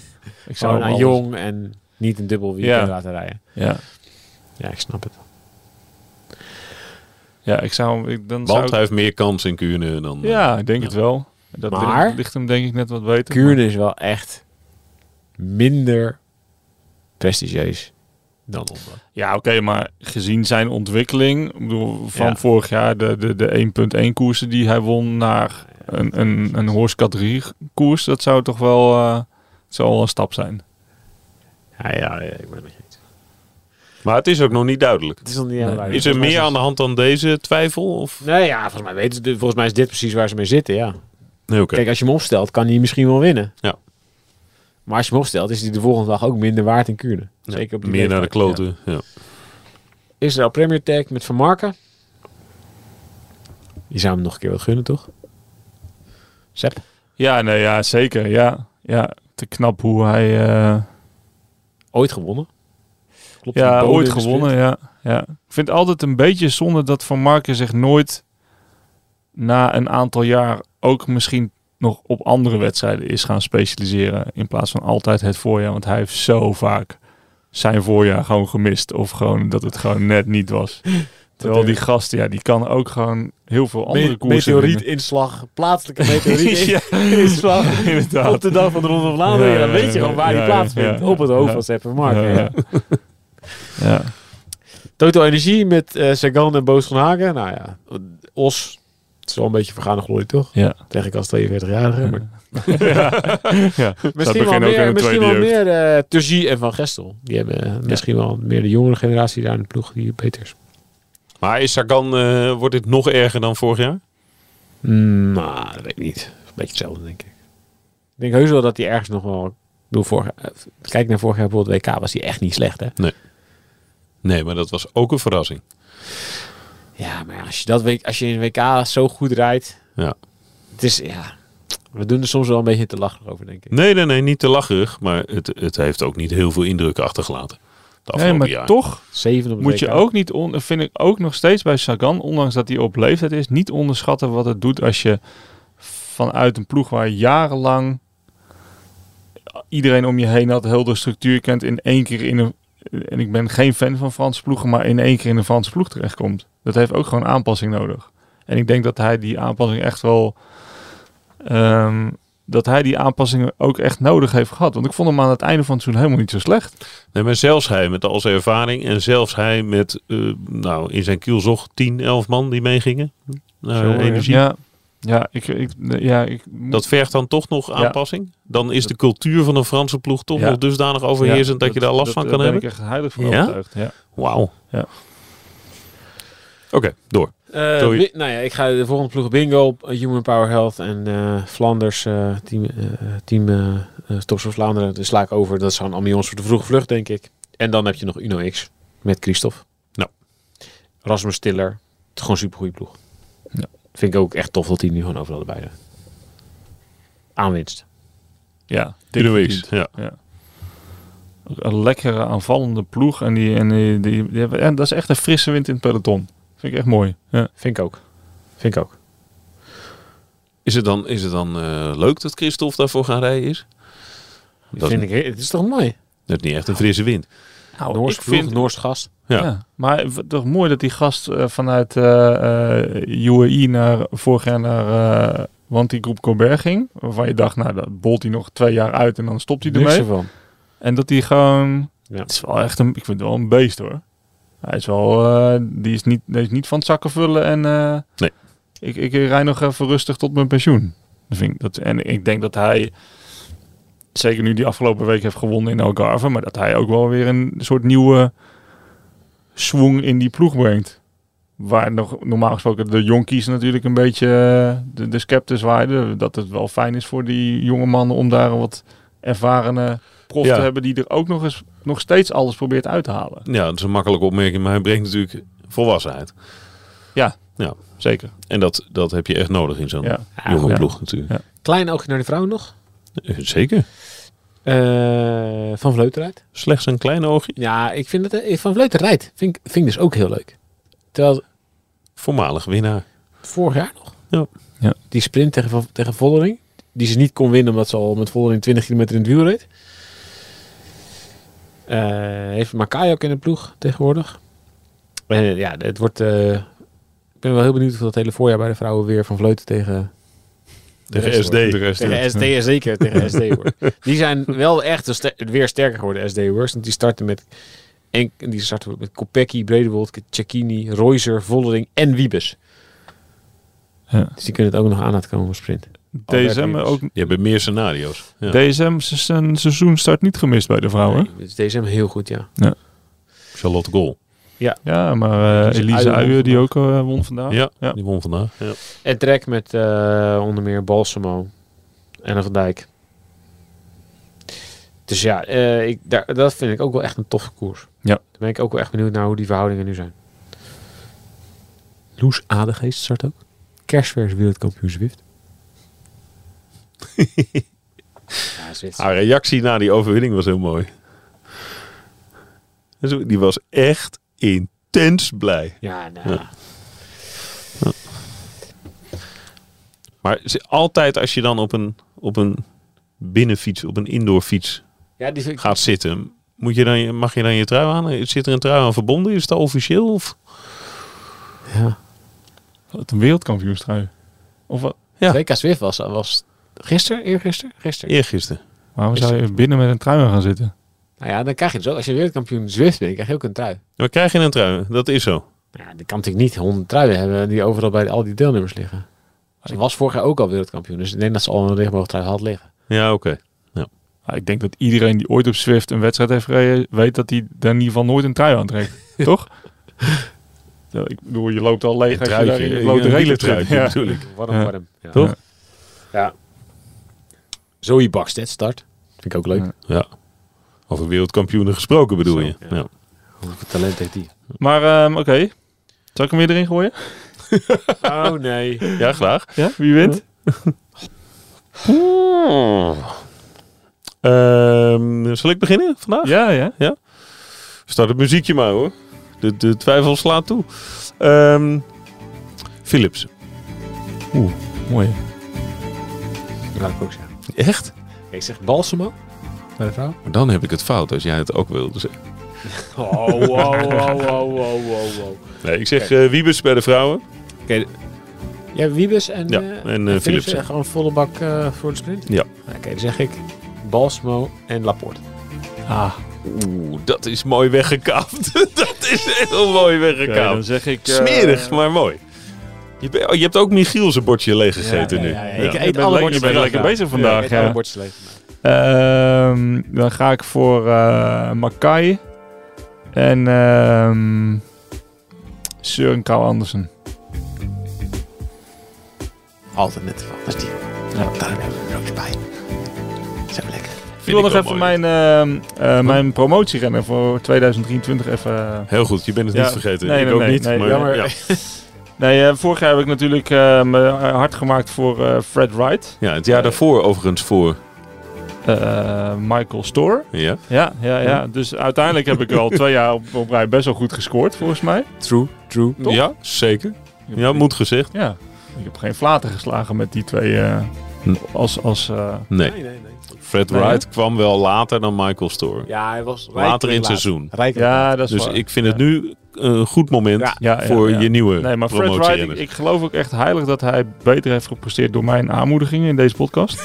[SPEAKER 3] Ik
[SPEAKER 2] Gewoon
[SPEAKER 3] zou hem
[SPEAKER 2] aan
[SPEAKER 3] alles-
[SPEAKER 2] jong en niet een dubbel wiel
[SPEAKER 3] Ja.
[SPEAKER 2] laten rijden.
[SPEAKER 3] Ja.
[SPEAKER 2] Ja, ik snap het.
[SPEAKER 3] ja, ik zou hem. ik- dan
[SPEAKER 1] Want
[SPEAKER 3] zou
[SPEAKER 1] hij
[SPEAKER 3] ik,
[SPEAKER 1] heeft meer kans in Kuurne dan...
[SPEAKER 3] ja, ik denk het wel. Dat ligt-
[SPEAKER 2] Maar-
[SPEAKER 3] ligt, hem denk ik net wat beter.
[SPEAKER 2] Kuurne is wel echt minder prestigieus dan Londen.
[SPEAKER 3] Ja, oké, maar gezien zijn ontwikkeling, ik bedoel, van
[SPEAKER 2] Ja.
[SPEAKER 3] vorig jaar de, de, de 1.1 koersen die hij won naar een, een, een horse categorie koers, dat zou toch wel, eh, zou wel een stap zijn.
[SPEAKER 2] Ja, ja, ja, ik ben het met je eens.
[SPEAKER 1] eh, Maar het is ook nog niet duidelijk.
[SPEAKER 2] Het is nog niet
[SPEAKER 3] Nee.
[SPEAKER 2] helemaal duidelijk.
[SPEAKER 1] Is er
[SPEAKER 2] Volgens
[SPEAKER 1] meer
[SPEAKER 2] mij
[SPEAKER 1] aan de hand dan deze twijfel? Of?
[SPEAKER 2] Nee, ja, volgens mij, weten ze- volgens mij is dit precies waar ze mee zitten, ja.
[SPEAKER 1] Nee, oké.
[SPEAKER 2] Kijk, als je hem opstelt, kan hij misschien wel winnen.
[SPEAKER 1] Ja.
[SPEAKER 2] Maar als je hem opstelt, is hij de volgende dag ook minder waard in Kuurne. Zeker op die
[SPEAKER 1] Meer naar de
[SPEAKER 2] leeftijd.
[SPEAKER 1] kloten. Ja.
[SPEAKER 2] Israël Premier Tag met Van Marken. Je zou hem nog een keer wat gunnen, toch? Sepp?
[SPEAKER 3] Ja, nee, ja, zeker. Ja, ja, te knap hoe hij eh,
[SPEAKER 2] Ooit gewonnen. Klopt,
[SPEAKER 3] ja,
[SPEAKER 2] een
[SPEAKER 3] ooit
[SPEAKER 2] bodem
[SPEAKER 3] gewonnen. Ja, ja. Ik vind het altijd een beetje zonde dat Van Marken zich nooit na een aantal jaar ook misschien nog op andere wedstrijden is gaan specialiseren. In plaats van altijd het voorjaar. Want hij heeft zo vaak zijn voorjaar gewoon gemist. Of gewoon dat het gewoon net niet was. Terwijl die gast, ja, die kan ook gewoon heel veel andere
[SPEAKER 2] Me-
[SPEAKER 3] koersen winnen.
[SPEAKER 2] meteorietinslag, plaatselijke meteorietinslag.
[SPEAKER 3] ja, inderdaad.
[SPEAKER 2] Op de dag van de Ronde van Vlaanderen,
[SPEAKER 3] Ja,
[SPEAKER 2] dan weet je
[SPEAKER 3] ja,
[SPEAKER 2] gewoon waar
[SPEAKER 3] ja,
[SPEAKER 2] die
[SPEAKER 3] ja,
[SPEAKER 2] plaatsvindt.
[SPEAKER 3] ja.
[SPEAKER 2] op het hoofd
[SPEAKER 3] Ja.
[SPEAKER 2] van Sepp van Marken.
[SPEAKER 3] Ja,
[SPEAKER 2] ja.
[SPEAKER 3] ja. ja.
[SPEAKER 2] Total Energie met eh Sagan en Boos van Hagen. Nou ja, Os, Het is wel een beetje vergane glorie, toch?
[SPEAKER 3] Ja.
[SPEAKER 2] Zeg ik als 42-jarige. Maar
[SPEAKER 3] ja. ja.
[SPEAKER 2] misschien wel
[SPEAKER 3] beginnen ook in
[SPEAKER 2] meer,
[SPEAKER 3] de
[SPEAKER 2] misschien wel
[SPEAKER 3] tweede
[SPEAKER 2] meer eh Turgie en Van Gestel. Die hebben eh, misschien wel meer de jongere generatie daar in de ploeg die beter is.
[SPEAKER 1] Maar is Sagan, eh, wordt dit nog erger dan vorig jaar?
[SPEAKER 2] Mm, nou, dat weet ik niet. Een beetje hetzelfde, denk ik. Ik denk heus wel dat hij ergens nog wel... ik bedoel, vorig- eh, kijk naar vorig jaar bijvoorbeeld WK was hij echt niet slecht, hè?
[SPEAKER 1] Nee, maar dat was ook een verrassing.
[SPEAKER 2] Ja, maar ja, als je, dat week, als je in WK zo goed rijdt...
[SPEAKER 1] Ja.
[SPEAKER 2] Het is, ja... We doen er soms wel een beetje te lachen over, denk ik.
[SPEAKER 1] Nee, nee, nee, niet te lacherig. Maar het, het heeft ook niet heel veel indruk achtergelaten. De
[SPEAKER 3] Nee,
[SPEAKER 1] afgelopen
[SPEAKER 3] maar
[SPEAKER 1] jaar.
[SPEAKER 3] toch
[SPEAKER 2] Zeven op het
[SPEAKER 3] moet je
[SPEAKER 2] WK.
[SPEAKER 3] ook niet, on, vind ik ook nog steeds bij Sagan, ondanks dat hij op leeftijd is, niet onderschatten wat het doet als je vanuit een ploeg waar jarenlang iedereen om je heen had, heel de structuur kent, in één keer in een, en ik ben geen fan van Franse ploegen, maar in één keer in een Franse ploeg terechtkomt. Dat heeft ook gewoon aanpassing nodig. En ik denk dat hij die aanpassing echt wel, ehm, dat hij die aanpassingen ook echt nodig heeft gehad. Want ik vond hem aan het einde van het seizoen helemaal niet zo slecht.
[SPEAKER 1] Nee, maar zelfs hij met al zijn ervaring. En zelfs hij met, eh, nou, in zijn kielzocht 10, 11 man die meegingen.
[SPEAKER 3] Eh,
[SPEAKER 1] Naar
[SPEAKER 2] Zo, ja.
[SPEAKER 1] energie.
[SPEAKER 3] Ja, ja, ik, ik, ja, ik moet-
[SPEAKER 1] Dat vergt dan toch nog aanpassing. Dan is de cultuur van een Franse ploeg toch
[SPEAKER 3] Ja.
[SPEAKER 1] nog dusdanig overheersend dat, je daar last van kan
[SPEAKER 3] daar
[SPEAKER 1] hebben.
[SPEAKER 3] ben ik echt heilig van
[SPEAKER 1] Ja?
[SPEAKER 3] overtuigd. Ja.
[SPEAKER 1] Wauw.
[SPEAKER 3] Ja.
[SPEAKER 1] Oké, door.
[SPEAKER 2] Eh,
[SPEAKER 1] Sorry.
[SPEAKER 2] bi- nou ja, ik ga de volgende ploeg bingo op eh, Human Power Health en eh, Flanders eh, team, eh, team eh eh, Tops van Vlaanderen. Dus sla ik over. Dat zou een ambiance voor de vroege vlucht, denk ik. En dan heb je nog Uno X met Christophe.
[SPEAKER 1] Nou.
[SPEAKER 2] Rasmus Tiller. Het is Gewoon super goede ploeg.
[SPEAKER 3] Ja.
[SPEAKER 2] Vind ik ook echt tof dat die nu gewoon overal erbij zijn. Aanwinst.
[SPEAKER 3] Ja, dik
[SPEAKER 1] Iedereen.
[SPEAKER 3] verdiend.
[SPEAKER 1] Ja.
[SPEAKER 3] Ook Een lekkere aanvallende ploeg. En, die, en, die, die, die hebben, en dat is echt een frisse wind in het peloton. Vind ik echt mooi. Ja.
[SPEAKER 2] Vind ik ook. Vind ik ook.
[SPEAKER 1] Is het dan, is het dan eh, leuk dat Christophe daarvoor gaan rijden is? Dat,
[SPEAKER 2] vind ik, he- het is toch mooi?
[SPEAKER 1] dat is niet echt een frisse wind.
[SPEAKER 3] Nou,
[SPEAKER 2] Noors
[SPEAKER 3] ik
[SPEAKER 2] ploeg,
[SPEAKER 3] vind...
[SPEAKER 2] Noors gast.
[SPEAKER 1] Ja.
[SPEAKER 3] Ja. maar w- toch mooi dat die gast eh, vanuit eh eh, UAE naar, vorig jaar naar eh Wanty Groep Colbert ging. Waarvan je dacht, nou, dat bolt hij nog twee jaar uit en dan stopt hij
[SPEAKER 2] Niks
[SPEAKER 3] ermee.
[SPEAKER 2] ervan.
[SPEAKER 3] En dat hij gewoon.
[SPEAKER 2] Ja.
[SPEAKER 3] Het is wel echt een. Ik vind het wel een beest hoor. Hij is wel. eh, die, is niet, die is niet van het zakken vullen en. eh,
[SPEAKER 1] Nee.
[SPEAKER 3] Ik, ik rij nog even rustig tot mijn pensioen. Dat vind ik, dat, en ik denk dat hij. Zeker nu die afgelopen week heeft gewonnen in Algarve. Maar dat hij ook wel weer een soort nieuwe. Swoong in die ploeg brengt. Waar nog, normaal gesproken de jonkies natuurlijk een beetje eh, de, de scepter zwaaiden. Dat het wel fijn is voor die jonge mannen om daar een wat ervarene prof
[SPEAKER 1] Ja.
[SPEAKER 3] te hebben. Die er ook nog, eens, nog steeds alles probeert uit te halen.
[SPEAKER 1] Ja, dat is een makkelijke opmerking, maar hij brengt natuurlijk volwassenheid.
[SPEAKER 3] Zeker.
[SPEAKER 1] En dat, dat heb je echt nodig in zo'n
[SPEAKER 3] Ja.
[SPEAKER 1] jonge
[SPEAKER 3] Ja.
[SPEAKER 1] ploeg natuurlijk.
[SPEAKER 2] Klein oogje naar de vrouw nog.
[SPEAKER 1] Eh, Zeker.
[SPEAKER 2] Eh, van Vleuten rijdt.
[SPEAKER 1] Slechts een klein oogje.
[SPEAKER 2] Ja, ik vind het eh, Van Vleuten rijdt. Vind, ik- vind ik dus ook heel leuk. Terwijl
[SPEAKER 1] Voormalig winnaar.
[SPEAKER 2] vorig jaar nog.
[SPEAKER 1] Ja.
[SPEAKER 3] Ja.
[SPEAKER 2] Die sprint tegen, Van- tegen Vollering. Die ze niet kon winnen omdat ze al met Vollering 20 kilometer in het wiel reed. Eh, heeft Makai ook in de ploeg tegenwoordig. Eh, ja, het wordt... eh, ik ben wel heel benieuwd of dat hele voorjaar bij de vrouwen weer Van Vleuten tegen...
[SPEAKER 1] Tegen SD.
[SPEAKER 3] De rest
[SPEAKER 2] Tegen SD en zeker tegen SD wordt. Die zijn wel echt een ster- weer sterker geworden, SD Worst. Want die starten met, en, die starten met Kopecky, Bredewold, Cecchini, Reuser, Vollering en Wiebes.
[SPEAKER 3] Ja.
[SPEAKER 2] Dus die kunnen het ook nog aan laten komen voor sprint.
[SPEAKER 3] DSM ook.
[SPEAKER 1] Je hebt meer scenario's. Ja.
[SPEAKER 3] DSM is zijn seizoen start niet gemist bij de vrouwen.
[SPEAKER 2] Nee, dus DSM heel goed, ja.
[SPEAKER 1] Charlotte Gol.
[SPEAKER 3] Ja, maar eh
[SPEAKER 2] Elise
[SPEAKER 3] Elise
[SPEAKER 2] Uijen won
[SPEAKER 3] Uijen die ook eh, won vandaag.
[SPEAKER 1] Ja,
[SPEAKER 3] Ja.
[SPEAKER 1] die won vandaag. Ja.
[SPEAKER 2] En Trek met eh, onder meer Balsamo en Van Dijk. Dus ja, eh, ik, daar, dat vind ik ook wel echt een toffe koers.
[SPEAKER 3] Ja.
[SPEAKER 2] Daar ben ik ook wel echt benieuwd naar hoe die verhoudingen nu zijn. Loes Adegeest start ook. Kerstvers wereldkampioen Zwift. ja, Zwift.
[SPEAKER 1] Haar reactie na die overwinning was heel mooi. En zo- Die was echt intens blij.
[SPEAKER 2] Ja, nou,
[SPEAKER 1] Ja. Maar ze- altijd als je dan op een, op een binnenfiets, op een indoorfiets
[SPEAKER 2] ja, die vind ik-
[SPEAKER 1] gaat zitten, moet je dan, je- mag je dan je trui aan? Zit er een trui aan verbonden? Is dat officieel? Of?
[SPEAKER 2] ja.
[SPEAKER 3] Wat een wereldkampioenstrui. Of wat?
[SPEAKER 1] Ja.
[SPEAKER 2] WK Zwift was, was gisteren, eergisteren? Gisteren.
[SPEAKER 1] Eergisteren.
[SPEAKER 3] Waarom
[SPEAKER 2] Is-
[SPEAKER 3] zou je binnen met een trui aan gaan zitten?
[SPEAKER 2] Nou ja, dan krijg je het zo. Als je wereldkampioen Zwift bent, krijg je ook een trui.
[SPEAKER 1] We krijgen een trui, dat is zo.
[SPEAKER 2] Ja, die kan natuurlijk niet honderd truien hebben die overal bij al die deelnemers liggen. Ze was vorig jaar ook al wereldkampioen. Dus ik denk dat ze al een regenboogtrui had liggen.
[SPEAKER 1] Ja, oké.
[SPEAKER 3] Nou, ik denk dat iedereen die ooit op Swift een wedstrijd heeft gereden, weet dat hij daar in ieder geval nooit een trui aan trekt. toch? Ja, ik bedoel, je eh, loopt al leeg
[SPEAKER 1] Een
[SPEAKER 3] als je daar
[SPEAKER 1] truitje.
[SPEAKER 3] in je
[SPEAKER 1] Een
[SPEAKER 3] blote reet
[SPEAKER 1] wielertruitje
[SPEAKER 3] Ja.
[SPEAKER 1] bedoel ik.
[SPEAKER 2] Warm,
[SPEAKER 3] Ja.
[SPEAKER 2] warm. Ja.
[SPEAKER 1] Toch?
[SPEAKER 2] Ja. Zoe Bakstedt start. Vind ik ook leuk.
[SPEAKER 3] Ja.
[SPEAKER 1] Over wereldkampioenen gesproken bedoel
[SPEAKER 2] Zo,
[SPEAKER 1] je.
[SPEAKER 2] ja.
[SPEAKER 1] Ja.
[SPEAKER 2] Hoeveel talent heeft die?
[SPEAKER 3] Maar ehm, oké. Zal ik hem weer erin gooien?
[SPEAKER 2] Oh nee.
[SPEAKER 1] Ja, graag.
[SPEAKER 3] Ja? Wie wint?
[SPEAKER 1] Ehm, zal ik beginnen vandaag?
[SPEAKER 3] Ja, ja.
[SPEAKER 1] Start het muziekje maar hoor. De, de twijfel slaat toe. Ehm, Philips.
[SPEAKER 3] Mooi.
[SPEAKER 2] Dat kan ik ook zeggen.
[SPEAKER 1] Echt?
[SPEAKER 2] Ik zeg Balsamo. Bij de vrouw.
[SPEAKER 1] Maar dan heb ik het fout als jij het ook wilde zeggen.
[SPEAKER 2] Oh, wow, wow, wow, wow, wow, wow.
[SPEAKER 1] Nee, ik zeg eh, Wiebes bij de vrouwen.
[SPEAKER 2] Ja, Wiebes en,
[SPEAKER 1] Ja,
[SPEAKER 2] eh,
[SPEAKER 1] en, eh, Philipsen.
[SPEAKER 2] eh, Gewoon volle bak eh, voor de sprint?
[SPEAKER 1] Ja.
[SPEAKER 2] Oké, dan zeg ik Balsmo en Laporte.
[SPEAKER 3] Ah,
[SPEAKER 1] Oeh, dat is mooi weggekaapt. dat is heel mooi
[SPEAKER 3] oké,
[SPEAKER 1] weggekaapt.
[SPEAKER 3] dan zeg ik... eh,
[SPEAKER 1] Smerig, maar mooi. Je, bent- oh, je hebt ook Michiel zijn bordje leeggegeten nu.
[SPEAKER 2] ja,
[SPEAKER 1] Ja.
[SPEAKER 2] ja, Ik
[SPEAKER 3] Je
[SPEAKER 2] eet
[SPEAKER 3] bent
[SPEAKER 2] alle
[SPEAKER 3] le-
[SPEAKER 2] bordjes
[SPEAKER 3] je bent
[SPEAKER 2] leeg vandaag.
[SPEAKER 3] lekker bezig vandaag,
[SPEAKER 2] ik eet
[SPEAKER 3] ja.
[SPEAKER 2] alle bordjes leeg vandaag.
[SPEAKER 3] Ehm, dan ga ik voor eh Makai en ehm Søren Karl Andersen.
[SPEAKER 2] Altijd net van. Dat is die. Ja. Daarom hebben we er ook bij. Zijn we lekker.
[SPEAKER 3] Ik wil
[SPEAKER 1] ik
[SPEAKER 3] nog
[SPEAKER 1] wel
[SPEAKER 3] even
[SPEAKER 1] mooi.
[SPEAKER 3] mijn, ehm eh mijn promotierennen voor 2023 even... eh,
[SPEAKER 1] Heel goed, je bent het
[SPEAKER 3] Ja.
[SPEAKER 1] niet vergeten.
[SPEAKER 3] Nee,
[SPEAKER 1] ik
[SPEAKER 3] nee,
[SPEAKER 1] ook
[SPEAKER 3] nee,
[SPEAKER 1] niet.
[SPEAKER 3] nee,
[SPEAKER 1] maar,
[SPEAKER 2] jammer.
[SPEAKER 1] Ja.
[SPEAKER 3] Nee, eh, vorig jaar heb ik natuurlijk eh, me hard gemaakt voor eh, Fred Wright,
[SPEAKER 1] Ja, het jaar daarvoor overigens voor.
[SPEAKER 3] eh, Michael Store.
[SPEAKER 1] Ja,
[SPEAKER 3] Ja, ja, ja. Dus uiteindelijk heb ik al twee jaar op, op rij best wel goed gescoord, volgens mij.
[SPEAKER 2] True, true.
[SPEAKER 3] Toch?
[SPEAKER 1] ja zeker.
[SPEAKER 3] Ik
[SPEAKER 1] Ja,
[SPEAKER 3] heb-
[SPEAKER 1] moet gezegd.
[SPEAKER 3] Ja. Ik heb geen flaten geslagen met die twee. eh,
[SPEAKER 1] Hm.
[SPEAKER 3] als, als, eh,
[SPEAKER 1] Nee,
[SPEAKER 2] Nee, nee, nee.
[SPEAKER 1] Fred
[SPEAKER 3] Nee,
[SPEAKER 1] Wright kwam wel later dan Michael Store.
[SPEAKER 2] Ja, hij was
[SPEAKER 1] later in het seizoen.
[SPEAKER 2] Rijkelijk laat.
[SPEAKER 3] ja, dat is
[SPEAKER 1] Dus
[SPEAKER 3] waar.
[SPEAKER 1] ik eh, vind het nu een goed moment
[SPEAKER 2] Ja.
[SPEAKER 3] ja, ja,
[SPEAKER 1] voor
[SPEAKER 3] ja.
[SPEAKER 1] je nieuwe
[SPEAKER 3] Nee, maar Fred
[SPEAKER 1] promotie.
[SPEAKER 3] Wright, ik, ik geloof ook echt heilig dat hij beter heeft gepresteerd door mijn aanmoedigingen in deze podcast.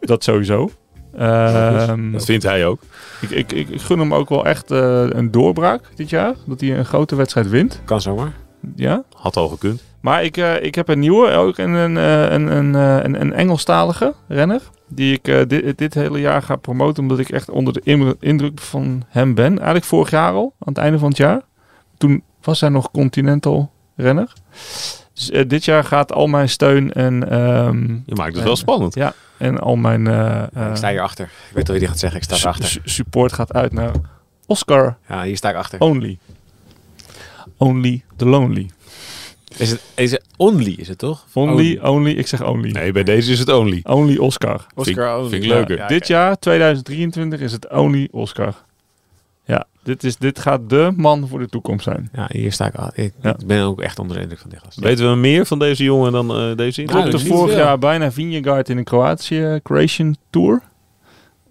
[SPEAKER 3] dat sowieso. Ehm,
[SPEAKER 1] dat vindt hij ook.
[SPEAKER 3] ik, ik, ik ik gun hem ook wel echt eh, een doorbraak dit jaar. Dat hij een grote wedstrijd wint.
[SPEAKER 2] Kan zomaar.
[SPEAKER 3] Ja.
[SPEAKER 1] Had al gekund.
[SPEAKER 3] Maar ik, eh, ik heb een nieuwe, ook een, een, eh, een, een, eh, een, een Engelstalige renner. Die ik eh, dit, dit hele jaar ga promoten, omdat ik echt onder de im- indruk van hem ben. Eigenlijk vorig jaar al, aan het einde van het jaar. Toen was hij nog continental renner. Dus eh, dit jaar gaat al mijn steun en, ehm,
[SPEAKER 1] Je maakt het
[SPEAKER 3] Ja.
[SPEAKER 1] wel spannend.
[SPEAKER 3] en al mijn eh, eh,
[SPEAKER 2] ik sta hierachter. Ik weet al wie die gaat zeggen. Ik sta
[SPEAKER 3] su-
[SPEAKER 2] erachter.
[SPEAKER 3] su- support gaat uit naar Oscar
[SPEAKER 2] Ja, hier sta ik achter.
[SPEAKER 1] Oh.
[SPEAKER 3] Only. Only the Lonely.
[SPEAKER 2] Is het, is het only, is het toch?
[SPEAKER 3] Only, only, ik zeg only.
[SPEAKER 1] Nee, bij deze is het only.
[SPEAKER 3] Only Oscar.
[SPEAKER 1] Oscar
[SPEAKER 2] Oscar only.
[SPEAKER 1] vind ik leuker.
[SPEAKER 2] Ja,
[SPEAKER 3] Dit jaar, 2023, is het only Oscar. Ja, dit, is, dit gaat de man voor de toekomst zijn.
[SPEAKER 2] Ja, hier sta ik al. Ik,
[SPEAKER 3] Ja.
[SPEAKER 2] ik ben ook echt onder de indruk van die gast.
[SPEAKER 1] Weten we meer van deze jongen dan eh, deze? interview?
[SPEAKER 2] Ja,
[SPEAKER 3] Klopte
[SPEAKER 2] dat is niet
[SPEAKER 3] vorig
[SPEAKER 2] veel.
[SPEAKER 3] jaar bijna Vingegaard in de Kroatië eh, Croatian Tour.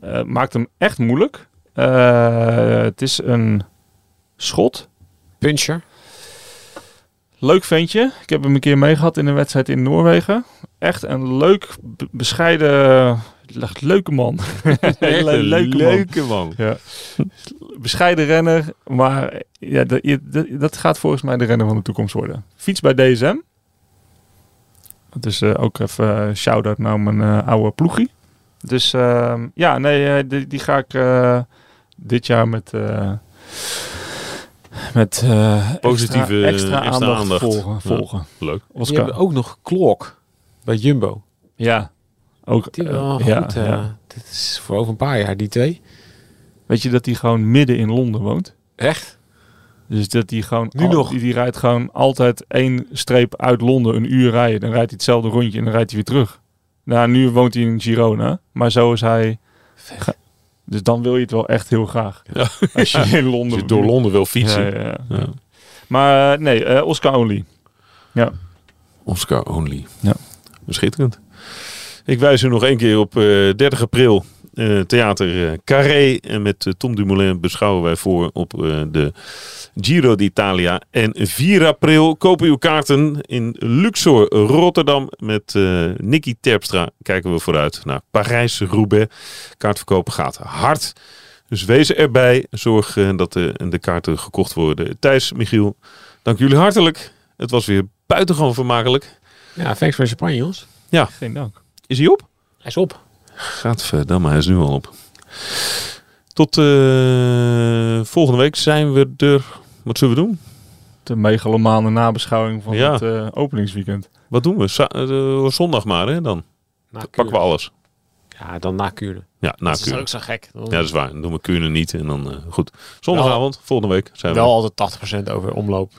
[SPEAKER 3] Eh, maakt hem echt moeilijk. Eh, het is een schot.
[SPEAKER 2] Puncher.
[SPEAKER 3] Leuk ventje. Ik heb hem een keer meegehad in een wedstrijd in Noorwegen. Echt een leuk, b- bescheiden, eh, echt leuke man.
[SPEAKER 1] Echt
[SPEAKER 3] Hele
[SPEAKER 1] een leuke, man.
[SPEAKER 3] bescheiden renner, maar ja, dat, je- dat- dat gaat volgens mij de renner van de toekomst worden. Fiets bij DSM. Dat is eh, ook even eh, shout-out naar mijn eh, oude ploegie. Dus ehm, ja, nee, eh, die, die ga ik eh, dit jaar met, eh, met eh,
[SPEAKER 1] Positieve,
[SPEAKER 3] extra,
[SPEAKER 1] extra
[SPEAKER 3] extra aandacht,
[SPEAKER 1] aandacht.
[SPEAKER 3] volgen.
[SPEAKER 1] Ja.
[SPEAKER 3] volgen.
[SPEAKER 1] Leuk.
[SPEAKER 2] Je hebt
[SPEAKER 3] Oscar.
[SPEAKER 2] ook nog Klok bij Jumbo.
[SPEAKER 3] Ja, ook.
[SPEAKER 2] Die
[SPEAKER 3] eh,
[SPEAKER 2] wel
[SPEAKER 3] ja,
[SPEAKER 2] goed. eh,
[SPEAKER 3] ja.
[SPEAKER 2] Dit is voor over een paar jaar, die twee.
[SPEAKER 3] Weet je dat hij gewoon midden in Londen woont?
[SPEAKER 2] Echt?
[SPEAKER 3] Dus dat die gewoon.
[SPEAKER 2] Nu nog.
[SPEAKER 3] Die, die rijdt gewoon altijd één streep uit Londen, een uur rijden. Dan rijdt hij hetzelfde rondje en dan rijdt hij weer terug. Nou, nu woont hij in Girona, maar zo is hij. ge- Dus dan wil je het wel echt heel graag.
[SPEAKER 1] Ja.
[SPEAKER 3] Als je in Londen.
[SPEAKER 1] Als je door Londen wil fietsen.
[SPEAKER 3] Ja, ja, ja.
[SPEAKER 1] Ja.
[SPEAKER 3] Maar eh, nee, eh, Oscar Only.
[SPEAKER 1] Oscar only.
[SPEAKER 3] Ja.
[SPEAKER 1] Schitterend. Ik wijs u nog één keer op eh, 30 april. eh, theater eh, Carré. En met eh, Tom Dumoulin beschouwen wij voor op eh, de Giro d'Italia. En 4 april kopen uw kaarten in Luxor, Rotterdam. Met eh Nicky Terpstra kijken we vooruit naar Parijs-Roubaix. Kaartverkoop gaat hard. Dus wees erbij. Zorg eh, dat de, de kaarten gekocht worden. Thijs, Michiel, dank jullie hartelijk. Het was weer buitengewoon vermakelijk.
[SPEAKER 2] Ja, thanks voor de champagne, jongens.
[SPEAKER 3] Geen dank.
[SPEAKER 1] Is hij op?
[SPEAKER 2] Hij is op.
[SPEAKER 1] Gaat verdamme, hij is nu al op. Tot eh, volgende week zijn we er. Wat zullen we doen?
[SPEAKER 3] De megalomane nabeschouwing van
[SPEAKER 1] Ja.
[SPEAKER 3] het eh, openingsweekend.
[SPEAKER 1] Wat doen we? Za- eh, zondag maar, hè? Dan
[SPEAKER 2] Na
[SPEAKER 1] pakken we alles.
[SPEAKER 2] Ja, dan na Kuurne.
[SPEAKER 1] Ja, na
[SPEAKER 2] Dat is
[SPEAKER 1] Kuurne.
[SPEAKER 2] dan ook zo gek. Dan
[SPEAKER 1] Ja, dat is waar. Dan doen we Kuurne niet. En dan, eh, goed. Zondagavond, volgende week zijn we.
[SPEAKER 2] wel altijd 80% over omloop.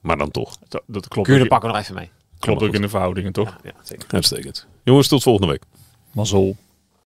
[SPEAKER 1] Maar dan toch.
[SPEAKER 3] Dat, dat klopt,
[SPEAKER 2] Kuurne
[SPEAKER 3] ook,
[SPEAKER 2] pakken we nog even mee.
[SPEAKER 3] klopt ook
[SPEAKER 1] Helemaal
[SPEAKER 3] in de verhoudingen, toch?
[SPEAKER 2] Ja, ja, zeker.
[SPEAKER 1] Uitstekend. Jongens, tot volgende week.
[SPEAKER 3] Mazzel.